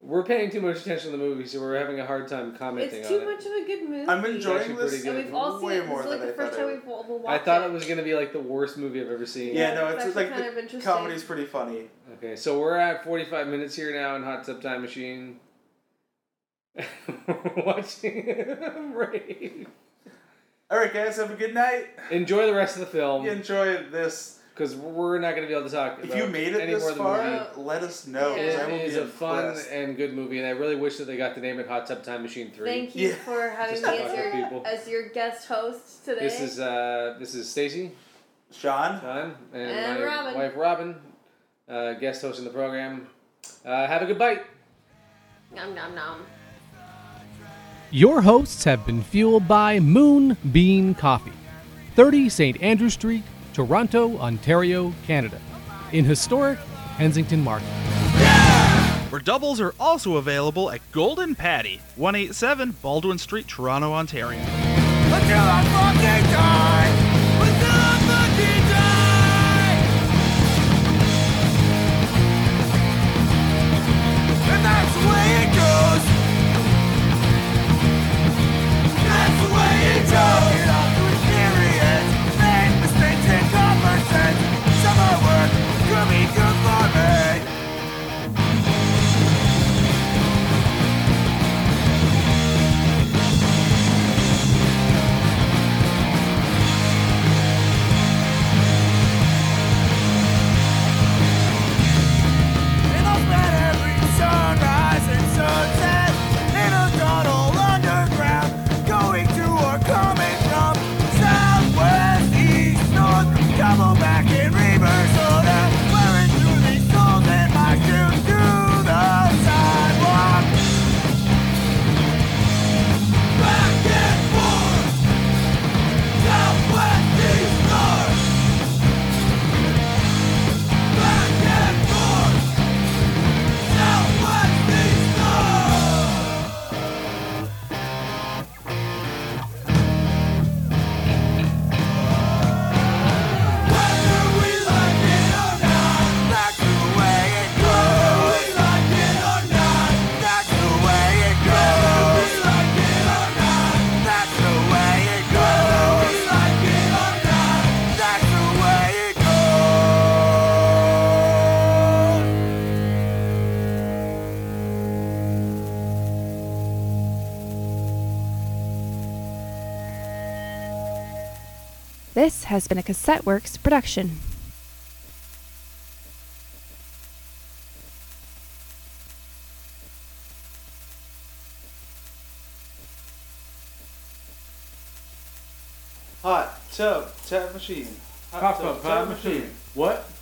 [SPEAKER 4] We're paying too much attention to the movie, so we're having a hard time commenting
[SPEAKER 11] It's too
[SPEAKER 4] on it.
[SPEAKER 11] much of a good movie.
[SPEAKER 7] I'm enjoying
[SPEAKER 4] It's actually
[SPEAKER 7] this
[SPEAKER 4] pretty
[SPEAKER 11] And
[SPEAKER 4] good.
[SPEAKER 11] we've all seen
[SPEAKER 7] way
[SPEAKER 11] it. This
[SPEAKER 7] more
[SPEAKER 11] is like
[SPEAKER 7] than
[SPEAKER 11] the
[SPEAKER 7] I
[SPEAKER 11] first
[SPEAKER 7] thought
[SPEAKER 11] time
[SPEAKER 7] I
[SPEAKER 11] we've all all
[SPEAKER 4] I
[SPEAKER 11] watched
[SPEAKER 4] thought it was going to be like the worst movie I've ever seen.
[SPEAKER 7] Yeah, no,
[SPEAKER 11] it's
[SPEAKER 7] it's,
[SPEAKER 11] actually
[SPEAKER 7] like
[SPEAKER 11] kind
[SPEAKER 7] the
[SPEAKER 11] of interesting.
[SPEAKER 7] comedy's pretty funny.
[SPEAKER 4] Okay, so we're at 45 minutes here now in Hot Tub Time Machine. We're watching Rave.
[SPEAKER 7] All right, guys, have a good night.
[SPEAKER 4] Enjoy the rest of the film.
[SPEAKER 7] Enjoy this.
[SPEAKER 4] Because we're not going to be able to talk
[SPEAKER 7] If
[SPEAKER 4] about
[SPEAKER 7] you made it
[SPEAKER 4] any
[SPEAKER 7] this
[SPEAKER 4] more
[SPEAKER 7] far,
[SPEAKER 4] than the movie.
[SPEAKER 7] let us know. 'cause I
[SPEAKER 4] It
[SPEAKER 7] will
[SPEAKER 4] is
[SPEAKER 7] be
[SPEAKER 4] a fun
[SPEAKER 7] impressed.
[SPEAKER 4] and good movie, and I really wish that they got to name it Hot Tub Time Machine 3.
[SPEAKER 11] Thank you
[SPEAKER 7] Yeah.
[SPEAKER 11] for having
[SPEAKER 4] Just
[SPEAKER 11] me
[SPEAKER 4] to
[SPEAKER 11] as
[SPEAKER 4] talk to
[SPEAKER 11] your,
[SPEAKER 4] people.
[SPEAKER 11] as your guest host today.
[SPEAKER 4] This is uh, this is Stacy,
[SPEAKER 7] Sean,
[SPEAKER 4] John, and,
[SPEAKER 11] And
[SPEAKER 4] my
[SPEAKER 11] Robin.
[SPEAKER 4] wife Robin, uh, guest hosting the program. Uh, have a good bite.
[SPEAKER 11] Nom nom nom.
[SPEAKER 2] Your hosts have been fueled by Moon Bean Coffee, 30 St. Andrew Street, Toronto, Ontario, Canada, in historic Kensington Market.
[SPEAKER 5] Where doubles are also available at Golden Patty, 187 Baldwin Street, Toronto, Ontario.
[SPEAKER 10] Until I fucking die! Until I fucking die! And that's the way it goes! That's the way it goes! Get off to experience! Make mistakes and common sense! Some of work could be good for me! In the bed every sunrise and sunset In a tunnel underground Going to or coming from Southwest, east, north Double back in reverse order Wearing through these holes in my shoes To the sidewalk Back and forth Southwest, east, north Back and forth That's the way it goes.
[SPEAKER 1] This has been a Cassette Works production.
[SPEAKER 7] Hot tub time machine. Hot
[SPEAKER 18] Hot tub time machine.
[SPEAKER 7] What?